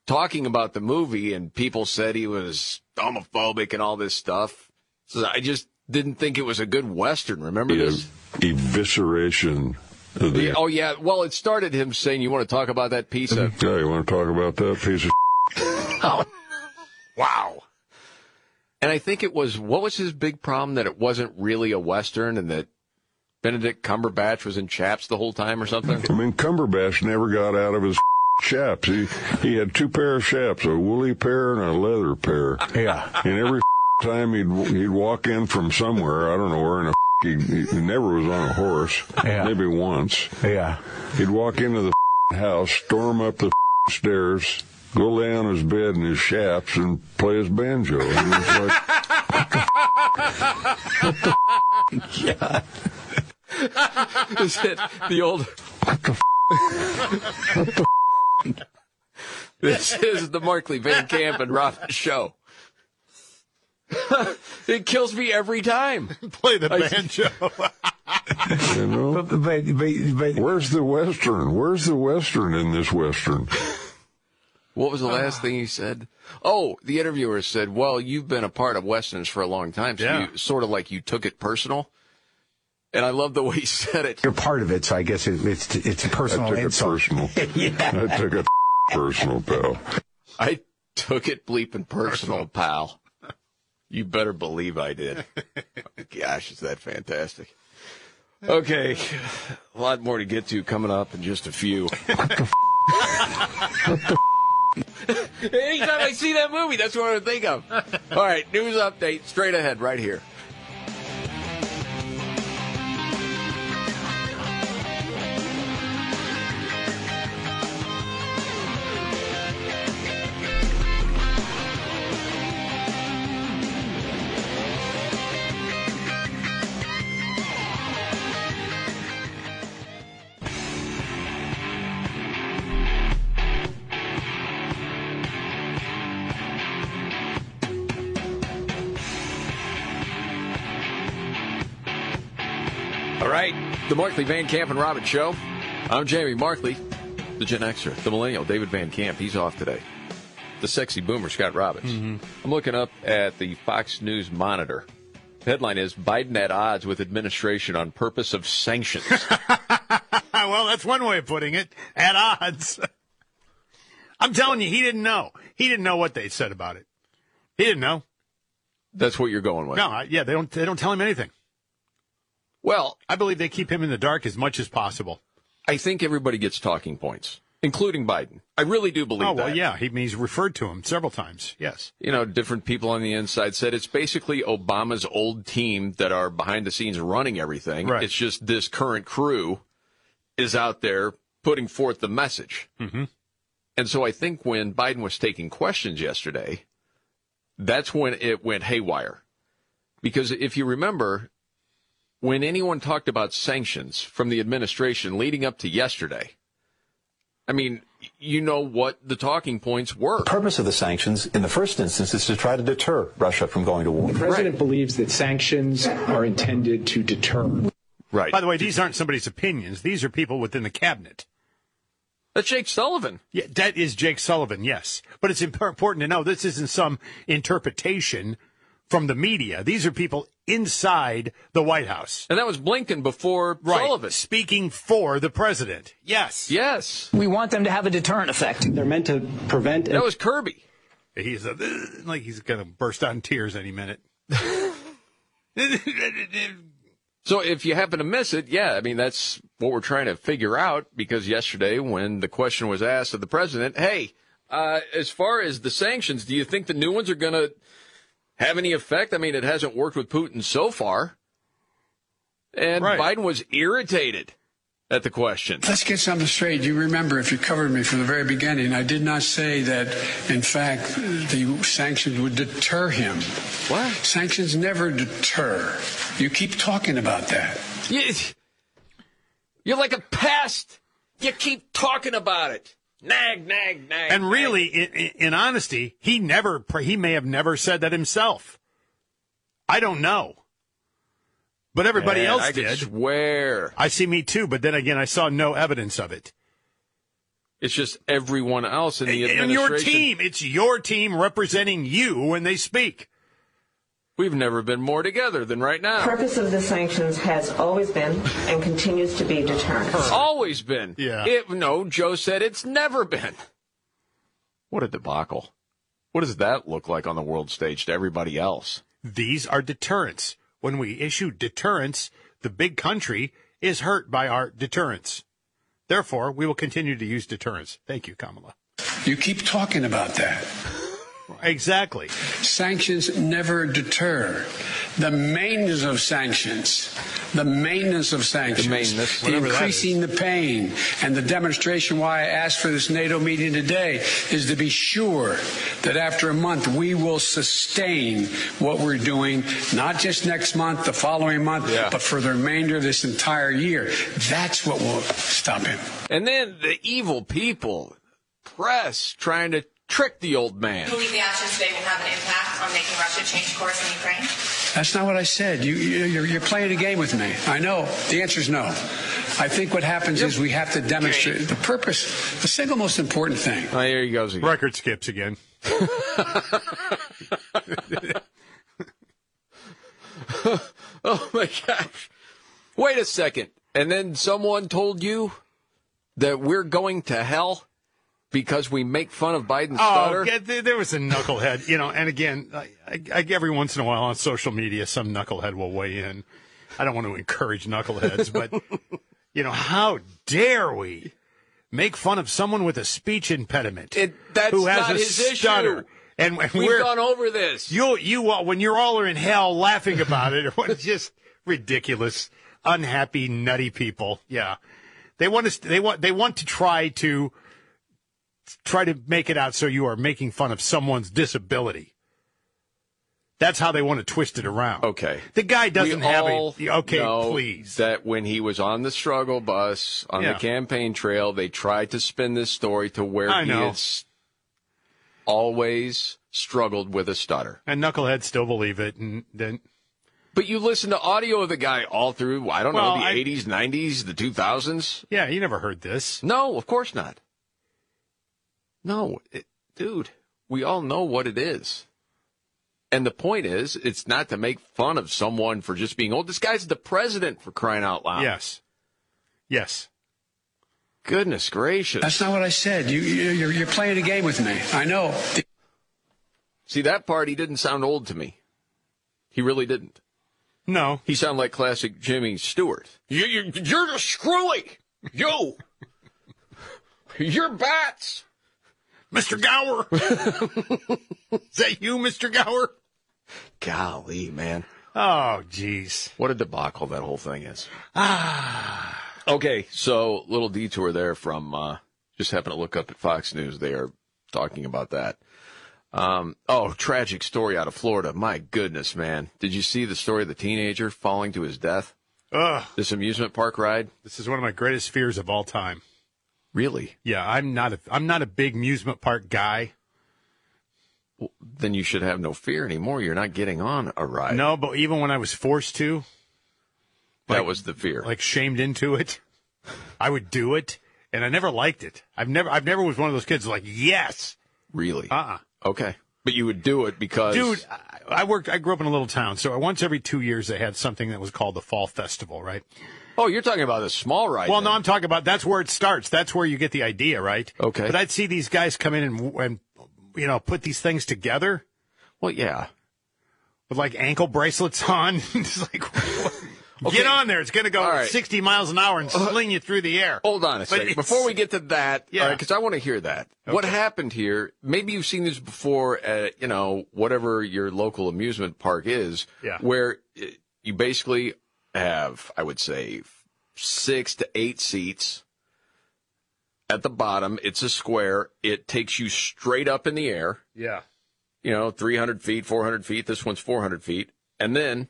S1: talking about the movie, and people said he was homophobic and all this stuff. So I just didn't think it was a good Western. Remember this?
S17: evisceration of the.
S1: The- oh, yeah. Well, it started him saying, You want to talk about that piece of.
S17: Yeah, you want to talk about that piece of?
S1: Oh. Wow. And I think it was what was his big problem that it wasn't really a western and that Benedict Cumberbatch was in chaps the whole time or
S17: [LAUGHS]
S1: something.
S17: I mean, Cumberbatch never got out of his chaps. He he had two pair of chaps, a woolly pair and a leather pair.
S7: Yeah.
S17: And every [LAUGHS] time he'd he'd walk in from somewhere, I don't know where, and a [LAUGHS] he, he never was on a horse.
S7: Yeah.
S17: Maybe once.
S7: Yeah.
S17: He'd walk into the [LAUGHS] house, storm up the [LAUGHS] stairs, go lay on his bed in his chaps, and play his banjo. And it's like.
S7: [LAUGHS]
S1: yeah. Is it the old [LAUGHS] This is the Markley Van Camp and Robin show. [LAUGHS] it kills me every time.
S2: Play the banjo.
S17: You know? but, but, but, Where's the Western? Where's the Western in this Western?
S1: What was the last thing he said? Oh, the interviewer said, "Well, you've been a part of westerns for a long time, so
S7: Yeah.
S1: you sort of like you took it personal." And I love the way he said
S2: [LAUGHS]
S1: it.
S12: You're part of it, so I guess it, it's it's a personal
S17: I took
S12: insult.
S2: [LAUGHS]
S17: it personal.
S12: Yeah.
S17: I took it [LAUGHS] personal, pal.
S1: I took it bleeping personal, pal. You better believe I did. Oh, Gosh, is that fantastic? Okay, a lot more to get to coming up in just a few. Anytime I see that movie, that's what I think of. All right, news update straight ahead right here. All right, the Markley Van Camp and Robin Show. I'm Jamie Markley, the Gen Xer, the Millennial. David Van Camp, he's off today. The sexy boomer, Scott Robbins.
S2: Mm-hmm.
S1: I'm looking up at the Fox News monitor. Headline is Biden at odds with administration on purpose of
S2: [LAUGHS]
S1: sanctions.
S2: well, that's one way of putting it. At odds. [LAUGHS] I'm telling you, he didn't know. He didn't know what they said about it. He didn't know.
S1: That's what you're going with.
S2: No, I, yeah, they don't. They don't tell him anything.
S1: Well,
S2: I believe they keep him in the dark as much as possible.
S1: I think everybody gets talking points, including Biden. I really do believe
S2: oh well,
S1: that.
S2: yeah, he, he's referred to him several times. Yes.
S1: You know, different people on the inside said it's basically Obama's old team that are behind the scenes running everything.
S2: Right.
S1: It's just this current crew is out there putting forth the message.
S2: Mm-hmm.
S1: And so I think when Biden was taking questions yesterday, that's when it went haywire. Because if you remember, when anyone talked about sanctions from the administration leading up to yesterday, I mean, you know what the talking points were.
S6: The purpose of the sanctions, in the first instance, is to try to deter Russia from going to war.
S7: The president believes that sanctions are intended to deter.
S1: Right.
S2: By the way, these aren't somebody's opinions. These are people within the cabinet.
S1: That's Jake Sullivan.
S2: Yeah, that is Jake Sullivan. Yes, but it's imp- important to know this isn't some interpretation from the media. These are people inside the White House.
S1: And that was Blinken before
S2: right.
S8: Sullivan.
S2: speaking for the president. Yes.
S1: Yes.
S8: We want them to have a deterrent effect.
S7: They're meant to prevent.
S1: That was Kirby.
S2: He's a, like he's going to burst out in tears any minute.
S1: So if you happen to miss it, yeah, I mean that's what we're trying to figure out because yesterday when the question was asked of the president, hey, uh, as far as the sanctions, do you think the new ones are going to have any effect? I mean, it hasn't worked with Putin so far, and Biden was irritated at the question.
S4: Let's get something straight. You remember, if you covered me from the very beginning, I did not say that, in fact, the sanctions would deter him.
S1: What?
S4: Sanctions never deter. You keep talking about that.
S1: You, you're like a pest. You keep talking about it. Nag, nag, nag.
S2: And really, in, in in honesty, he never he may have never said that himself. I don't know, but everybody
S1: Man,
S2: else
S1: I could
S2: did.
S1: swear.
S2: I see me too, but then again, I saw no evidence of it.
S1: It's just everyone else in the
S2: And
S1: administration.
S2: your team, it's your team representing you when they speak.
S1: We've never been more together than right
S5: The
S1: now.
S5: purpose of the sanctions has always been and continues to be deterrence.
S1: Always been.
S5: Yeah.
S1: It, no, Joe said it's never been. What a debacle. What does that look like on the world stage to everybody else?
S2: These are deterrents. When we issue deterrence, the big country is hurt by our deterrence. Therefore, we will continue to use deterrence. Thank you, Kamala.
S4: You keep talking about that.
S2: Exactly.
S4: Sanctions never deter. The maintenance of sanctions, the maintenance of sanctions,
S1: The maintenance,
S4: the
S1: whatever that
S4: increasing the pain, and the demonstration why I asked for this NATO meeting today is to be sure that after a month we will sustain what we're doing, not just next month, the following month, but for the remainder of this entire year. That's what will stop him.
S1: And then the evil people, press, trying to tricked the old man. [LAUGHS]
S3: Do you believe the actions today will have an impact on making Russia change course in Ukraine?
S4: That's not what I said. You, you- you're, you're playing a game with me. I know. The answer is no. I think what happens is we have to demonstrate the purpose. The single most important
S2: [LAUGHS]
S4: thing.
S1: Oh, here he goes again.
S2: Record skips again.
S1: oh my gosh. Wait a second. And then someone told you that we're going to hell because we make fun of Biden's
S2: Oh,
S1: stutter?
S2: get- there there was a knucklehead, you know. And again, I, I, I- every once in a while on social media, some knucklehead will weigh in. I don't want to encourage knuckleheads, but [LAUGHS] you know, how dare we make fun of someone with a speech impediment
S1: that's
S2: who has
S1: not
S2: a
S1: his issue.
S2: stutter? And, and
S1: We've
S2: we're,
S1: gone over this.
S2: You, you, all, when you're all are in hell laughing about it, [LAUGHS] or what, it's just ridiculous, unhappy, nutty people. Yeah, they want us. They want. They want to try to try to make it out so you are making fun of someone's disability. That's how they want to twist it around.
S1: Okay.
S2: The guy doesn't
S1: we
S2: have
S1: all
S2: a. Okay,
S1: know
S2: please.
S1: That when he was on the struggle bus on
S2: Yeah.
S1: the campaign trail, they tried to spin this story to where
S2: I
S1: he
S2: know.
S1: has always struggled with a stutter.
S2: And knuckleheads still believe it, and
S1: [LAUGHS]
S2: then
S1: But you listen to audio of the guy all through, I don't
S2: Well,
S1: know, the
S2: I-
S1: 80s, 90s, the 2000s.
S2: yeah, you never heard this.
S1: No, of course not. No, it, dude, we all know what it is. And the point is, it's not to make fun of someone for just being old. This guy's the president for crying out loud.
S2: Yes. Yes.
S1: Goodness gracious.
S4: That's not what I said. You, you, you're, you're playing a game with me. I know. The
S1: See, that part, he didn't sound old to me. He really didn't.
S2: No.
S1: He sounded like classic Jimmy Stewart. You, you, you're just screwy. You. you're bats.
S2: Mr.
S1: [LAUGHS]
S2: Gower. Is that you, Mr. Gower?
S1: Golly, man.
S2: Oh, jeez. Ah.
S1: What a debacle that whole thing is. okay, so little detour there from uh, just happened to look up at Fox News. They are talking about that. Um, oh, tragic story out of Florida. My goodness, man. Did you see the story of the teenager falling to his death?
S2: Ugh.
S1: This amusement park ride?
S2: This is one of my greatest fears of all time.
S1: Really?
S2: Yeah, I'm not a I'm not a big amusement park guy.
S1: Then you should have no fear anymore. You're not getting on a ride.
S2: No, but even when I was forced to,
S1: that was the fear.
S2: like shamed into it, I would do it, and I never liked it. I've never I've never was one of those kids like yes,
S1: really?
S2: uh-uh.
S1: Okay. But you would do it because.
S2: dude. I, I worked. I grew up in a little town, so once every two years they had something that was called the Fall Festival, right?
S1: Oh, you're talking about a small ride.
S2: Well,
S1: then.
S2: no, I'm talking about that's where it starts. That's where you get the idea, right?
S1: Okay.
S2: But I'd see these guys come in and and you know put these things together
S1: Well, yeah.
S2: with like ankle bracelets [LAUGHS] on. it's like get on there. It's going to go
S1: All right. Uh-huh.
S2: 60 miles an hour and sling you through the air.
S1: Hold on a
S2: But
S1: second.
S2: it's-
S1: Before we get to that,
S2: Yeah.
S1: because I want to hear that. What happened here? Maybe you've seen this before at you know whatever your local amusement park is,
S2: Yeah.
S1: where uh, you basically have, I would say, six to eight seats. At the bottom, it's a square. It takes you straight up in the air.
S2: Yeah.
S1: You know, three hundred feet, four hundred feet. This one's four hundred feet, and then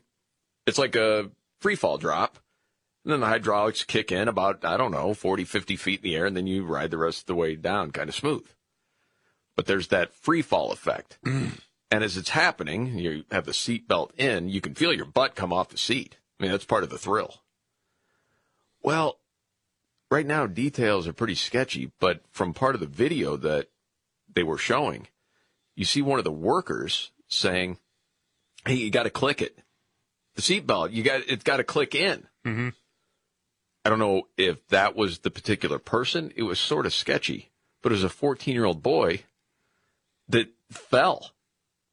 S1: it's like a free fall drop. And then the hydraulics kick in about, I don't know, 40, 50 feet in the air, and then you ride the rest of the way down kind of smooth. But there's that free fall effect. and as it's happening, you have the seat belt in, you can feel your butt come off the seat. I mean, that's part of the thrill. Well, right now, details are pretty sketchy, but from part of the video that they were showing, you see one of the workers saying, Hey, you got to click it. The seat belt, you got, it's got to click in.
S2: Mm-hmm.
S1: I don't know if that was the particular person. It was sort of sketchy, but it was a 14 year old boy that fell.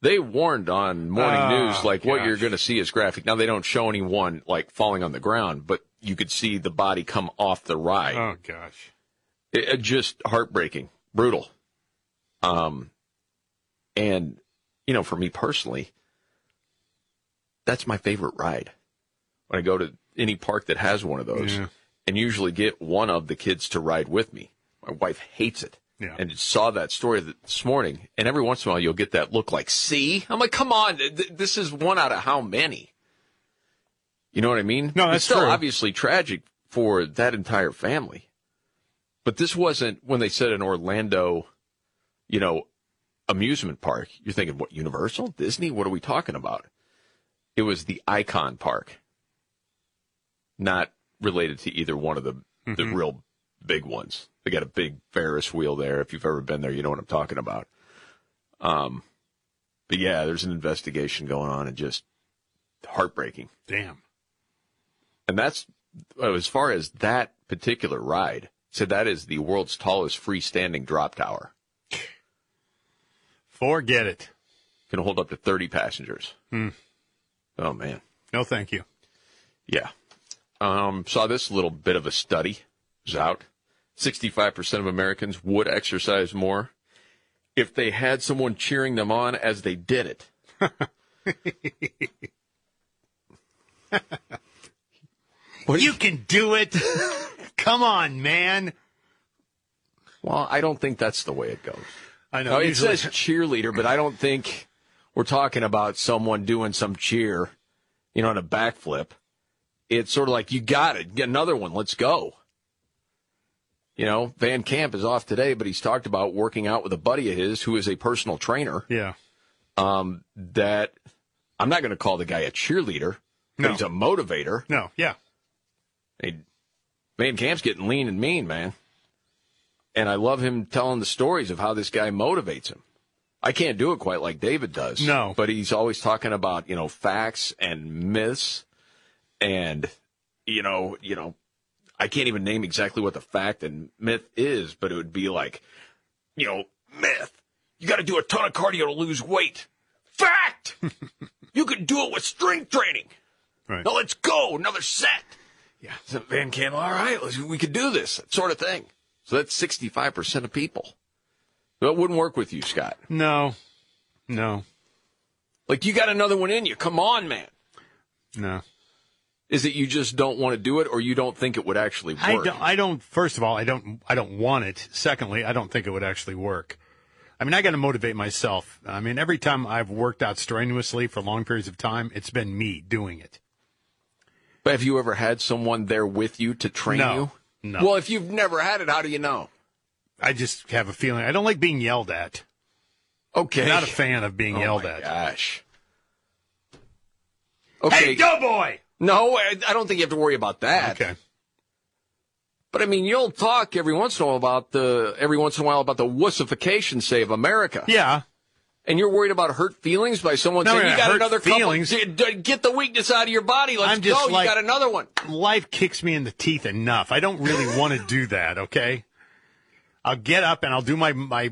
S1: They warned on morning
S2: Ah,
S1: news like what
S2: gosh.
S1: you're going to see is graphic. Now they don't show anyone like falling on the ground, but you could see the body come off the ride.
S2: Oh gosh.
S1: It, it just heartbreaking, brutal. Um, and you know, for me personally, that's my favorite ride. When I go to any park that has one of those,
S2: Yeah.
S1: and usually get one of the kids to ride with me. My wife hates it.
S2: Yeah.
S1: And saw that story th- this morning, and every once in a while you'll get that look like, "See?" I'm like, "Come on, th- th- this is one out of how many?" You know what I mean?
S2: No,
S1: it's
S2: that's
S1: still
S2: true.
S1: obviously tragic for that entire family. But this wasn't when they said in Orlando, you know, amusement park, you're thinking, what, Universal? Disney? What are we talking about? It was the Icon Park, not related to either one of the, the
S2: Mm-hmm.
S1: real big ones. They got a big Ferris wheel there. If you've ever been there, you know what I'm talking about. Um, but yeah, there's an investigation going on and just heartbreaking.
S2: Damn.
S1: And that's as far as that particular ride. So that is the world's tallest freestanding drop tower.
S2: Forget it.
S1: Can hold up to 30 passengers.
S2: Hmm.
S1: Oh man.
S2: No, thank you.
S1: Yeah. Um, saw this little bit of a study. It was out. 65% of Americans would exercise more if they had someone cheering them on as they did it.
S2: [LAUGHS] you can
S1: [LAUGHS]
S2: do it. Come on, man.
S1: Well, I don't think that's the way it goes.
S2: I know.
S1: Now, it
S2: usually-
S1: says
S2: [LAUGHS]
S1: cheerleader, but I don't think we're talking about someone doing some cheer, you know, on a backflip. It's sort of like, you got it. Get another one. Let's go. You know, Van Camp is off today, but he's talked about working out with a buddy of his who is a personal trainer.
S2: Yeah.
S1: Um, that I'm not going to call the guy a cheerleader, but
S2: No.
S1: he's a motivator.
S2: No, yeah.
S1: Hey, Van Camp's getting lean and mean, man. And I love him telling the stories of how this guy motivates him. I can't do it quite like David does.
S2: No.
S1: But he's always talking about, you know, facts and myths and you know, you know, I can't even name exactly what the fact and myth is, but it would be like, you know, myth. You got to do a ton of cardio to lose weight.
S2: [LAUGHS]
S1: Fact. you can do it with strength training.
S2: Right.
S1: Now let's go another set. Yeah. So Van Camp, all right, let's- we could do this sort of thing. So that's sixty-five percent of people. That wouldn't work with you, Scott.
S2: No. No.
S1: Like you got another one in you. Come on, man.
S2: No.
S1: Is it you just don't want to do it, or you don't think it would actually work?
S2: I don't, I don't. First of all, I don't. I don't want it. Secondly, I don't think it would actually work. I mean, I got to motivate myself. I mean, every time I've worked out strenuously for long periods of time, it's been me doing it.
S1: But have you ever had someone there with you to train
S2: No,
S1: you?
S2: no.
S1: Well, if you've never had it, how do you know?
S2: I just have a feeling. I don't like being yelled at.
S1: Okay.
S2: I'm not a fan of being
S1: Oh
S2: yelled
S1: my
S2: at.
S1: Gosh.
S2: Hey, doughboy!
S1: No, I I don't think you have to worry about that.
S2: Okay.
S1: But I mean, you'll talk every once in a while about the every once in a while about the wussification, say, of America.
S2: Yeah.
S1: And you're worried about hurt feelings by someone
S2: No,
S1: saying
S2: no,
S1: you
S2: no,
S1: got
S2: hurt
S1: another
S2: feelings.
S1: couple. D- d- Get the weakness out of your body. Let's
S2: I'm just
S1: go.
S2: like-
S1: you got another one.
S2: Life kicks me in the teeth enough. I don't really want to do that. Okay. I'll get up and I'll do my my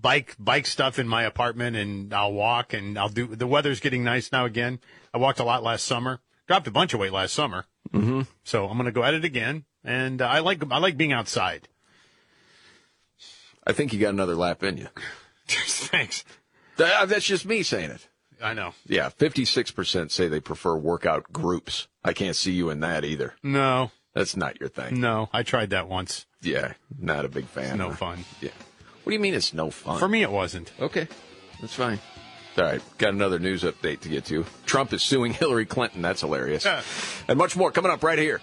S2: bike bike stuff in my apartment and I'll walk and I'll do. The weather's getting nice now again. I walked a lot last summer. Dropped a bunch of weight last summer.
S1: Mm-hmm.
S2: So I'm gonna go at it again. And uh, I like I like being outside. [LAUGHS]
S1: I think you got another lap in you.
S2: Thanks.
S1: Th- That's just me saying it.
S2: I know.
S1: Yeah, 56% say they prefer workout groups. I can't see you in that either.
S2: No,
S1: That's not your thing.
S2: no. I tried that once.
S1: Yeah, not a big fan.
S2: No fun.
S1: Yeah. What do you mean it's no fun?
S2: For me, it wasn't.
S1: Okay, that's fine. All right, got another news update to get to. Trump is suing Hillary Clinton. That's hilarious.
S2: Yeah.
S1: and much more coming up right here.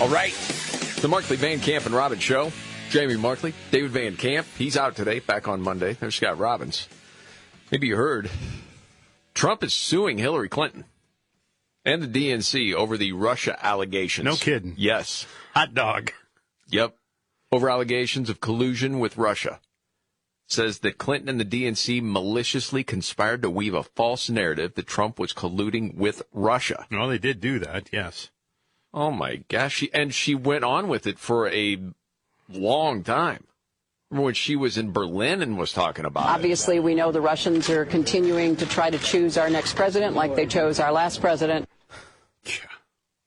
S1: All right. The Markley Van Camp and Robbins Show. Jamie Markley, David Van Camp. He's out today, back on Monday. There's Scott Robbins. Maybe you heard Trump is suing Hillary Clinton and the DNC over the Russia allegations.
S2: No kidding.
S1: Yes.
S2: Hot dog.
S1: Yep. Over allegations of collusion with Russia. Says that Clinton and the DNC maliciously conspired to weave a false narrative that Trump was colluding with Russia.
S2: Well, they did do that. Yes.
S1: Oh my gosh. She, and she went on with it for a long time. Remember when she was in Berlin and was talking about it?
S18: Obviously, we know the Russians are continuing to try to choose our next president like they chose our last president.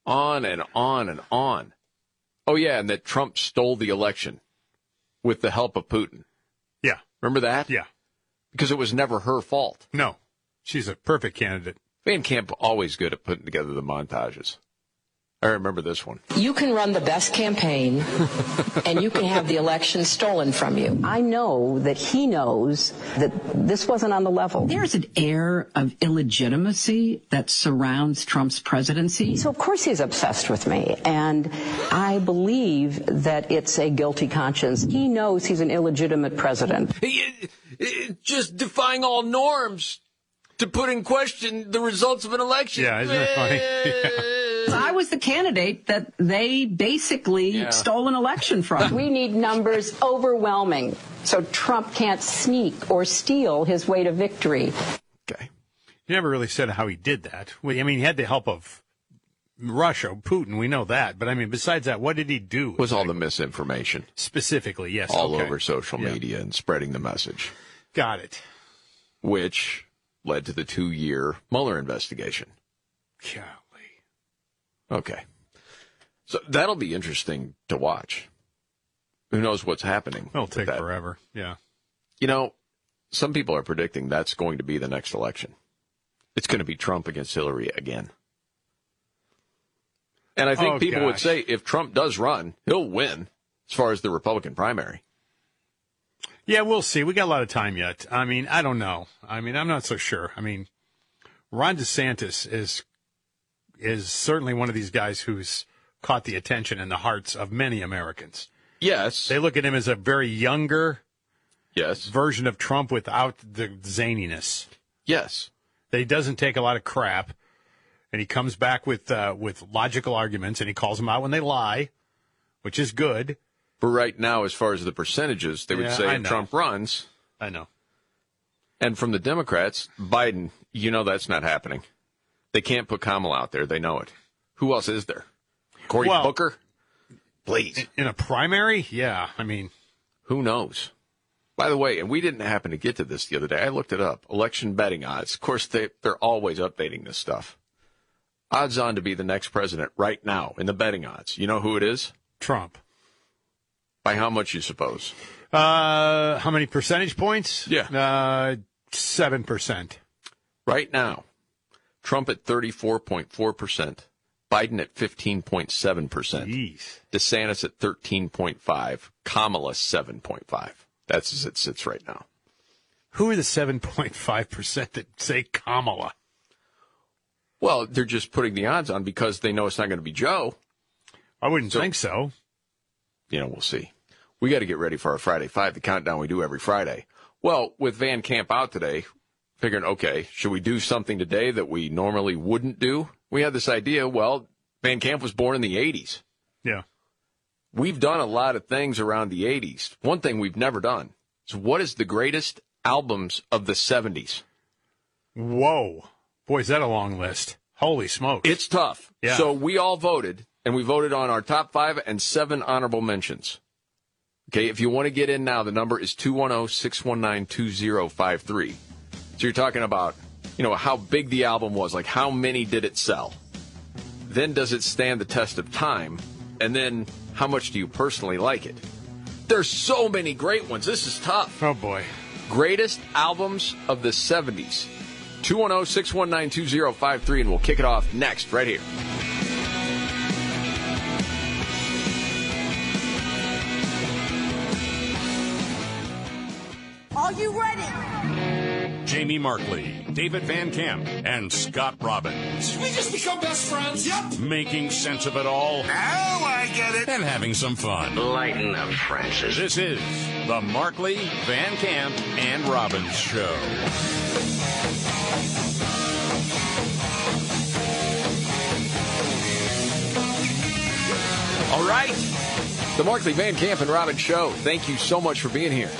S1: on and on and on. Oh yeah, and that Trump stole the election with the help of Putin.
S2: Yeah.
S1: Remember that?
S2: Yeah.
S1: because it was never her fault.
S2: No, she's a perfect candidate.
S1: Van Camp always good at putting together the montages. I remember this one.
S19: You can run the best campaign and you can have the election stolen from you.
S20: I know that he knows that this wasn't on the level.
S21: There's an air of illegitimacy that surrounds Trump's presidency.
S20: So, of course, he's obsessed with me. And I believe that it's a guilty conscience. He knows he's an illegitimate president.
S1: Just defying all norms to put in question the results of an election.
S2: Yeah, isn't it
S1: Eh,
S2: funny? Yeah.
S21: I was the candidate that they basically
S20: Yeah.
S21: stole an election from.
S18: we need numbers overwhelming. So Trump can't sneak or steal his way to victory.
S2: He never really said how he did that. We- I mean, he had the help of Russia, Putin. We know that. But I mean, besides that, what did he do?
S1: Was all the misinformation
S2: specifically? Yes,
S1: all
S2: okay.
S1: over social
S2: Yeah.
S1: media and spreading the message,
S2: Got it.
S1: which led to the two-year Mueller investigation.
S2: Yeah.
S1: Okay, so that'll be interesting to watch. Who knows what's happening?
S2: It'll take
S1: that.
S2: forever. Yeah.
S1: You know, some people are predicting that's going to be the next election. It's going to be Trump against Hillary again. And I think
S2: Oh,
S1: people would
S2: gosh.
S1: say if Trump does run, he'll win as far as the Republican primary.
S2: Yeah, we'll see. We got a lot of time yet. I mean, I don't know. I mean, I'm not so sure. I mean, Ron DeSantis is is certainly one of these guys who's caught the attention and the hearts of many Americans.
S1: Yes.
S2: They look at him as a very younger
S1: yes
S2: version of Trump without the zaniness.
S1: Yes.
S2: That he doesn't take a lot of crap and he comes back with uh, with logical arguments and he calls them out when they lie, which is good.
S1: But right now, as far as the percentages, they would
S2: Yeah,
S1: say
S2: I
S1: if
S2: know.
S1: Trump runs.
S2: I know.
S1: And from the Democrats, Biden, you know that's not happening. They can't put Kamala out there. They know it. Who else is there? Cory
S2: Well-
S1: Booker? Please.
S2: In a primary? Yeah. I mean,
S1: who knows? By the way, and we didn't happen to get to this the other day. I looked it up. Election betting odds. Of course, they, they're always updating this stuff. Odds on to be the next president right now in the betting odds. You know who it is?
S2: Trump.
S1: By how much you suppose?
S2: Uh, how many percentage points?
S1: Yeah.
S2: Uh, seven percent.
S1: Right now, Trump at 34.4%, Biden at 15.7%, DeSantis at 13.5, Kamala 7.5. That's as it sits right now.
S2: Who are the seven point five percent that say Kamala?
S1: Well, they're just putting the odds on because they know it's not going to be Joe.
S2: I wouldn't think so.
S1: You know, we'll see. We got to get ready for our Friday Five, the countdown we do every Friday. Well, with Van Camp out today, figuring, okay, should we do something today that we normally wouldn't do? We had this idea. Well, Van Camp was born in the 80s.
S2: Yeah.
S1: We've done a lot of things around the 80s. One thing we've never done is what is the greatest albums of the 70s?
S2: Whoa, boy, is that a long list? Holy smokes!
S1: It's tough.
S2: Yeah.
S1: So we all voted, and we voted on our top five and seven honorable mentions. Okay, if you want to get in now, the number is oh, 210 619 2053. So you're talking about, you know, how big the album was, like how many did it sell? Then does it stand the test of time? And then how much do you personally like it? There's so many great ones. This is tough.
S2: Oh, boy.
S1: Greatest albums of the 70s. 210 619 2053, and we'll kick it off next, right here.
S16: Are you ready?
S22: Jamie Markley, David Van Camp, and Scott Robbins.
S23: We just become best friends. Yep.
S22: Making sense of it all. Now I get it. And having some fun. Lighten up, Francis. This is the Markley, Van Camp, and Robbins Show.
S1: All right. The Markley Van Camp and Robin Show. Thank you so much for being here.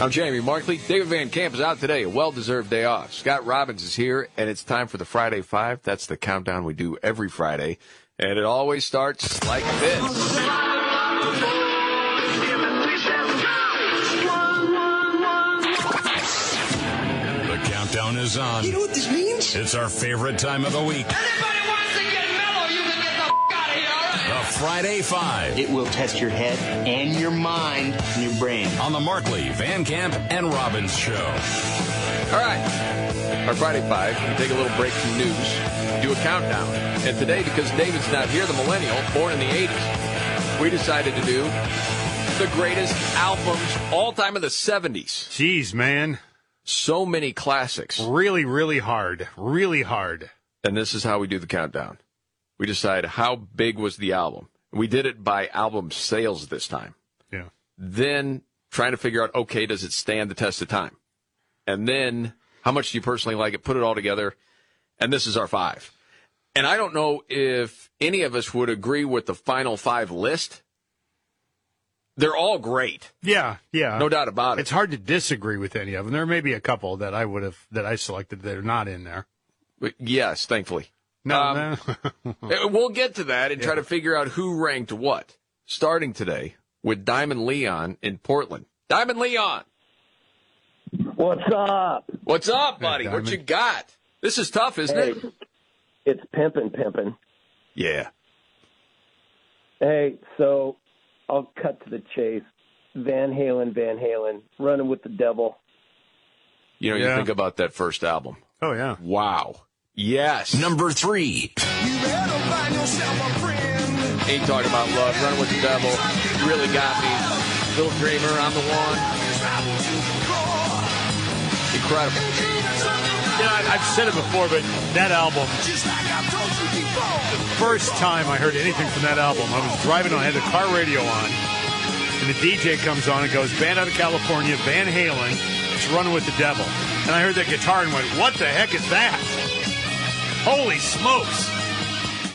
S1: I'm Jamie Markley. David Van Camp is out today, a well deserved day off. Scott Robbins is here, and it's time for the Friday Five. That's the countdown we do every Friday, and it always starts like this.
S22: The countdown is on.
S23: You know what this means?
S22: It's our favorite time of the week.
S23: Everybody wants to get mellow. You can get the f- out of here, all right?
S22: The Friday 5.
S9: It will test your head and your mind and your brain.
S22: On the Markley, Van Camp, and Robbins Show.
S1: All right. Our Friday Five, we take a little break from news, do a countdown. And today, because David's not here, the millennial, born in the 80s, we decided to do the greatest albums all time of the 70s.
S2: Jeez, man.
S1: So many classics.
S2: Really, really hard. Really hard.
S1: And this is how we do the countdown. We decide how big was the album. We did it by album sales this time.
S2: Yeah.
S1: Then trying to figure out, okay, does it stand the test of time? And then how much do you personally like it? Put it all together. And this is our five. And I don't know if any of us would agree with the final five list. They're all great.
S2: Yeah, yeah.
S1: No doubt about it.
S2: It's hard to disagree with any of them. There may be a couple that I would have that I selected that are not in there.
S1: But yes, thankfully.
S2: No,
S1: Um, [LAUGHS]
S2: no.
S1: Uh, We'll get to that and try to figure out who ranked what. Starting today with Diamond Leon in Portland. Diamond Leon,
S10: What's up?
S1: what's up, buddy?
S10: Hey,
S1: what
S10: Diamond.
S1: you got? This is tough, isn't
S10: Hey,
S1: it?
S10: it's pimpin' pimpin'.
S1: Yeah.
S10: Hey, so I'll cut to the chase. Van Halen, Van Halen, running with the devil.
S1: You know, you
S10: Yeah.
S1: think about that first album.
S2: Oh yeah.
S1: Wow. Yes. Number three. Ain't talking about love. Running with the devil. You really got me. Bill Dreamer, I'm the one. Incredible.
S2: You know, I- I've said it before, but that album, first time I heard anything from that album, I was driving on, I had the car radio on, and the DJ comes on and goes, Band out of California, Van Halen, it's running with the devil. And I heard that guitar and went, What the heck is that? Holy smokes!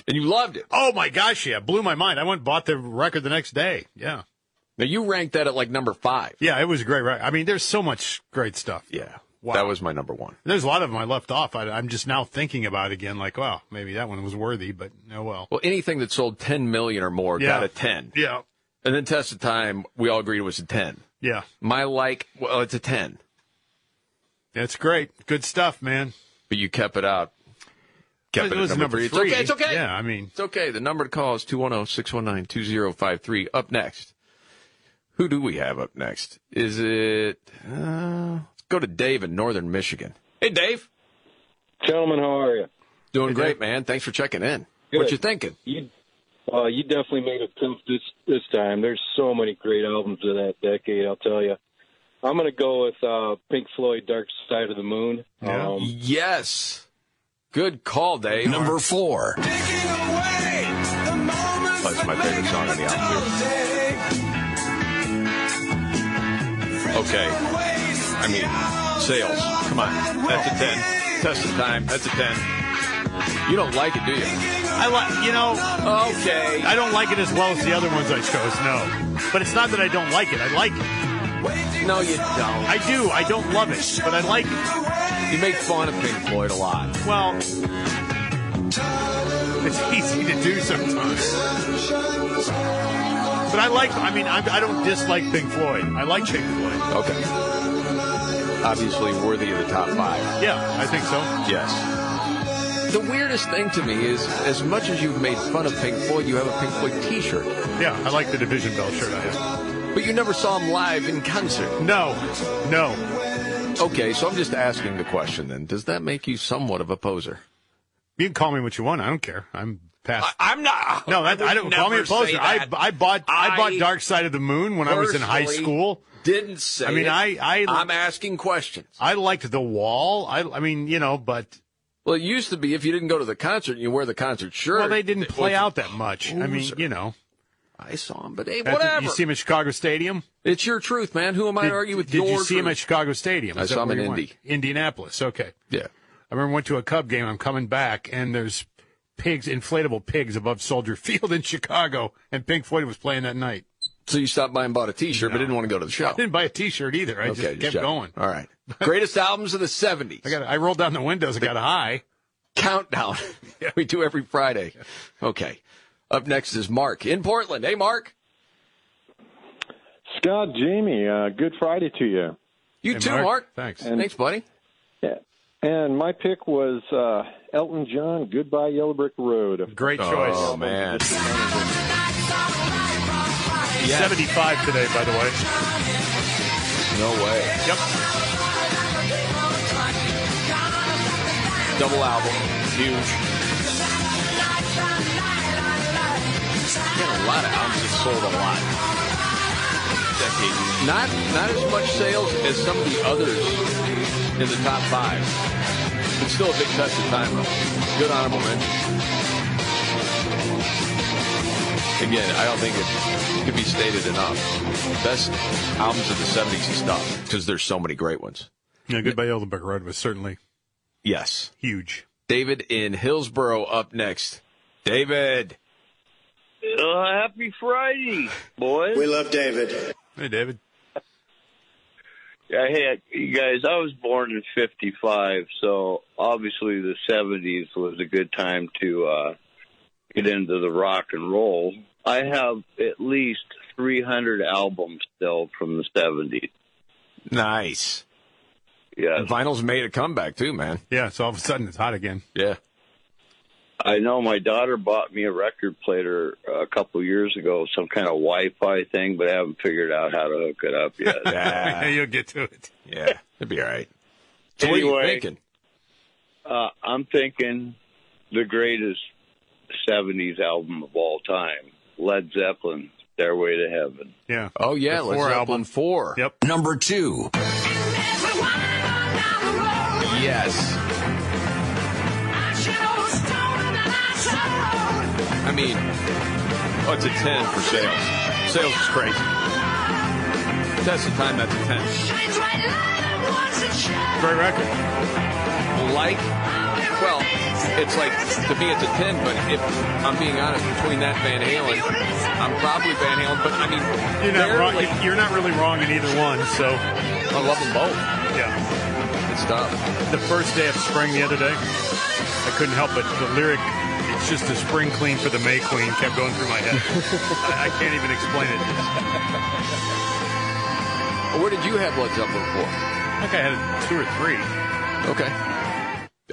S1: And you loved it.
S2: Oh my gosh, yeah, blew my mind. I went and bought the record the next day. Yeah.
S1: Now you ranked that at like number five.
S2: Yeah, it was a great. Right? I mean, there's so much great stuff.
S1: Yeah.
S2: Wow.
S1: That was my number one.
S2: There's a lot of them I left off. I, I'm just now thinking about again, like, wow, maybe that one was worthy, but oh well.
S1: Well, anything that sold 10 million or more
S2: Yeah.
S1: got a 10.
S2: Yeah.
S1: And then Test of Time, we all agreed it was a 10.
S2: Yeah.
S1: My like, well, it's a 10,
S2: That's great. Good stuff, man.
S1: but you kept it out. Kept
S2: It was number
S1: It's okay.
S2: three.
S1: It's okay.
S2: Yeah, I mean-
S1: it's okay. The number to call is oh, 210 619 2053. Up next. Who do we have up next? Is it, uh, let's go to Dave in Northern Michigan. Hey, Dave.
S13: Gentlemen, how are you?
S1: Doing great, man. Thanks for checking in.
S13: Good.
S1: What you thinking?
S13: You, uh, you definitely made a trip this this time. There's so many great albums of that decade. I'll tell you. I'm going to go with uh, Pink Floyd, Dark Side of the Moon. Um,
S1: Yes. Good call, Dave. Number four. That's my favorite song on the album. too. Okay. I mean, sales. Come on. That's a 10. Test of time. That's a 10. You don't like it, do you?
S2: I like, you know,
S1: okay.
S2: I don't like it as well as the other ones I chose. No, but it's not that I don't like it. I like it.
S1: No, you don't.
S2: I do. I don't love it, but I like it.
S1: You make fun of Pink Floyd a lot.
S2: Well, it's [LAUGHS] easy to do sometimes. But I like. I mean, I, I don't dislike Pink Floyd. I like Pink Floyd.
S1: Okay. Obviously worthy of the top five.
S2: Yeah, I think so.
S1: Yes. The weirdest thing to me is, as much as you've made fun of Pink Floyd, you have a Pink Floyd T-shirt,
S2: Yeah, I like the Division Bell shirt I have.
S1: but you never saw him live in concert.
S2: No, no.
S1: Okay, so I'm just asking the question then. Does that make you somewhat of a poser?
S2: You can call me what you want. I don't care. I'm past.
S1: I'm not.
S2: no, that, I, don't call me a poser. I, I bought I, bought Dark Side of the Moon when I was in high
S1: personally
S2: school.
S1: Didn't say.
S2: I mean,
S1: it.
S2: I- I-
S1: I'm asking questions.
S2: I liked The Wall. I I mean, you know, but
S1: Well, it used to be if you didn't go to the concert and you wear the concert shirt.
S2: well, they didn't
S1: it
S2: play
S1: was-
S2: out that much. I mean,
S1: Poser.
S2: you know,
S1: I saw him, but hey,
S2: At the-
S1: whatever.
S2: you see him at Chicago Stadium.
S1: it's your truth, man. Who am I
S2: Did,
S1: to argue with?
S2: did
S1: your
S2: you see him at
S1: truth?
S2: Chicago Stadium?
S1: I
S2: Is that
S1: saw him
S2: where
S1: in
S2: you went?
S1: Indy.
S2: Indianapolis. Okay.
S1: Yeah.
S2: I remember went to a Cub game. I'm coming back, and there's pigs, inflatable pigs above Soldier [LAUGHS] Field in Chicago, and Pink Floyd was playing that night.
S1: So you stopped by and bought a T-shirt, but
S2: No.
S1: didn't want to go to the
S2: I
S1: show.
S2: didn't buy a T-shirt either. I
S1: okay,
S2: just kept
S1: checking.
S2: going. [LAUGHS]
S1: All right. Greatest albums of the '70s.
S2: I got. I rolled down the windows. I got high.
S1: countdown [LAUGHS] we do every Friday. Okay. Up next is Mark in Portland. Hey, Mark.
S13: Scott, Jamie, uh, good Friday to you.
S1: You
S2: Hey,
S1: too, Mark.
S2: Mark. Thanks.
S13: And-
S1: Thanks, buddy.
S13: Yeah. And my pick was
S24: Oh,
S13: uh, Elton John, Goodbye Yellow Brick Road.
S2: Great choice.
S1: Oh man. Yes.
S14: 75 today, by the way.
S1: No way.
S14: Yep.
S1: Double album. Huge. Got a lot of albums that sold a lot. Decade. Not not as much sales as some of the others in the top five. It's still a big touch of time though. Good honorable mention. Again, I don't think it could be stated enough. Best albums of the '70s and stuff because there's so many great ones.
S2: Yeah, Goodbye Oldenburg Road was certainly
S1: Yes,
S2: huge.
S1: David in Hillsboro up next. David.
S15: Uh, happy Friday, boys.
S11: We love David.
S2: Hey, David.
S15: Yeah, hey, you guys, I was born in 55, so obviously the 70s was a good time to uh, get into the rock and roll. I have at least 300 albums still from the 70s.
S1: Nice.
S15: Yeah.
S1: Vinyl's made a comeback too, man.
S2: Yeah, so all of a sudden it's hot again. [LAUGHS]
S1: Yeah.
S15: I know my daughter bought me a record player a couple years ago, some kind of Wi-Fi thing, but I haven't figured out how to hook it up
S1: [LAUGHS]
S15: yet.
S1: Yeah.
S2: You'll get to it.
S1: yeah, Ah, it'd be all right. So what are you
S15: Anyway.
S1: thinking?
S15: Uh, I'm thinking the greatest 70s album of all time, Led Zeppelin, Stairway to Heaven.
S2: Yeah.
S1: Oh yeah,
S15: The
S1: Led
S15: four
S1: Zeppelin
S15: album.
S1: four.
S2: Yep.
S1: Number two. Yes. I mean, oh, it's a ten for sales. Sales is crazy. Test of time, that's a ten.
S2: Great record.
S1: Like, well, it's like to me it's a ten. But if I'm being honest, between that Van Halen, I'm probably Van Halen. But I mean,
S2: You're not
S1: they're
S2: wrong.
S1: like-
S2: You're not really wrong in either one. So
S1: I love them both.
S2: yeah,
S1: It's tough.
S2: the first day of spring the other day, I couldn't help but the lyric. It's just a spring clean for the May Queen kept going through my
S1: [LAUGHS]
S2: head. I, I can't even explain it.
S1: Where did you have Led Zeppelin for?
S2: I think I had two or three.
S1: Okay.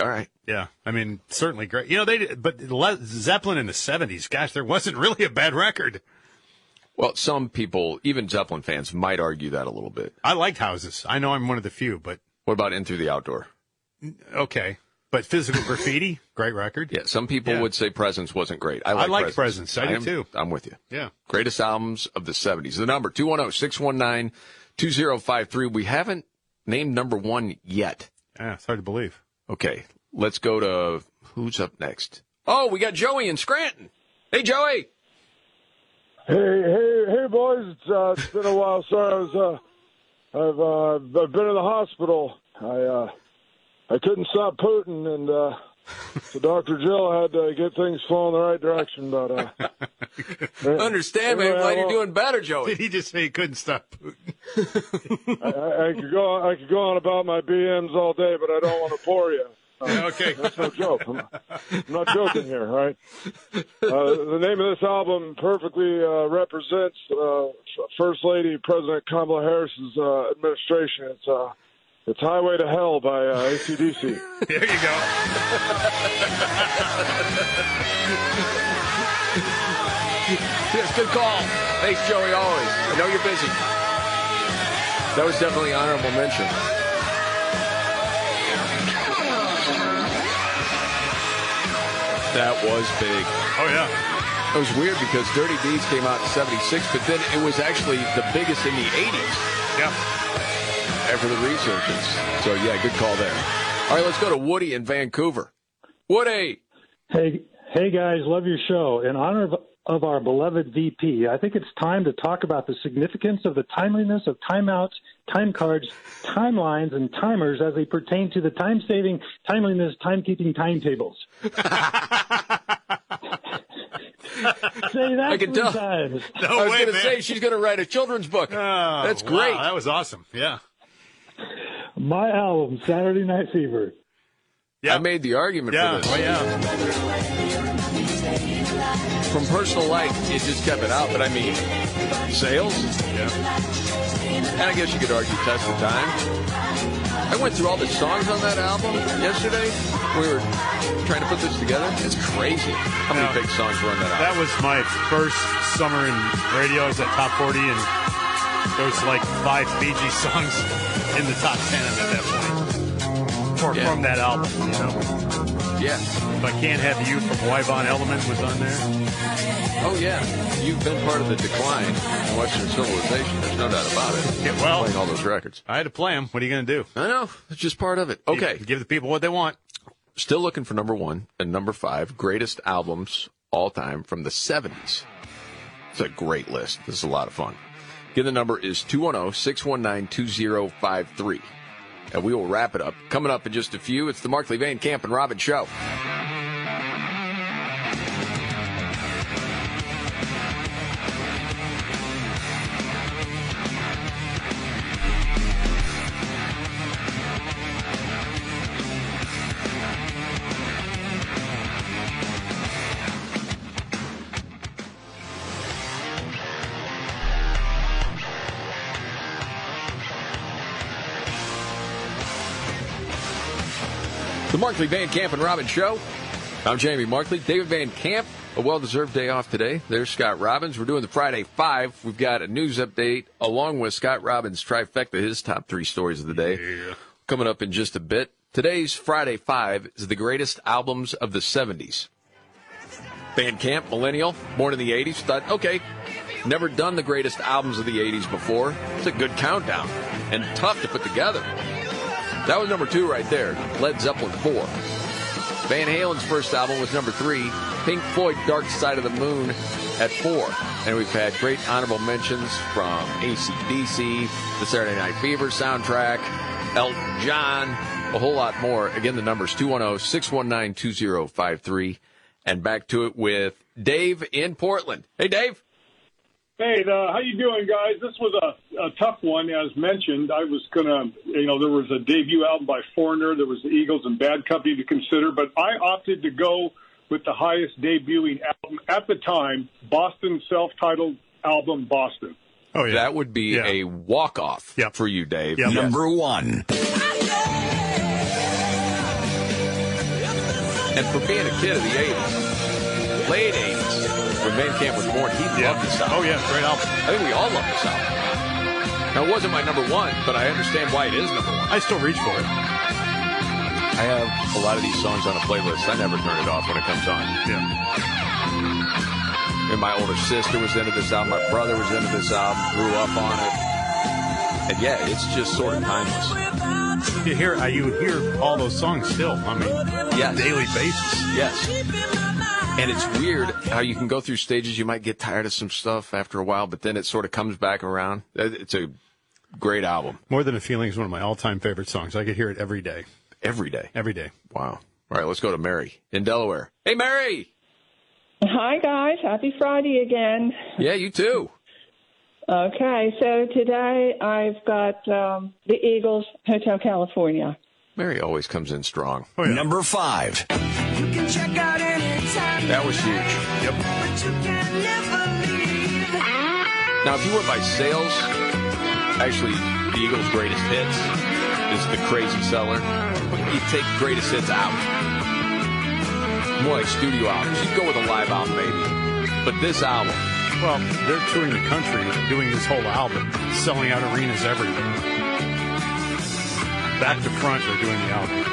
S1: All right.
S2: Yeah, I mean, certainly great. You know, they did- but Le- Zeppelin in the '70s. Gosh, there wasn't really a bad record.
S1: Well, some people, even Zeppelin fans, might argue that a little bit.
S2: I liked Houses. I know I'm one of the few, but
S1: What about In Through the Outdoor?
S2: okay. But Physical
S1: [LAUGHS]
S2: Graffiti, great record.
S1: Yeah, some people
S2: Yeah.
S1: would say Presence wasn't great. I
S2: I
S1: like,
S2: like Presence. I do
S1: I'm-
S2: too.
S1: I'm with you.
S2: Yeah.
S1: Greatest albums of the 70s. The number oh, 210 619 2053. We haven't named number one yet.
S2: Yeah, it's hard to believe.
S1: Okay, let's go to who's up next? Oh, we got Joey in Scranton. Hey, Joey.
S24: Hey, hey, hey, boys! It's, uh, it's been a while. Sorry, I was, uh, I've, uh, I've been in the hospital. I, uh, I couldn't stop Putin, and uh, so Doctor Jill had to get things flowing the right direction. But uh,
S2: [LAUGHS]
S1: Understand, man.
S24: Anyway,
S1: Glad
S24: I
S1: you're
S24: won't-
S1: doing better, Joey.
S2: Did he just say he couldn't stop?
S24: I, I, I could go, I could go on about my BMs all day, but I don't want to bore you. Uh,
S2: Yeah, okay.
S24: That's no joke. I'm, I'm not joking here, all right? Uh, the name of this album perfectly uh, represents uh, F- First Lady President Kamala Harris's uh, administration. It's uh, it's Highway to Hell by uh, ACDC.
S2: [LAUGHS] There you go.
S1: [LAUGHS] Yes, good call. Thanks, Joey, always. I know you're busy. That was definitely honorable mention. That was big.
S2: Oh yeah.
S1: It was weird because Dirty Deeds came out in 76, but then it was actually the biggest in the 80s
S2: Yeah.
S1: after the resurgence. So, yeah, good call there. All right, let's go to Woody in Vancouver. Woody!
S25: Hey, hey guys, love your show. In honor of, of our beloved VP, I think it's time to talk about the significance of the timeliness of timeouts, time cards, timelines, and timers as they pertain to the time saving, timeliness, timekeeping timetables. Say that
S1: I can
S25: three
S1: tell.
S25: times.
S2: No
S1: I was
S2: way,
S1: gonna
S2: man.
S1: say she's going to write a children's book.
S2: Oh,
S1: That's
S2: wow,
S1: great.
S2: that was awesome. Yeah.
S25: My album, Saturday Night Fever.
S1: I made the argument
S2: Yeah.
S1: for this.
S2: Oh yeah.
S1: From personal life, it just kept it out, but I mean, sales?
S2: Yeah.
S1: And I guess you could argue test of time. I went through all the songs on that album yesterday. We were trying to put this together. It's crazy how many
S2: Yeah.
S1: big songs were on that album.
S2: That was my first summer in radio. I was at top 40, and there was like five Fiji songs in the top 10 at that point. For,
S1: Yeah.
S2: From that album, you know?
S1: Yeah.
S2: If I Can't Have You from Wyvon Element was on there.
S1: Oh yeah, you've been part of the decline in Western civilization. There's no doubt about it.
S2: Yeah, well-
S1: playing all those records.
S2: I had to play them. What are you going to do?
S1: I know. It's just part of it. Okay.
S2: Give the people what they want.
S1: Still looking for number one and number five greatest albums all time from the 70s. It's a great list. This is a lot of fun. Again, the number is 210 619 2053. And we will wrap it up. Coming up in just a few, it's the Markley Van Camp and Robin Show. The Markley Van Camp and Robbins Show. I'm Jamie Markley. David Van Camp, a well deserved day off today. There's Scott Robbins. We're doing the Friday Five. We've got a news update along with Scott Robbins' trifecta, his top three stories of the day, coming up in just a bit. Today's Friday Five is the greatest albums of the 70s. Van Camp, millennial, born in the 80s, thought, okay, never done the greatest albums of the 80s before. It's a good countdown and tough to put together. That was number two right there. Led Zeppelin four. Van Halen's first album was number three. Pink Floyd Dark Side of the Moon at four. And we've had great honorable mentions from ACDC, the Saturday Night Fever soundtrack, Elton John, a whole lot more. Again, the number's 210 619 2053. And back to it with Dave in Portland. Hey, Dave.
S6: Hey, uh, how you doing, guys? This was a, a tough one, as mentioned. I was gonna, you know, there was a debut album by Foreigner, there was the Eagles and Bad Company to consider, but I opted to go with the highest debuting album at the time, Boston self-titled album Boston.
S2: Oh, yeah.
S1: That would be a walk off for you, Dave.
S2: Yep.
S1: Number one. And for being a kid of the 80s, late 80s, when Van Camp was born, he loved this album. Oh,
S2: yeah, great album.
S1: I think we all love this album. Now, it wasn't my number one, but I understand why it is number one.
S2: I still reach for it.
S1: I have a lot of these songs on a playlist. I never turn it off when it comes on.
S2: Yeah.
S1: And my older sister was into this album. My brother was into this album. Grew up on it. And yeah, it's just sort of timeless.
S2: You hear, uh, you hear all those songs still. I mean,
S1: yes.
S2: daily basis.
S1: Yes. And it's weird how you can go through stages. You might get tired of some stuff after a while, but then it sort of comes back around. Uh, It's a great album.
S2: More Than a Feeling is one of my all time favorite songs. I could hear it every day.
S1: Every day.
S2: Every day.
S1: Wow. All right, let's go to Mary in Delaware. Hey, Mary.
S14: Hi, guys. Happy Friday again.
S1: Yeah, you too.
S14: Okay, so today I've got um, the Eagles, Hotel California.
S1: Mary always comes in strong.
S2: Oh,
S11: Number five.
S16: You can check out anytime.
S1: That was huge. Yep.
S16: But you can never leave.
S1: Now, if you went by sales, actually, the Eagles' greatest hits is the crazy seller. You take greatest hits out. More like studio albums. You'd go with a live album, maybe. But this album.
S2: Well, they're touring the country doing this whole album, selling out arenas everywhere. Back to front, they're doing the album.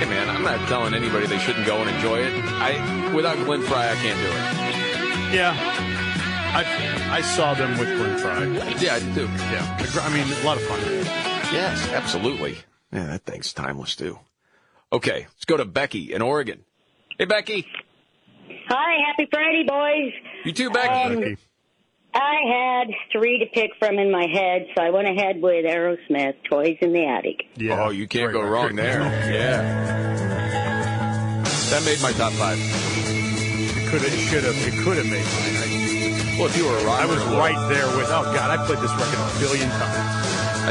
S1: Hey, man, I'm not telling anybody they shouldn't go and enjoy it. I, without Glenn Fry, I can't do
S2: Yeah. I, I saw them with Glenn Fry.
S1: Yeah, I do.
S2: Yeah. The gr- I mean, a lot of fun.
S1: it. Yes, absolutely. Yeah, that thing's timeless too. Okay, let's go to Becky in Oregon. Hey, Becky.
S17: Hi, happy Friday, boys.
S1: You too,
S17: Um,
S1: Becky.
S17: I had three to pick from in my head, so I went ahead with Aerosmith, Toys in the Attic.
S1: Yeah. Oh, you can't go wrong there. [LAUGHS] Yeah. That made my top five. [LAUGHS]
S2: It could have, should have, it could have made mine.
S1: Well, if you were a rocker,
S2: I was
S1: it would've.
S2: right there with. Oh God, I played this record a billion times.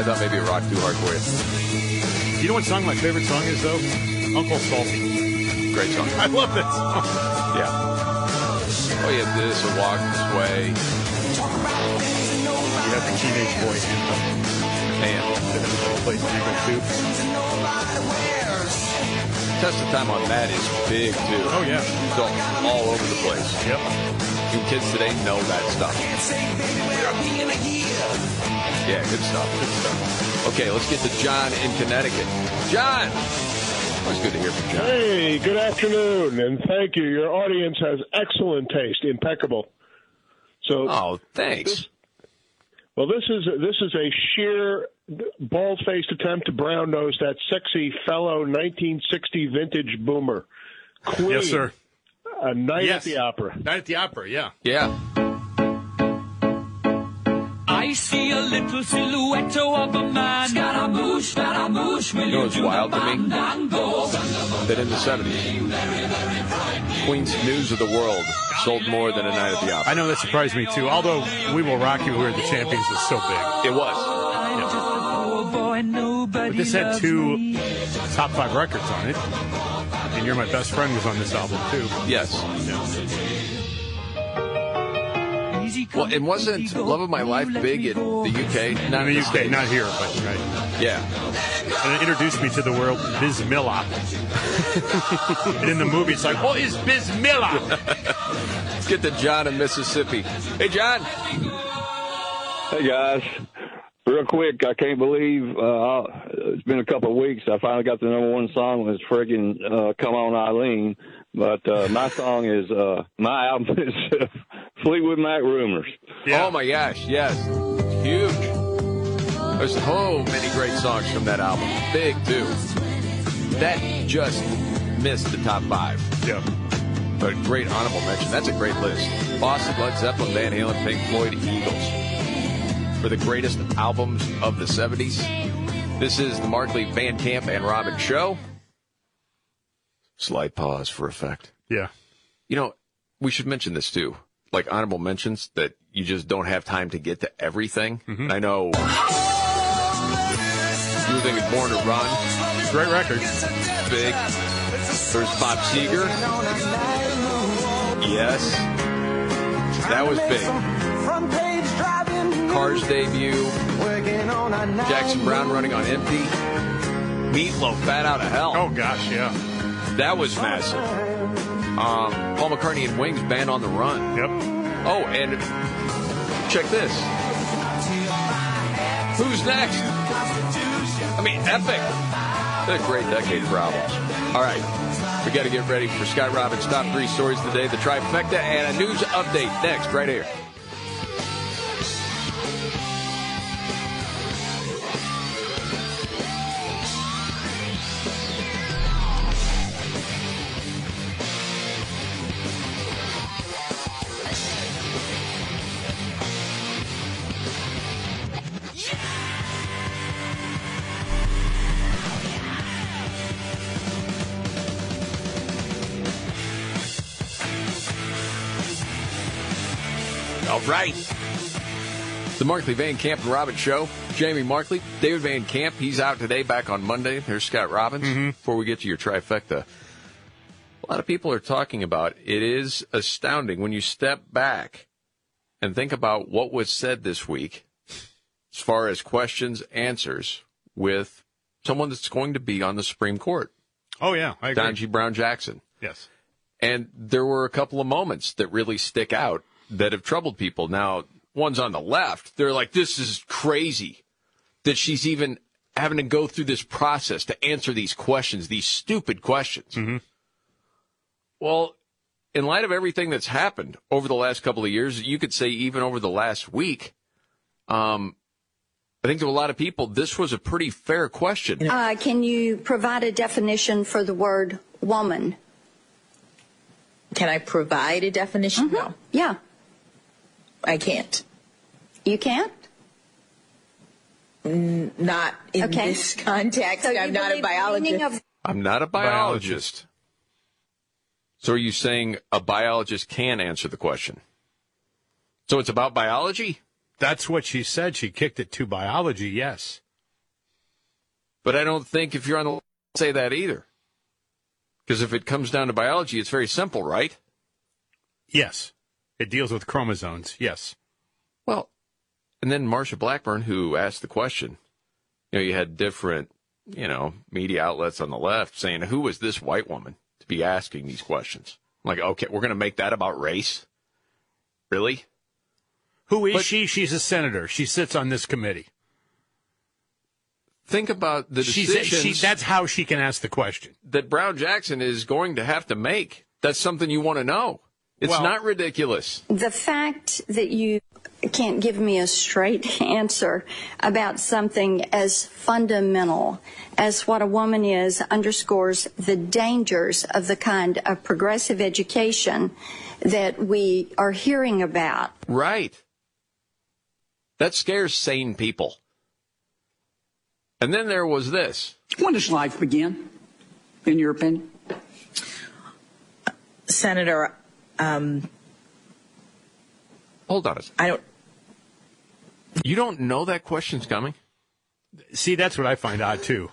S1: I thought maybe it rocked too hard for you.
S2: You know what song my favorite song is though? Uncle Salty.
S1: Great song.
S2: [LAUGHS] I love that song.
S1: Yeah. Oh, yeah, this, or walk this way.
S2: You have the teenage voice.
S1: Man. Test of time on that is big, too. Oh, yeah. It's all, all over the place. Yep. And kids today know that stuff. Yeah, good stuff. Good stuff. Okay, let's get to John in Connecticut. John! Always good to hear from John.
S5: Hey, good afternoon, and thank you. Your audience has excellent taste, impeccable. So,
S1: oh, thanks.
S5: well, this is this is a sheer bald-faced attempt to brown nose that sexy fellow 1960 vintage boomer. Queen,
S2: Yes, sir.
S5: A night
S2: Yes.
S5: at the opera.
S2: Night at the opera, yeah.
S1: Yeah.
S7: I see a little silhouette of a man. Scaramouche, Scaramouche, will
S1: You know what's wild to me? That in the 70s, Queen's News of the World sold more than A Night at the Opera.
S2: I know that surprised me too. Although We Will Rock You, we were the champions, is so big.
S1: It was.
S2: But this had two top five records on it. And You're My Best Friend was on this album too.
S1: Yes. Well, and wasn't Love of My Life big in the UK? Not
S2: in the UK, not here, but right.
S1: Yeah.
S2: And it introduced me to the world Biz Miller. and in the movie, it's like, what is Biz Miller?
S1: [LAUGHS] Let's get to John in Mississippi. Hey, John.
S8: Hey guys, real quick, I can't believe uh, it's been a couple of weeks. I finally got the number one song was friggin' uh, "Come On Eileen," but uh, my song is uh, my album [LAUGHS] is uh, Fleetwood Mac Rumors.
S1: Oh my gosh, yes. Huge. There's so many great songs from that album. Big too. That just missed the top five.
S2: Yeah.
S1: But great honorable mention. That's a great list. Boston, Led Zeppelin, Van Halen, Pink Floyd, Eagles. For the greatest albums of the 70s. This is the Markley Van Camp and Robin show. Slight pause for effect.
S2: Yeah.
S1: You know, we should mention this too. Like honorable mentions that you just don't have time to get to everything.
S2: Mm-hmm.
S1: I know. You were thinking Born to Run.
S2: Great record.
S1: Big. There's Bob Seger. Yes. That was big.
S16: Front page driving,
S1: Cars debut.
S16: working on a night.
S1: Jackson Brown running on empty. Meatloaf fat out of hell. Oh
S2: gosh, yeah.
S1: That was massive. Um, Paul McCartney and Wings band on the run.
S2: Yep.
S1: Oh, and check this. Who's next? I mean, epic. What a great decade for albums. All right, we got to get ready for Scott Robbins' top three stories today, the trifecta, and a news update next, right here. All right. The Markley Van Camp and Robbins Show. Jamie Markley, David Van Camp, he's out today, back on Monday. There's Scott Robbins. Before we get to your trifecta, a lot of people are talking about it is astounding when you step back and think about what was said this week as far as questions, answers with someone that's going to be on the Supreme Court.
S2: Oh, yeah. I agree.
S1: Don G. Brown Jackson.
S2: Yes.
S1: And there were a couple of moments that really stick out that have troubled people. Now, one's on the left. They're like, this is crazy that she's even having to go through this process to answer these questions, these stupid questions. Well, in light of everything that's happened over the last couple of years, you could say even over the last week, um, I think to a lot of people, this was a pretty fair question.
S11: Uh, can you provide a definition for the word woman?
S12: Can I provide a definition? No,
S11: Mm-hmm. Yeah,
S12: I can't.
S11: you can't.
S12: N- not in
S11: Okay.
S12: this context.
S11: So you
S12: I'm not
S11: believe
S12: a
S11: the meaning
S12: biologist.
S11: of-
S1: I'm not a biologist. So are you saying a biologist can answer the question? So it's about biology?
S2: That's what she said. She kicked it to biology, yes.
S1: But I don't think if you're on the left, say that either. Because if it comes down to biology, it's very simple, right?
S2: Yes. It deals with chromosomes, yes.
S1: Well, and then Marsha Blackburn, who asked the question, you know, you had different, you know, media outlets on the left saying, who was this white woman to be asking these questions? I'm like, okay, we're going to make that about race? Really?
S2: Who is she? She's a senator. She sits on this committee.
S1: Think about the
S2: She's-
S1: decisions.
S2: she- that's how she can ask the question.
S1: That Brown Jackson is going to have to make. That's something you want to know. It's
S2: Well-
S1: not ridiculous.
S11: The fact that you can't give me a straight [LAUGHS] answer about something as fundamental as what a woman is underscores the dangers of the kind of progressive education that we are hearing about.
S1: Right. That scares sane people. And then there was this.
S3: When does life begin, in your opinion?
S4: Senator, um,
S1: Hold on a second.
S4: I don't.
S1: You don't know that question's coming?
S2: See, that's what I find odd too.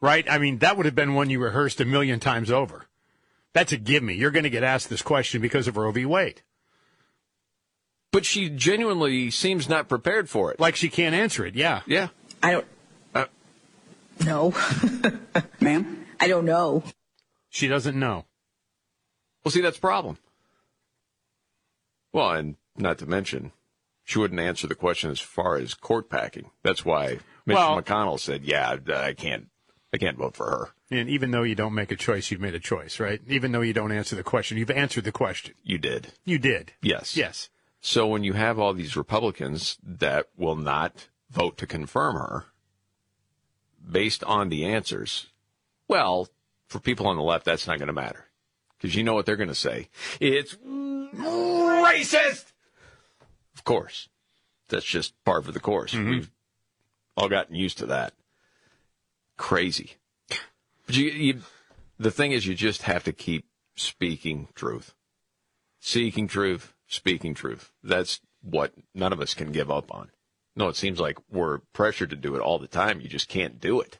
S2: Right? I mean, that would have been one you rehearsed a million times over. That's a give me. You're going to get asked this question because of Roe v. Wade.
S1: But she genuinely seems not prepared for it.
S2: Like she can't answer it. Yeah.
S1: Yeah.
S4: I don't.
S1: Uh,
S4: no. Ma'am? I don't know.
S2: She doesn't know.
S1: Well, see, that's a problem. Well, and not to mention, she wouldn't answer the question as far as court packing. That's why Mitch
S2: Well-
S1: McConnell said, "Yeah, I can't, I can't vote for her."
S2: And even though you don't make a choice, you've made a choice, right? Even though you don't answer the question, you've answered the question.
S1: You did,
S2: You did.
S1: yes,
S2: Yes.
S1: So when you have all these Republicans that will not vote to confirm her based on the answers, well, for people on the left, that's not going to matter because you know what they're going to say. It's racist. Of course. That's just par for the course. We've all gotten used to that. Crazy. But you, you, the thing is, you just have to keep speaking truth, seeking truth, speaking truth. That's what none of us can give up on. No, it seems like we're pressured to do it all the time. You just can't do it.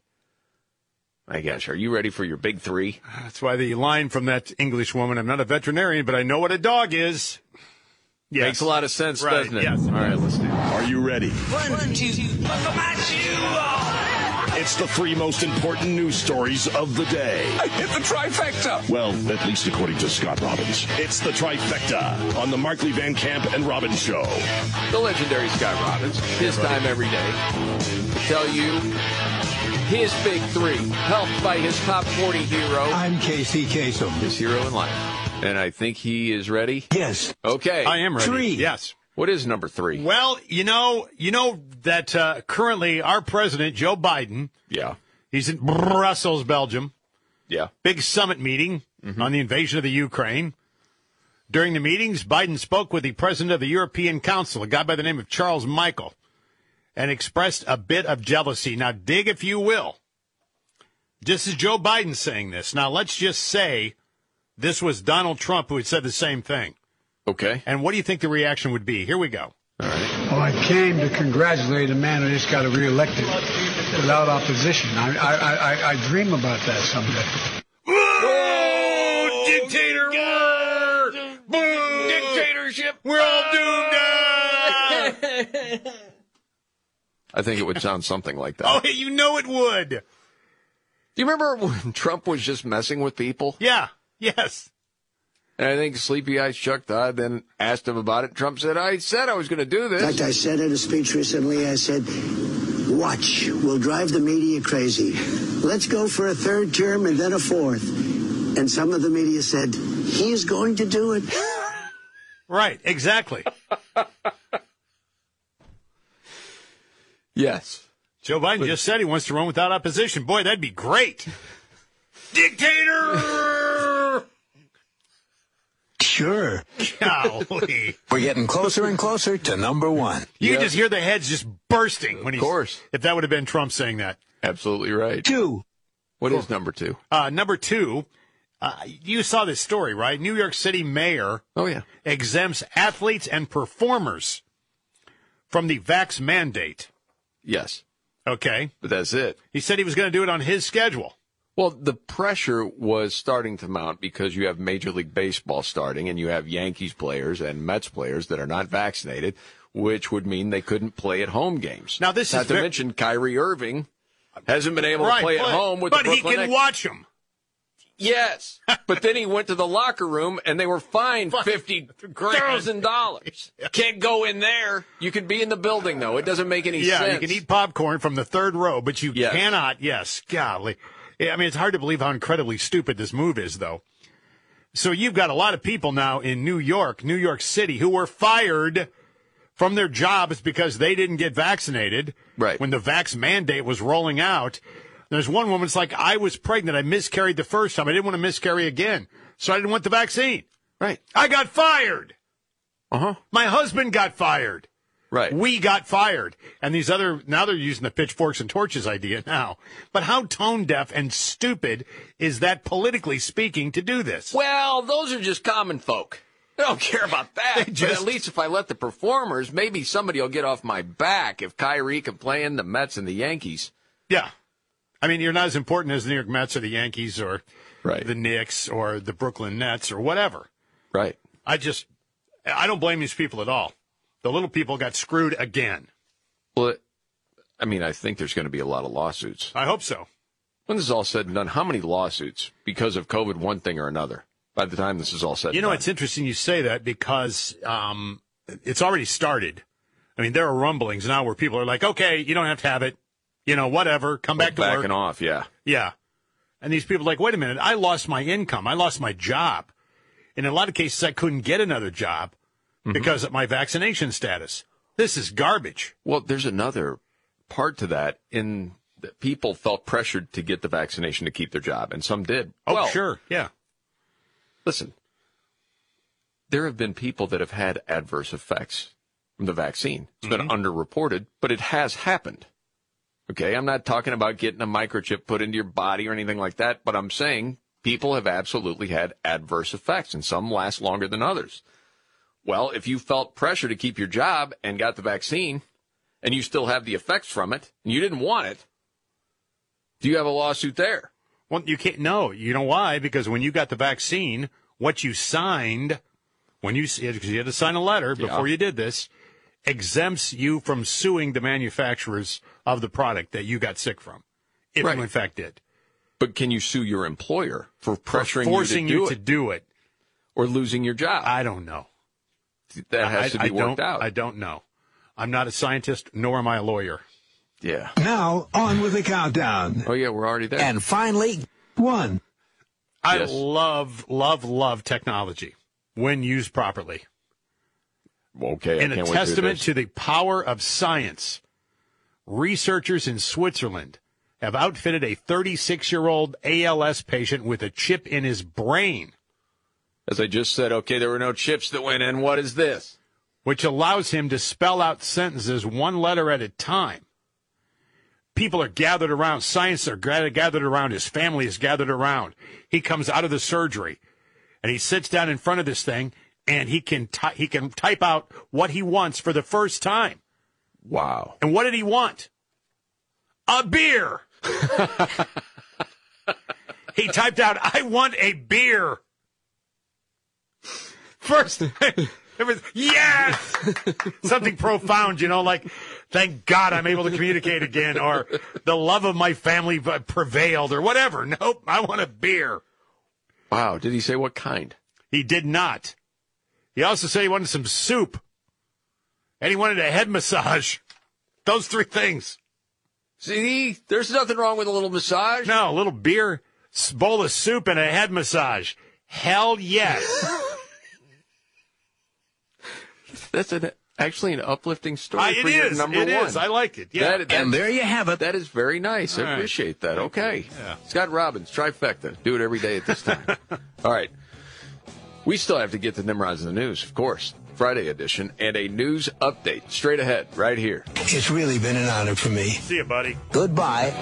S1: My gosh, are you ready for your big three?
S2: That's why the line from that English woman, I'm not a veterinarian, but I know what a dog is. Yes.
S1: Makes a lot of sense,
S2: Right,
S1: doesn't it?
S2: yes.
S1: All right, let's do it.
S22: Are you ready?
S7: One, two, buckle my shoe.
S22: It's the three most important news stories of the day.
S7: I hit the trifecta.
S22: Well, at least according to Scott Robbins. It's the trifecta on the Markley Van Camp and Robbins show.
S1: the legendary Scott Robbins, this time every day, to tell you his big three, helped by his top 40 hero. I'm KC Kasem. His hero in life. And I think he is ready. Yes. Okay.
S2: I am ready. Three. Yes.
S1: What is number three?
S2: Well, you know, you know that uh, currently our president Joe Biden,
S1: yeah,
S2: he's in Brussels, Belgium.
S1: Yeah. Mm-hmm.
S2: Big summit meeting on the invasion of the Ukraine. During the meetings, Biden spoke with the president of the European Council, a guy by the name of Charles Michael, and expressed a bit of jealousy. Now, dig if you will. This is Joe Biden saying this. Now, let's just say this was Donald Trump who had said the same thing.
S1: Okay.
S2: And what do you think the reaction would be? Here we go.
S19: Well, I came to congratulate a man who just got reelected without opposition. I, I, I- I, I dream about that someday.
S7: Oh, dictator war. Boom. Dictatorship.
S2: We're all
S1: [LAUGHS]
S7: doomed.
S1: I think it would sound something like that.
S2: Oh, you know it would.
S1: Do you remember when [LAUGHS] Trump was just messing with people?
S2: Yeah. Yes.
S1: And I think sleepy eyes Chuck Todd then asked him about it. Trump said, I said I was going to do this.
S20: In fact, I said in a speech recently, I said, watch, we'll drive the media crazy. Let's go for a third term and then a fourth. And some of the media said, he's going to do it.
S2: Right. Exactly.
S1: yes.
S2: Joe Biden just said he wants to run without opposition. Boy, that'd be great. Dictator!
S21: Sure.
S2: Golly.
S21: We're getting closer and closer to number one.
S2: You can just hear the heads just bursting when he's. Of course. If that would have been Trump saying that.
S1: Absolutely right.
S21: Two.
S1: What is number two?
S2: Uh, number two, uh, you saw this story, right? New York City mayor.
S1: Oh yeah.
S2: Exempts athletes and performers from the vax mandate.
S1: Yes.
S2: Okay.
S1: But that's it.
S2: He said he was going to do it on his schedule.
S1: Well, the pressure was starting to mount because you have Major League Baseball starting and you have Yankees players and Mets players that are not vaccinated, which would mean they couldn't play at home games.
S2: Now, this
S1: not
S2: is
S1: to
S2: ver-
S1: mention Kyrie Irving Hasn't been able
S2: Right,
S1: to play at
S2: but-
S1: home with
S2: but
S1: the
S2: he
S1: Brooklyn
S2: can
S1: Nets.
S2: watch them. [LAUGHS]
S1: Yes, but then he went to the locker room and they were fined fifty thousand
S2: [LAUGHS]
S1: dollars. Can't go in there. You can be in the building though. It doesn't make any
S2: yeah,
S1: sense.
S2: you can eat popcorn from the third row, but you cannot. Yes, golly. Yeah, I mean, it's hard to believe how incredibly stupid this move is, though. So you've got a lot of people now in New York, New York City, who were fired from their jobs because they didn't get vaccinated. Right. When the vax mandate was rolling out, there's one woman. It's like I was pregnant. I miscarried the first time. I didn't want to miscarry again, so I didn't want the vaccine.
S1: Right.
S2: I got fired. Uh huh. My husband got fired.
S1: Uh-huh. Right.
S2: We got fired. And these other, now they're using the pitchforks and torches idea now. But how tone deaf and stupid is that politically speaking to do this?
S1: Well, those are just common folk. I don't care about
S2: [LAUGHS]
S1: that. but at least if I let the performers, maybe somebody will get off my back if Kyrie can play in the Mets and the Yankees.
S2: Yeah. I mean, you're not as important as the New York Mets or the Yankees or the Knicks or the Brooklyn Nets or whatever.
S1: Right.
S2: I just, I don't blame these people at all. The little people got screwed again.
S1: Well, it- I mean, I think there's going to be a lot of lawsuits.
S2: I hope so.
S1: When this is all said and done, how many lawsuits because of COVID, one thing or another, by the time this is all said
S2: You
S1: and
S2: know,
S1: done?
S2: it's interesting you say that because um, it's already started. I mean, there are rumblings now where people are like, "Okay, you don't have to have it. You know, whatever. Come back to
S1: backing
S2: work."
S1: off, yeah.
S2: Yeah, and these people are like, "Wait a minute, I lost my income. I lost my job. And in a lot of cases, I couldn't get another job because of my vaccination status. This is garbage."
S1: Well, there's another part to that in that people felt pressured to get the vaccination to keep their job, and some did.
S2: Oh,
S1: well,
S2: sure, yeah.
S1: Listen, there have been people that have had adverse effects from the vaccine. It's been
S2: Mm-hmm.
S1: underreported, but it has happened. Okay, I'm not talking about getting a microchip put into your body or anything like that, but I'm saying people have absolutely had adverse effects, and some last longer than others. Well, if you felt pressure to keep your job and got the vaccine, and you still have the effects from it, and you didn't want it, do you have a lawsuit there?
S2: Well, you can't. No, you know why? Because when you got the vaccine, what you signed when you because you had to sign a letter before you did this exempts you from suing the manufacturers of the product that you got sick from, if you in fact did.
S1: But can you sue your employer for pressuring
S2: forcing
S1: you
S2: you
S1: to do it?
S2: to do it,
S1: or losing your job?
S2: I don't know.
S1: That has
S2: I,
S1: to
S2: I
S1: be worked
S2: don't,
S1: out.
S2: I don't know. I'm not a scientist, nor am I a lawyer.
S1: Yeah.
S21: Now, on with the countdown.
S1: Oh, yeah, we're already there.
S21: And finally, one.
S2: I
S21: Yes.
S2: love, love, love technology when used properly.
S1: Okay,
S2: In
S1: I
S2: a
S1: can't wait to hear
S2: testament
S1: this.
S2: to the power of science, researchers in Switzerland have outfitted a 36 year old ALS patient with a chip in his brain,
S1: As I just said, okay, there were no chips that went in. What is this?
S2: which allows him to spell out sentences one letter at a time. People are gathered around, science are gra- gathered around, his family is gathered around. He comes out of the surgery and he sits down in front of this thing and he can, ty- he can type out what he wants for the first time.
S1: Wow.
S2: And what did he want? A beer. he typed out, I want a beer. First, [LAUGHS] it was, yes! Something profound, you know, like, thank God I'm able to communicate again, or the love of my family v- prevailed, or whatever. Nope, I want a beer.
S1: Wow, did he say what kind?
S2: He did not. He also said he wanted some soup, and he wanted a head massage. [LAUGHS] Those three things.
S1: See, there's nothing wrong with a little massage.
S2: No, a little beer, s- bowl of soup, and a head massage. Hell
S1: [LAUGHS]
S2: yes.
S1: That's an actually an uplifting story
S2: I- it
S1: for your
S2: is,
S1: number
S2: it
S1: one.
S2: is. I like it, yeah. And there you
S1: have it. That is very nice.
S2: All
S1: I
S2: right.
S1: appreciate that. Okay.
S2: Yeah.
S1: Scott Robbins, trifecta. Do it every day at this
S2: [LAUGHS]
S1: time. All right. We still have to get to Nimrods in the News, of course. Friday edition and a news update straight ahead right here.
S21: It's really been an honor for me.
S2: See you, buddy.
S21: Goodbye.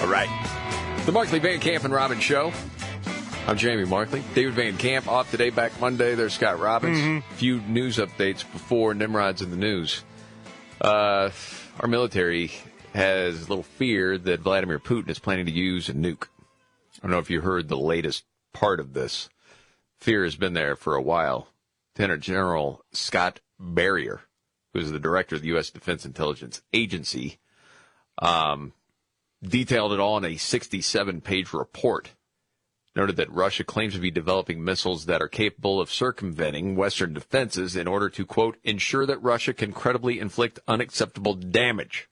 S1: All right. The Markley Van Camp and Robbins Show. I'm Jamie Markley. David Van Camp off today, back Monday. There's Scott Robbins.
S2: Mm-hmm.
S1: Few news updates before Nimrod's in the news. Uh, our military has a little fear that Vladimir Putin is planning to use a nuke. I don't know if you heard the latest part of this. Fear has been there for a while. Lieutenant General Scott Barrier, who is the director of the U.S. Defense Intelligence Agency, um, detailed it all in a 67 page report. Noted that Russia claims to be developing missiles that are capable of circumventing Western defenses in order to, quote, ensure that Russia can credibly inflict unacceptable damage.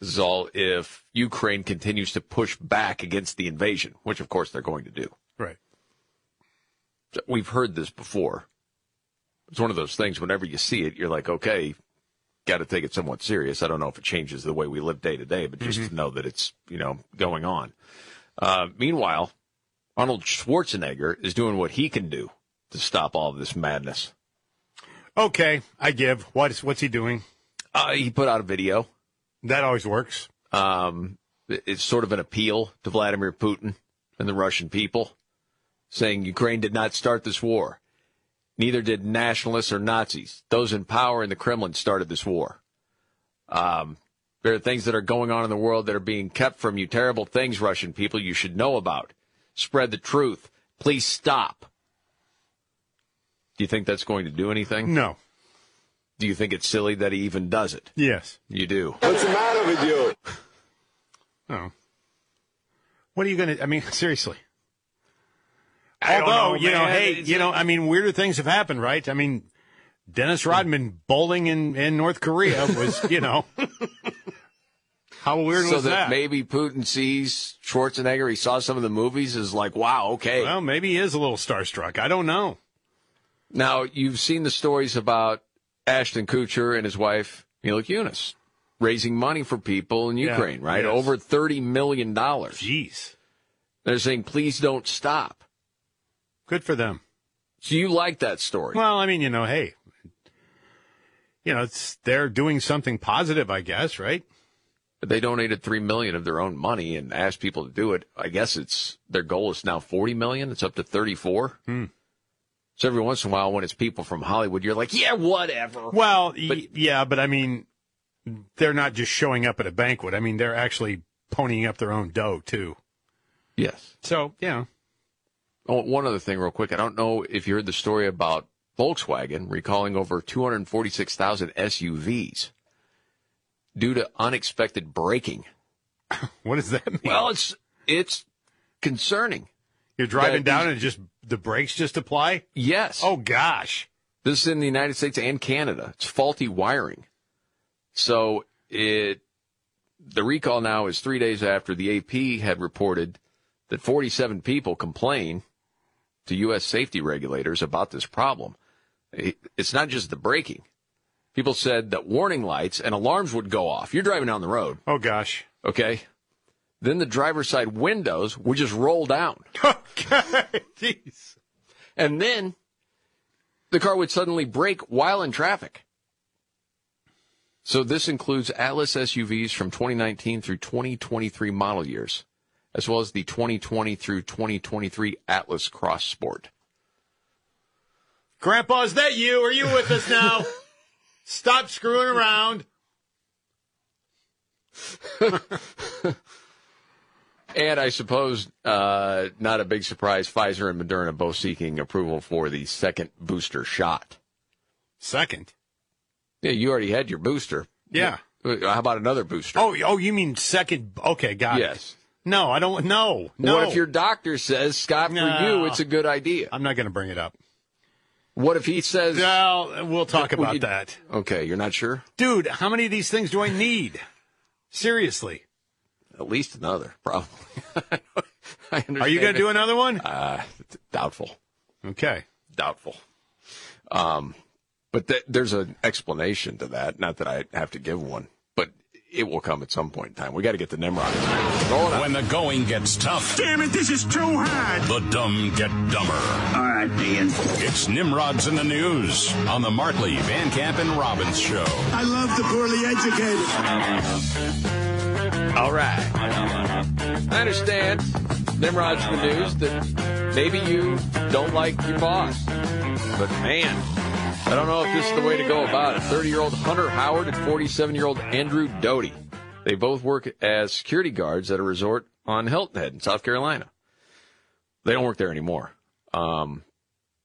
S1: This is all if Ukraine continues to push back against the invasion, which of course they're going to do.
S2: Right.
S1: So We've heard this before. It's one of those things, whenever you see it, you're like, okay, got to take it somewhat serious. I don't know if it changes the way we live day to day, but just to know that it's, you know, going on. Uh, meanwhile, Arnold Schwarzenegger is doing what he can do to stop all of this madness.
S2: Okay, I give. What's what's he doing?
S1: Uh, he put out a video.
S2: That always works.
S1: Um, it- it's sort of an appeal to Vladimir Putin and the Russian people, saying Ukraine did not start this war. Neither did nationalists or Nazis. Those in power in the Kremlin started this war. Um, there are things that are going on in the world that are being kept from you. Terrible things, Russian people, you should know about. Spread the truth. Please stop. Do you think that's going to do anything?
S2: No.
S1: Do you think it's silly that he even does it?
S2: Yes.
S1: You do.
S2: What's the matter with you? Oh. What are you going to? I mean, [LAUGHS] seriously.
S1: I don't know,
S2: Although you know,
S1: man.
S2: hey,
S1: It's-
S2: you know, I mean, weirder things have happened, right? I mean, Dennis Rodman bowling in in North Korea was, you know, how weird
S1: so
S2: was
S1: that,
S2: that?
S1: maybe Putin sees Schwarzenegger. He saw some of the movies. Is like, wow, okay.
S2: Well, maybe he is a little starstruck. I don't know.
S1: Now you've seen the stories about Ashton Kutcher and his wife Mila Kunis raising money for people in
S2: Yeah,
S1: Ukraine, right?
S2: yes.
S1: Over thirty million dollars.
S2: Jeez.
S1: They're saying, please don't stop.
S2: Good for them.
S1: [LAUGHS] So you like that story?
S2: Well, I mean, you know, hey, you know, it's they're doing something positive, I guess, right?
S1: they donated three million of their own money and asked people to do it. I guess it's their goal is now forty million. It's up to thirty-four.
S2: Hmm.
S1: So every once in a while, when it's people from Hollywood, you're like, yeah, whatever.
S2: Well, y- yeah, but I mean, they're not just showing up at a banquet. I mean, they're actually ponying up their own dough too.
S1: Yes.
S2: So yeah,
S1: Oh, one other thing, real quick. I don't know if you heard the story about Volkswagen recalling over 246,000 SUVs due to unexpected braking.
S2: [LAUGHS] what does that mean?
S1: Well, it's it's concerning.
S2: You're driving
S1: That-
S2: down and just the brakes just apply.
S1: Yes.
S2: Oh gosh.
S1: This is in the United States and Canada. It's faulty wiring. So it the recall now is three days after the AP had reported that 47 people complained to U.S. safety regulators about this problem. It- It's not just the braking. People said that warning lights and alarms would go off. You're driving down the road,
S2: Oh gosh.
S1: okay? Then the driver's side windows would just roll
S2: [LAUGHS]
S1: down.
S2: Jeez.
S1: And then the car would suddenly brake while in traffic. So this includes Atlas SUVs from 2019 through 2023 model years, as well as the 2020 through 2023 Atlas Cross Sport.
S2: Grandpa, is that you? Are you with us
S1: [LAUGHS]
S2: now? Stop screwing around.
S1: And I suppose uh, not a big surprise, Pfizer and Moderna both seeking approval for the second booster shot.
S2: Second.
S1: Yeah, you already had your booster. Uh,
S2: Yeah.
S1: How about another booster?
S2: Oh, oh, you mean second? Okay, got it.
S1: Yes.
S2: No, I don't. No, no.
S1: What if your doctor says, Scott, for
S2: No.
S1: you, it's a good idea?
S2: I'm not going to bring it up.
S1: What if he says,
S2: Well, we'll talk about that,
S1: okay, you're not sure?
S2: dude. How many of these things do I need? Seriously,
S1: At least another, probably. [LAUGHS] I understand
S2: are you going to do
S1: it.
S2: another one?
S1: Uh, d- doubtful.
S2: Okay.
S1: Doubtful. Um, but th- there's an explanation to that. Not that I have to give one, but it will come at some point in time. We got to get the Nimrod.
S22: When the going gets tough. Damn it, this is too hard. The dumb get dumber. All right, Ian. It's Nimrod's in the news on the Martley, Van Camp, and Robbins show.
S16: I love the poorly educated.
S1: All right. I understand, Nimrod's the news, that maybe you don't like your boss. But man, I don't know if this is the way to go about it. 30 year old Hunter Howard and 47 year old Andrew Doty. They both work as security guards at a resort on Hilton Head in South Carolina. They don't work there anymore. Um,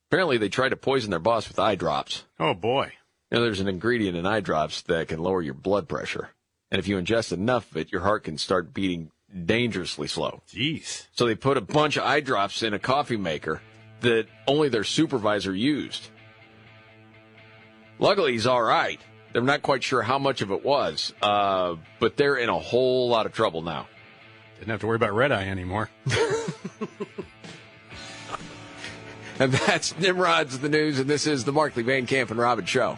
S1: apparently, they tried to poison their boss with eye drops. Oh, boy. You know, there's an ingredient in eye drops that can lower your blood pressure. And if you ingest enough of it, your heart can start beating dangerously slow. Jeez. So they put a bunch of eye drops in a coffee maker that only their supervisor used. Luckily, he's all right. They're not quite sure how much of it was, uh, but they're in a whole lot of trouble now. Didn't have to worry about red eye anymore. and that's Nimrod's the news, and this is the Markley Van Camp and Robin show.